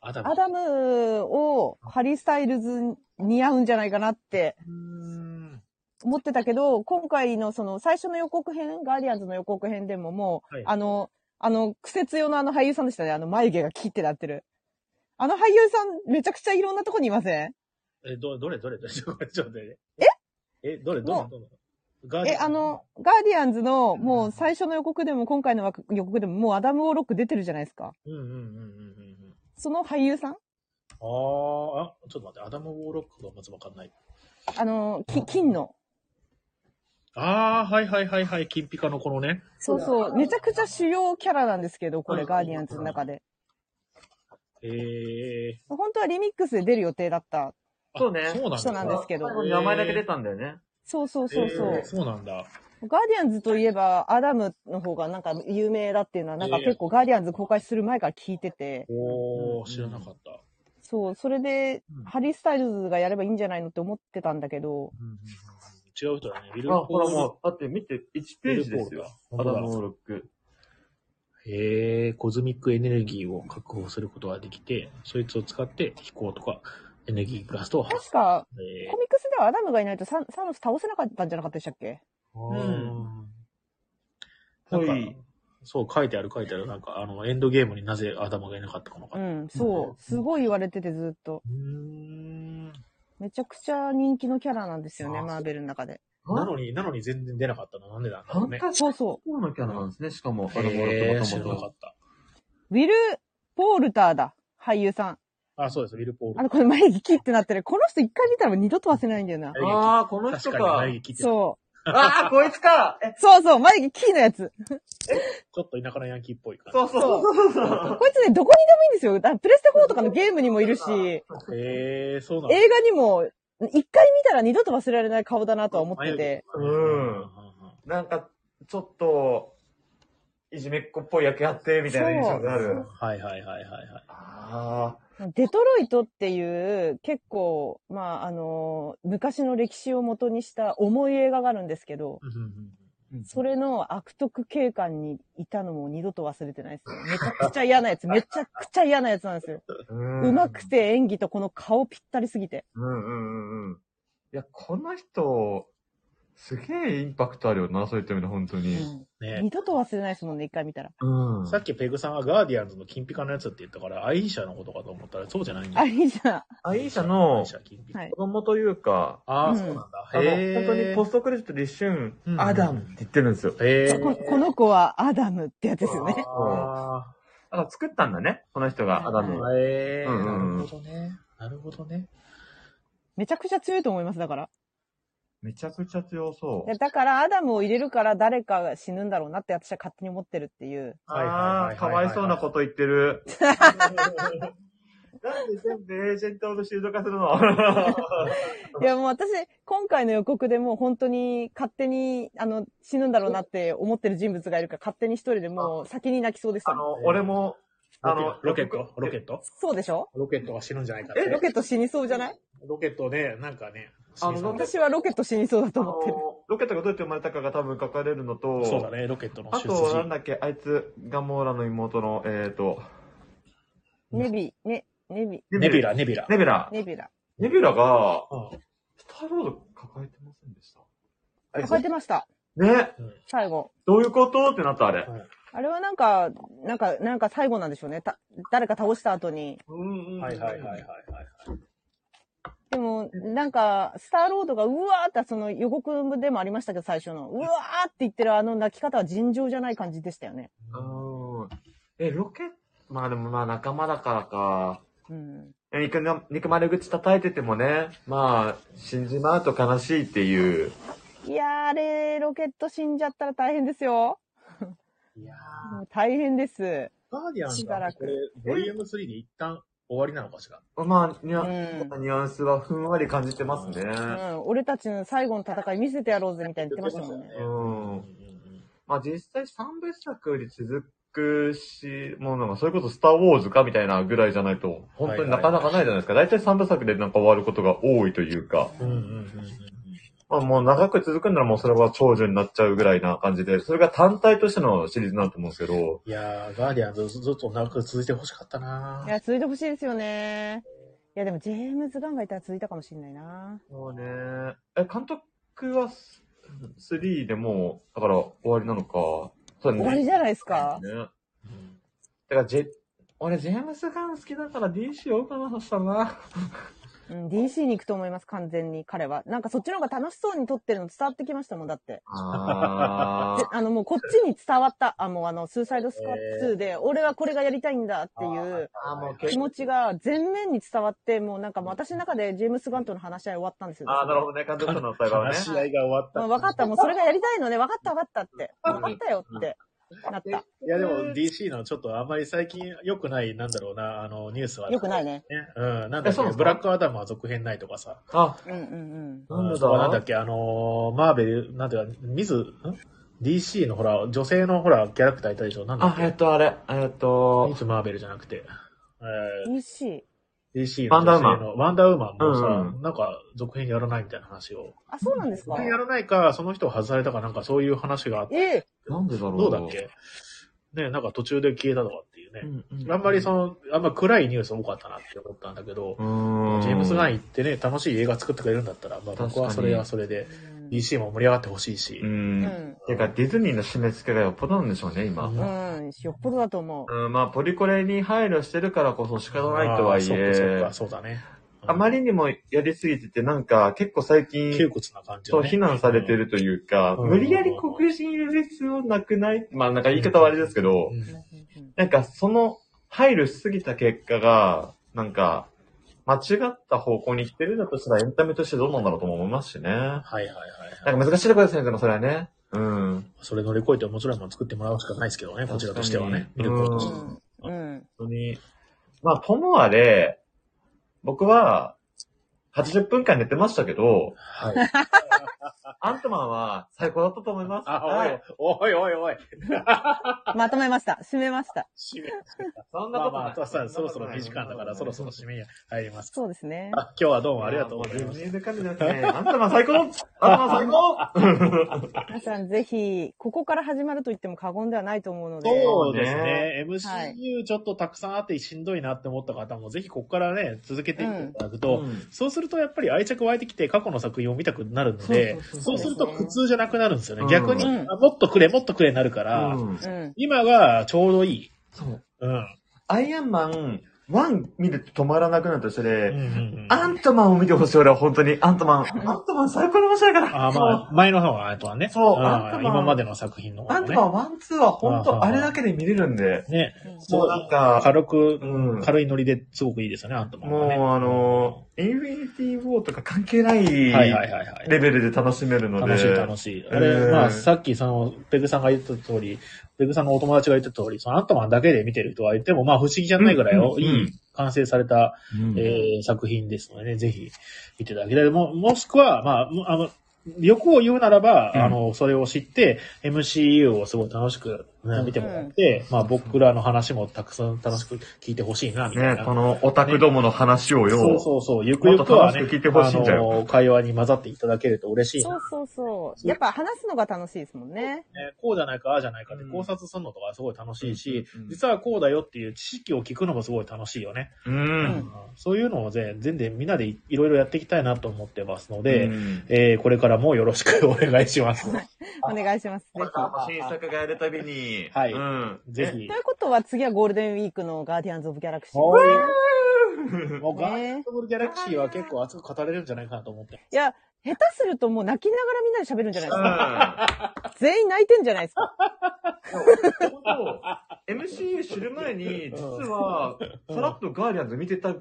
[SPEAKER 1] アダム。
[SPEAKER 3] アダムをハリー・スタイルズに似合うんじゃないかなって
[SPEAKER 1] うーん。
[SPEAKER 3] 思ってたけど、今回のその最初の予告編、ガーディアンズの予告編でももう、
[SPEAKER 1] はい
[SPEAKER 3] あの、あの、クセ強のあの俳優さんでしたね。あの眉毛がキってなってる。あの俳優さんめちゃくちゃいろんなとこにいません
[SPEAKER 1] え、ど、どれどれどれちょっと待ってちょっと待ってええ、どれど
[SPEAKER 3] も
[SPEAKER 1] れど
[SPEAKER 3] う
[SPEAKER 1] れガーデ
[SPEAKER 3] え、
[SPEAKER 1] ィア
[SPEAKER 3] あ
[SPEAKER 1] ンズ
[SPEAKER 3] の、ガーディアンズの、もう最初の予告でも、今回の予告でも、もうアダム・オーロック出てるじゃないですか。
[SPEAKER 1] うんうんうんうんうんうん。
[SPEAKER 3] その俳優さん
[SPEAKER 1] あー、あ、ちょっと待って、アダム・ウォーロックがまずわかんない。
[SPEAKER 3] あの、き金の。
[SPEAKER 1] あー、はいはいはいはい、金ピカのこのね。
[SPEAKER 3] そうそう。めちゃくちゃ主要キャラなんですけど、これ、ガーディアンズの中で。
[SPEAKER 1] えー、
[SPEAKER 3] 本当はリミックスで出る予定だった。
[SPEAKER 1] あ
[SPEAKER 2] そうね
[SPEAKER 1] そうなんだ。
[SPEAKER 3] そうなんですけど
[SPEAKER 2] 最後に名前だけ出たんだよね。
[SPEAKER 3] そうそうそうそ
[SPEAKER 1] え
[SPEAKER 3] う
[SPEAKER 1] ー。そうなんだ。
[SPEAKER 3] ガーディアンズといえば、アダムの方がなんか有名だっていうのは、なんか結構ガーディアンズ公開する前から聞いてて、
[SPEAKER 1] お
[SPEAKER 2] うん
[SPEAKER 1] ー、知らなかった。
[SPEAKER 3] そう、それで
[SPEAKER 1] うん、
[SPEAKER 3] ハリー・スタイルズがやればいいんじゃないのって思ってたんだけど、
[SPEAKER 1] うんうんうん違う人だね。ウィル・
[SPEAKER 2] あ、ほら
[SPEAKER 1] ポール
[SPEAKER 2] もう、だって見て、1ページですよ。
[SPEAKER 1] ウィ
[SPEAKER 2] ア
[SPEAKER 1] ルポ
[SPEAKER 2] ダ
[SPEAKER 1] ールだ
[SPEAKER 2] ム・オーロック。
[SPEAKER 1] へえ、コズミックエネルギーを確保することができて、そいつを使って飛行とかエネルギーガストを発
[SPEAKER 3] 確か、
[SPEAKER 1] 生。
[SPEAKER 3] コミックスではアダムがいないとサンサノス倒せなかったんじゃなかったでしたっけ
[SPEAKER 2] ん
[SPEAKER 1] なんか
[SPEAKER 2] ぽい
[SPEAKER 1] そう、書いてある書いてある。なんか、あの、エンドゲームになぜアダムがいなかったのか
[SPEAKER 3] う
[SPEAKER 1] な。
[SPEAKER 3] ん、そう。すごい言われててずっと。
[SPEAKER 1] うーん。
[SPEAKER 3] めちゃくちゃ人気のキャラなんですよね、
[SPEAKER 1] あ
[SPEAKER 3] マーベルの中で。
[SPEAKER 1] なのに、なのに全然出なかったの。なんでなんだろうね。
[SPEAKER 2] 昔
[SPEAKER 3] そうそ
[SPEAKER 2] そうのキャラなんですね、しかも。アダム・オーロ
[SPEAKER 1] へ
[SPEAKER 2] ッ
[SPEAKER 1] ー
[SPEAKER 2] ク
[SPEAKER 1] 知
[SPEAKER 2] も
[SPEAKER 1] ら
[SPEAKER 2] と
[SPEAKER 1] な
[SPEAKER 2] も
[SPEAKER 1] か
[SPEAKER 2] と。
[SPEAKER 1] った。
[SPEAKER 3] う。ウィル・ポールターだ。俳優さん。
[SPEAKER 1] あ、そうです。ウィル・ポール。
[SPEAKER 3] あの、これ眉毛キってなってる。この人一回見たらもう二度と忘れないんだよな。
[SPEAKER 1] た
[SPEAKER 2] あー、この人
[SPEAKER 1] 確か
[SPEAKER 2] か。
[SPEAKER 1] に眉毛切ってた
[SPEAKER 3] そ
[SPEAKER 2] ああ、こいつかえ
[SPEAKER 3] う。そうそう、眉毛キーのやつ。
[SPEAKER 1] ちょっと田舎のヤンキーっぽい感じ。
[SPEAKER 2] そうそうそうそう。
[SPEAKER 3] こいつね、どこにでもいいんですよ。あプレステ4とかのゲームにもいるし、映
[SPEAKER 1] へえー、そうなんだ。
[SPEAKER 3] 画にも、一回見たら二度と忘れられない顔だなとは思ってて。
[SPEAKER 2] うんなんか、ちょっと、いじめっ子っぽい役やって、みたいな印象がある。
[SPEAKER 1] はいはいはいはい、はい。
[SPEAKER 2] あ
[SPEAKER 3] デトロイトっていう結構、まあ、あの、昔の歴史を元にした重い映画があるんですけど、それの悪徳警官にいたのも二度と忘れてないですね。めちゃくちゃ嫌なやつ、めちゃくちゃ嫌なやつなんですよ。
[SPEAKER 2] あ、うん
[SPEAKER 3] うまくて演技とこの顔ぴったりすぎて。
[SPEAKER 2] うんうんうんうん。いや、この人、すげえインパクトあるよな、そういった意味で、本当に。
[SPEAKER 1] ね
[SPEAKER 3] 二度と忘れないですもんね、一回見たら。
[SPEAKER 2] うん。
[SPEAKER 1] さっきペグさんがガーディアンズの金ピカのやつって言ったから、アイーシャのことかと思ったらそうじゃないんだ
[SPEAKER 3] あ、。いいじゃん。
[SPEAKER 2] アイーシャ
[SPEAKER 1] ア
[SPEAKER 2] の
[SPEAKER 1] イーシャ金ピカ。
[SPEAKER 3] はい
[SPEAKER 2] 子。供というか、
[SPEAKER 1] ああ、
[SPEAKER 3] うん
[SPEAKER 1] そうなんだ。
[SPEAKER 2] あの、
[SPEAKER 1] へえ。
[SPEAKER 2] 本当にポストクレジットで一瞬
[SPEAKER 1] う、ん
[SPEAKER 2] アダムって言ってるんですよ。
[SPEAKER 1] へえ。
[SPEAKER 3] ここの子はアダムってやつですよね。
[SPEAKER 1] あ
[SPEAKER 2] だから作ったんだね、この人が、アダムを。
[SPEAKER 1] ーへえ。
[SPEAKER 2] うんうん
[SPEAKER 1] なるほどね。なるほどね。
[SPEAKER 3] めちゃくちゃ強いと思います、だから。
[SPEAKER 2] めちゃくちゃ強そ
[SPEAKER 3] いうや。だから、アダムを入れるから誰かが死ぬんだろうなって私は勝手に思ってるっていう。
[SPEAKER 1] はいはいはいはいは
[SPEAKER 2] あ
[SPEAKER 1] い
[SPEAKER 2] あ、かわいそ うなこと言ってる。なんで全部エージェントとして動かす るの
[SPEAKER 3] いや、もう私、今回の予告でもう本当に勝手に、あの、死ぬんだろうなって思ってる人物がいるから、勝手に一人でもう先に泣きそうですよ
[SPEAKER 2] あの、俺も、あの、
[SPEAKER 1] ロケットロケット
[SPEAKER 3] そうでしょ
[SPEAKER 1] ロケットが死ぬんじゃないかっ
[SPEAKER 3] ロ
[SPEAKER 1] て。
[SPEAKER 3] ケット死にそうじゃない
[SPEAKER 1] ロケットで、なんかね、
[SPEAKER 2] あの
[SPEAKER 1] 死にそうだ
[SPEAKER 3] 私はロケット死にそうだと
[SPEAKER 2] あ
[SPEAKER 3] 思ってる。
[SPEAKER 2] の、ロケットがどうやって生まれたかが多分書かれるのと、
[SPEAKER 1] そうだね、ロケットの
[SPEAKER 2] あ
[SPEAKER 1] 出
[SPEAKER 2] と、な
[SPEAKER 1] 自。
[SPEAKER 2] んだっけ、あいつ、ガモーラの妹の、えっ、と、
[SPEAKER 3] ネビ、ね、ネビ、
[SPEAKER 1] ネビュラ、ネビュラ。
[SPEAKER 2] ネビラ。
[SPEAKER 3] ネビュラ。
[SPEAKER 2] ネビラが、
[SPEAKER 1] うん
[SPEAKER 2] スターロード抱えてませんでしたあいつ
[SPEAKER 3] 抱えてました。
[SPEAKER 2] ね
[SPEAKER 3] 最後。
[SPEAKER 2] どういうことってなった、あれ。
[SPEAKER 3] あれはなんか、なんか、なんか最後なんでしょうね。た、誰か倒した後に。
[SPEAKER 2] うんうん
[SPEAKER 1] はいはいはいはいはい。
[SPEAKER 3] でも、なんか、スターロードがうわーって、その予告でもありましたけど、最初の。うわーって言ってるあの泣き方は尋常じゃない感じでしたよね。
[SPEAKER 2] うんえ、ロケまあでもまあ仲間だからか。
[SPEAKER 3] うん。
[SPEAKER 2] え憎な憎まれ口叩いててもね、まあ、死んじまうと悲しいっていう。
[SPEAKER 3] いやー、あれ、ロケット死んじゃったら大変ですよ。
[SPEAKER 1] いやー
[SPEAKER 3] もう大変です。
[SPEAKER 1] ガーディアンズ
[SPEAKER 3] しば
[SPEAKER 1] が
[SPEAKER 3] らく
[SPEAKER 1] これ、ボリューム3で一旦終わりなのかしら。
[SPEAKER 2] まあ、ニュ
[SPEAKER 3] う
[SPEAKER 2] ア,、
[SPEAKER 3] ん。
[SPEAKER 2] ニュアンスはふんわり感じてますね。
[SPEAKER 3] うん、俺たちの最後の戦い見せてやろうぜみたいに言ってましたもんね。
[SPEAKER 2] うん
[SPEAKER 1] うんうん
[SPEAKER 2] まあ実際三部作より続くし、もうなんかそれこそスターウォーズかみたいなぐらいじゃないと、本当になかなかないじゃないですか。大体三部作でなんか終わることが多いというか。
[SPEAKER 1] うんうんうんうん
[SPEAKER 2] まあもう長く続くんならもうそれは長寿になっちゃうぐらいな感じで、それが単体としてのシリーズになると思うんですけど、
[SPEAKER 1] いやー、ガーディアンズずっと長く続いてほしかったない
[SPEAKER 3] や、続いてほしいですよね。いや、でも、ジェームズ・ガンがいたら続いたかもしれないな。
[SPEAKER 2] そうね。え、監督はス3でもう、だから終わりなのか。そうね
[SPEAKER 3] 終わりじゃないですか。
[SPEAKER 2] ね。だからジェ、俺ジェームスガン好きだから DC 多かな、そしたらな。
[SPEAKER 3] うん、DC に行くと思います、完全に、彼は。なんか、そっちの方が楽しそうに撮ってるの伝わってきましたもん、だって。
[SPEAKER 2] あ
[SPEAKER 3] であの、もうこっちに伝わった。あ、もうあの、スーサイドスカッツ2で、俺はこれがやりたいんだっていう
[SPEAKER 2] あーもう
[SPEAKER 3] 気持ちが全面に伝わって、もうなんかもう私の中でジェームス・ガンとの話し合い終わったんですよ。
[SPEAKER 2] あー、なるほどね。監督との対話は
[SPEAKER 1] 話
[SPEAKER 2] ね。
[SPEAKER 1] し合いが終わった。
[SPEAKER 3] まあ、分かった、もうそれがやりたいのね、分かった分かったって。分かったよって。なった。
[SPEAKER 1] いやでも DC のちょっとあんまり最近良くない、なんだろうな、あの、ニュースは。
[SPEAKER 3] よくないね。
[SPEAKER 1] ね。うん。なんだ
[SPEAKER 2] え
[SPEAKER 1] っ
[SPEAKER 2] そ
[SPEAKER 1] け
[SPEAKER 2] うなんですか
[SPEAKER 1] ブラックアダムは続編ないとかさ。
[SPEAKER 2] あ、
[SPEAKER 3] うんうん
[SPEAKER 2] なんだ
[SPEAKER 1] そこはなんだっけあのー、マーベル、なんていうか、ミズ、ん ?DC のほら、女性のほら、キャラクターいたでしょなんだっ
[SPEAKER 2] あ、えっと、あれ、えっ
[SPEAKER 1] けミ
[SPEAKER 2] と、
[SPEAKER 1] ズ・マーベルじゃなくて。
[SPEAKER 3] う
[SPEAKER 1] え
[SPEAKER 3] ん。
[SPEAKER 1] ー、
[SPEAKER 3] DC。
[SPEAKER 1] DC
[SPEAKER 2] ワン
[SPEAKER 1] の
[SPEAKER 2] ダー
[SPEAKER 1] 女性
[SPEAKER 2] ウーマン
[SPEAKER 1] の、ワンダーウーマンもさ、
[SPEAKER 2] うんうん
[SPEAKER 1] なんか続編やらないみたいな話を。
[SPEAKER 3] あ、そうなんですか
[SPEAKER 1] 続編やらないか、その人を外されたかなんかそういう話があって、
[SPEAKER 3] ええ
[SPEAKER 2] なんでだろう。
[SPEAKER 1] どうだっけね、なんか途中で消えたとかっていうね。
[SPEAKER 2] うんう
[SPEAKER 1] あんまりそ
[SPEAKER 2] の、
[SPEAKER 1] の、あんま暗いニュース多かったなって思ったんだけど、
[SPEAKER 2] うーん。
[SPEAKER 1] ジェームス・ガン行ってね、楽しい映画作ってくれるんだったら、まあ僕は
[SPEAKER 2] 確か
[SPEAKER 1] そ
[SPEAKER 2] に
[SPEAKER 1] れはそれで、DC も盛り上がってほしいし、
[SPEAKER 2] う。
[SPEAKER 3] うんん。
[SPEAKER 2] てか、ディズニーの締め付けがよっぽどなんでしょうね、今。
[SPEAKER 1] うん
[SPEAKER 3] うん。よっぽどだと思う。
[SPEAKER 2] うん、まあ、ポリコレに配慮してるからこそ仕方ないとはい
[SPEAKER 1] あーそう
[SPEAKER 2] え
[SPEAKER 1] か、、そうか、そうだね。
[SPEAKER 2] あまりにもやりすぎてて、なんか、結構最
[SPEAKER 1] うん、
[SPEAKER 2] 近
[SPEAKER 1] 窮、屈な感じ
[SPEAKER 2] そ
[SPEAKER 1] の
[SPEAKER 2] う、
[SPEAKER 1] ね
[SPEAKER 2] 非難されて。るというか、
[SPEAKER 1] うん
[SPEAKER 2] 無理やり黒人入れる必要なくないまあ、なんか言い方はあれですけど
[SPEAKER 1] う、ん
[SPEAKER 3] うん
[SPEAKER 2] なんかその配慮しすぎた結果が、なんか、間違った方向に来てるんだとしたらエンタメとしてどうなんだろうとも思いますしね。な
[SPEAKER 1] はいはいはい。
[SPEAKER 2] んか難しいところですね、でもそれはね。うん。
[SPEAKER 1] それ乗り越えて面白いもの作ってもらうしかないですけどね、こちらとしてはね。見
[SPEAKER 2] 確かに
[SPEAKER 1] る方と
[SPEAKER 3] う
[SPEAKER 1] しては。
[SPEAKER 3] ん。うん。
[SPEAKER 2] 本当に。まあ、ともあれ、僕は、80分間寝てましたけど、
[SPEAKER 1] はい。
[SPEAKER 2] アントマンは最高だったと思います。
[SPEAKER 1] あ、
[SPEAKER 2] はい。
[SPEAKER 1] おい、おい、おい、おい。
[SPEAKER 4] まとめました。締めました。
[SPEAKER 1] 締め。
[SPEAKER 2] そんな
[SPEAKER 1] まあ
[SPEAKER 2] こと
[SPEAKER 1] ま
[SPEAKER 2] な
[SPEAKER 1] あ、
[SPEAKER 2] い。
[SPEAKER 1] とさ、そろそろ2時間だから、そろそろ締めに入ります。
[SPEAKER 4] そうですね。
[SPEAKER 1] あ、今日はどうもありがとう
[SPEAKER 2] も
[SPEAKER 1] ご
[SPEAKER 2] う
[SPEAKER 1] ざいま
[SPEAKER 2] 全
[SPEAKER 1] し
[SPEAKER 2] 然感じですね。アントマン最高アントマン最高
[SPEAKER 4] 皆さんぜひ、ここから始まると言っても過言ではないと思うの
[SPEAKER 1] た。
[SPEAKER 4] で。
[SPEAKER 1] そうですね
[SPEAKER 2] ね。
[SPEAKER 4] はい
[SPEAKER 1] MCU ちょっとたくさんあってしんどいなって思った方も、ぜひここからね、続けていっていただくと、
[SPEAKER 2] うん
[SPEAKER 1] そうするとやっぱり愛着湧いてきて過去の作品を見たくなるので、
[SPEAKER 2] そう
[SPEAKER 1] そ
[SPEAKER 2] そううそうそう
[SPEAKER 1] すると苦痛じゃなくなるんですよね。
[SPEAKER 2] うん
[SPEAKER 1] 逆に、
[SPEAKER 4] うん
[SPEAKER 1] あもっとくれ、もっとくれになるから、
[SPEAKER 2] うん
[SPEAKER 4] うん。
[SPEAKER 1] 今がちょうどいい。
[SPEAKER 2] そう。
[SPEAKER 1] うん。
[SPEAKER 2] アイアンマン1見ると止まらなくなるとして
[SPEAKER 1] うんうん
[SPEAKER 2] で、
[SPEAKER 1] うん
[SPEAKER 2] アントマンを見てほしい、俺は本当に。アントマン。アントマン最高に面白いから。
[SPEAKER 1] あまあ、前の方は、あとはね。
[SPEAKER 2] そうんアントマン
[SPEAKER 1] 今までの作品の
[SPEAKER 2] ア
[SPEAKER 1] 方
[SPEAKER 2] ン
[SPEAKER 1] も
[SPEAKER 2] ト
[SPEAKER 1] ね
[SPEAKER 2] マ。ンワンツーは本当あれだけで見れるんで。
[SPEAKER 1] ね。
[SPEAKER 2] もうなんか、
[SPEAKER 1] 軽く、
[SPEAKER 2] うん。
[SPEAKER 1] 軽いノリですごくいいですよね、アントマン
[SPEAKER 2] も
[SPEAKER 1] は
[SPEAKER 2] う
[SPEAKER 1] ね。
[SPEAKER 2] あの、インフィニティ・ウォーとか関係ない
[SPEAKER 1] はいはい
[SPEAKER 2] レ
[SPEAKER 1] はいはい。
[SPEAKER 2] ベルで楽しめるので。
[SPEAKER 1] 楽しい楽しい。あれ、
[SPEAKER 2] うん
[SPEAKER 1] まあ、さっき、その、ペグさんが言った通り、ペグさんのお友達が言った通り、そのアントマンだけで見てる人は言っても、まあ、不思議じゃないぐらい、
[SPEAKER 2] うんうん
[SPEAKER 1] いい完成された、
[SPEAKER 2] うん
[SPEAKER 1] えー作品ですのでね、ぜひ見ていただきたい。も、もしくは、まあも、あの、欲を言うならば、
[SPEAKER 2] うん
[SPEAKER 1] あの、それを知って、MCU をすごい楽しくね、見てもらって、まあ僕らの話もたくさん楽しく聞いてほしいな、みたい
[SPEAKER 2] ね、
[SPEAKER 1] な。
[SPEAKER 2] このオタクどもの話をよ。
[SPEAKER 1] そうそうそう。ゆくゆくはね、
[SPEAKER 2] もっと楽しく聞いてほしいんじゃよ
[SPEAKER 1] あの、会話に混ざっていただけると嬉しいな。
[SPEAKER 4] そうそうそう。やっぱ話すのが楽しいですもんね。
[SPEAKER 1] ねこうじゃないか、ああじゃないかって
[SPEAKER 2] うん
[SPEAKER 1] 考察するのとかすごい楽しいし、
[SPEAKER 2] うんうんうん
[SPEAKER 1] 実はこうだよっていう知識を聞くのもすごい楽しいよね。
[SPEAKER 2] う。
[SPEAKER 1] うんんそういうのを全全然みんなでいいろいろやっていきたいなと思ってますので、
[SPEAKER 2] うん
[SPEAKER 1] えーこれからもよろしくお願いし ます。
[SPEAKER 4] お願いします。ぜひ。
[SPEAKER 2] 新作がやるたびに、
[SPEAKER 1] はい
[SPEAKER 2] うん。
[SPEAKER 1] ぜ
[SPEAKER 4] と
[SPEAKER 1] ひ
[SPEAKER 4] い。うことは次はゴールデンウィークのガーディアンズ・オブ・ギャラクシー。
[SPEAKER 1] おーいもうガーディアン
[SPEAKER 4] ね
[SPEAKER 1] ズオブギャラクシーは結構熱く語れるんじゃないかなと思って。
[SPEAKER 4] いや、下手するともう泣きながらみんなで喋るんじゃないです
[SPEAKER 2] う
[SPEAKER 4] か。
[SPEAKER 2] ん。
[SPEAKER 4] 全員泣いてんじゃないですか。
[SPEAKER 2] MCU 知る前に、実は、さらっとガーディアンズ見てた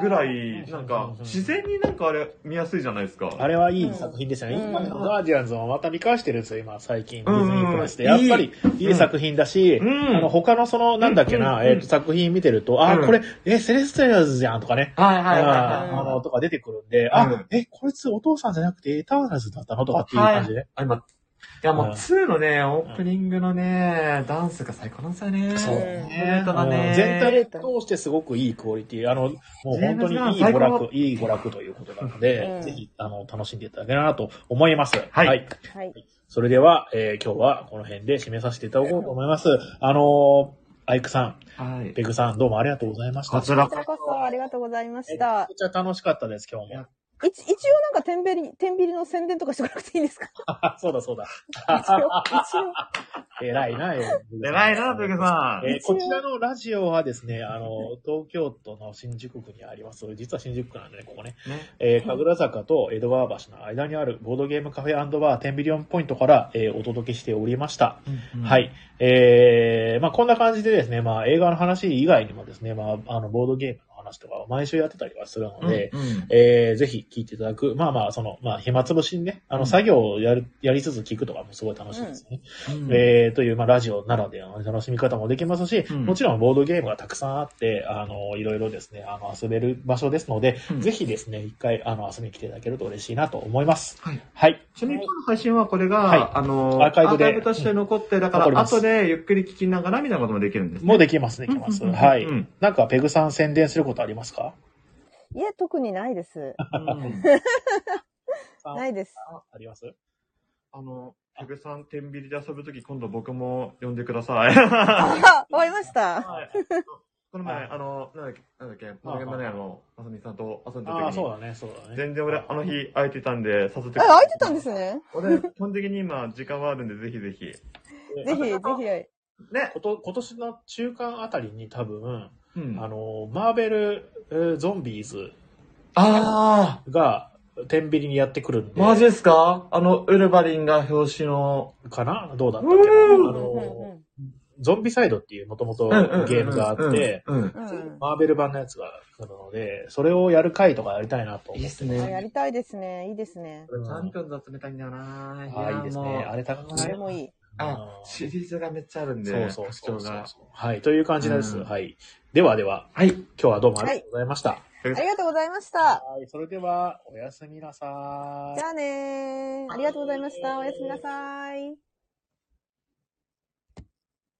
[SPEAKER 2] ぐらい、なんか、自然になんかあれ、見やすいじゃないですか。
[SPEAKER 1] あれはいい作品ですよね。
[SPEAKER 4] うん
[SPEAKER 1] 今、ガーディアンズをまた見返してるんですよ、今、最近。デ
[SPEAKER 2] うん
[SPEAKER 1] ィ
[SPEAKER 2] うん
[SPEAKER 1] ズニープラスで。やっぱり、い
[SPEAKER 2] い
[SPEAKER 1] い作品だし、
[SPEAKER 2] うん
[SPEAKER 1] あの、他のその、なんだっけな、
[SPEAKER 2] うんうん
[SPEAKER 1] えっと、作品見てると、あ
[SPEAKER 2] う
[SPEAKER 1] ー、
[SPEAKER 2] ん
[SPEAKER 1] これ、え、セレスティアルズじゃんとかね。
[SPEAKER 2] はいはいはい
[SPEAKER 1] あーあ
[SPEAKER 2] は
[SPEAKER 1] の、とか出てくるんで、
[SPEAKER 2] う
[SPEAKER 1] あ
[SPEAKER 2] ん、
[SPEAKER 1] え、こいつお父さんじゃなくてエターナルズだったのとかっていう
[SPEAKER 2] はい
[SPEAKER 1] 感じで。
[SPEAKER 2] い。あ、今、いやもう
[SPEAKER 1] うん
[SPEAKER 2] 2のね、オープニングのね、ダンスが最高なんですよね。
[SPEAKER 1] そう
[SPEAKER 2] ね。ただ
[SPEAKER 1] う
[SPEAKER 2] ね
[SPEAKER 1] ん。全体で通してすごくいいクオリティ。あの、もう本当にいい娯楽、いい娯楽ということなの
[SPEAKER 4] う
[SPEAKER 1] で、
[SPEAKER 4] ん
[SPEAKER 1] ぜひ、あの、楽しんでいただければなと思います。
[SPEAKER 2] はい
[SPEAKER 4] はい。
[SPEAKER 1] それでは、えー今日はこの辺で締めさせていただこうと思います。あのー、アイクさ
[SPEAKER 2] はい
[SPEAKER 1] ん、。ペグさん、どうもありがとうございました。
[SPEAKER 2] こちら
[SPEAKER 4] こちらこそありがとうございま
[SPEAKER 1] め
[SPEAKER 4] し
[SPEAKER 1] ちゃ
[SPEAKER 4] た。
[SPEAKER 1] くちゃ楽しかったです、今日も。
[SPEAKER 4] 一一応なんか、てんびり、てんびりの宣伝とかしてこなくていいんです か
[SPEAKER 1] あそうだそうだ。
[SPEAKER 4] 一応、一応。
[SPEAKER 1] 偉い な、えー
[SPEAKER 2] 偉いな、ペグさん。
[SPEAKER 1] えーこちらのラジオはですね、あの、東京都の新宿区にあります、実は新宿区なんでね、ここね、
[SPEAKER 2] ね
[SPEAKER 1] えー、神楽坂と江戸川橋の間にあるボードゲームカフェバーテンビリオンポイントから、えーお届けしておりました。は。い。えー、まあこんな感じでですね、まあ映画の話以外にもですね、まああの、ボードゲームの話とかを毎週やってたりはするので、
[SPEAKER 2] うんうん
[SPEAKER 1] えー、ぜひ聞いていただく。まあまあ、その、まあ、暇つぶしにね、あ
[SPEAKER 2] う
[SPEAKER 1] の、
[SPEAKER 2] ん
[SPEAKER 1] 作業をやる、やりつつ聞くとかもすごい楽しいですね。
[SPEAKER 2] うん
[SPEAKER 1] えー、という、まあ、ラジオならではの楽しみ方もできますし、
[SPEAKER 2] うん
[SPEAKER 1] もちろんボードゲームがたくさんあって、あの、いろいろですね、あの、遊べる場所ですので、
[SPEAKER 2] うん
[SPEAKER 1] ぜひですね、一回、あの、遊びに来ていただけると嬉しいなと思います。
[SPEAKER 2] はい。
[SPEAKER 1] はい。
[SPEAKER 2] ちなみに今日の配信はこれが、
[SPEAKER 1] はい
[SPEAKER 2] あの
[SPEAKER 1] アーカイブで
[SPEAKER 2] として残って、だか
[SPEAKER 1] 残り
[SPEAKER 2] ら
[SPEAKER 1] ます
[SPEAKER 2] 後でゆっくり聞きながらみたいなこともできるんですね。
[SPEAKER 1] もうできます、できます。
[SPEAKER 2] うんうんうん
[SPEAKER 1] はい
[SPEAKER 2] うん。
[SPEAKER 1] なんか、ペグさん宣伝することありますか
[SPEAKER 4] いや、特にない です。
[SPEAKER 1] あ
[SPEAKER 4] ないです。
[SPEAKER 1] あります
[SPEAKER 2] あの、ペグさん、天秤で遊ぶとき、今度僕も呼んでく ださい。
[SPEAKER 4] あ、終わりました。
[SPEAKER 2] この前、あの、なんだっけ、なんだっけ、この現場であの、まさみさんと遊んで
[SPEAKER 1] あ
[SPEAKER 2] た
[SPEAKER 1] あ、
[SPEAKER 2] 時
[SPEAKER 1] そう
[SPEAKER 2] に、
[SPEAKER 1] だね、そうだね。
[SPEAKER 2] 全然俺、あの日空いてたんで、させて
[SPEAKER 4] あ、空いてたんですね。
[SPEAKER 2] 俺、基本的に今、時間はあるんで、ぜひぜひ。
[SPEAKER 1] で
[SPEAKER 4] ぜひ、ぜ
[SPEAKER 2] ね。
[SPEAKER 1] こと今年の中間あたりに多分、
[SPEAKER 2] うん
[SPEAKER 1] あの、マーベルえーゾンビーズ
[SPEAKER 2] あ
[SPEAKER 1] が、天秤にやってくるん
[SPEAKER 2] ー
[SPEAKER 1] で、
[SPEAKER 2] マジですかあの、ウルヴァリンが表紙の、
[SPEAKER 1] かなどうだったっけ
[SPEAKER 2] うん
[SPEAKER 1] な
[SPEAKER 4] ひ。う
[SPEAKER 1] あ
[SPEAKER 4] ん
[SPEAKER 1] の、ゾンビサイドっていうもともと
[SPEAKER 2] うんうんうんうん
[SPEAKER 1] ゲームがあって、、
[SPEAKER 2] うんう
[SPEAKER 4] うん
[SPEAKER 2] ん
[SPEAKER 4] うん
[SPEAKER 1] マーベル版のやつが来るので、それをやる回とかやりたいなと思
[SPEAKER 2] いいっ
[SPEAKER 1] って。
[SPEAKER 4] う
[SPEAKER 2] す
[SPEAKER 4] ん。あや
[SPEAKER 2] ね。
[SPEAKER 4] りたいですね。いいですね。
[SPEAKER 2] チャンピオンズ集めたいんだよな
[SPEAKER 1] ああ、いいですね。あ
[SPEAKER 2] あ
[SPEAKER 1] れ高く
[SPEAKER 4] そ
[SPEAKER 1] な
[SPEAKER 4] れ
[SPEAKER 1] い
[SPEAKER 4] も いい。
[SPEAKER 2] あ、シリーズがめっちゃあるんで。
[SPEAKER 1] そうそうそう
[SPEAKER 2] 拡張
[SPEAKER 1] そう
[SPEAKER 2] が
[SPEAKER 1] そう。はい、という感じです。
[SPEAKER 2] うん
[SPEAKER 1] はい。ではでは、
[SPEAKER 2] はい。
[SPEAKER 1] 今日はどうもありがとうございました。
[SPEAKER 3] ありがとうございました。
[SPEAKER 1] はい、それでは、おやすみなさーい
[SPEAKER 3] じ。ゃあねー。ありがとうございました。おやすみなさい。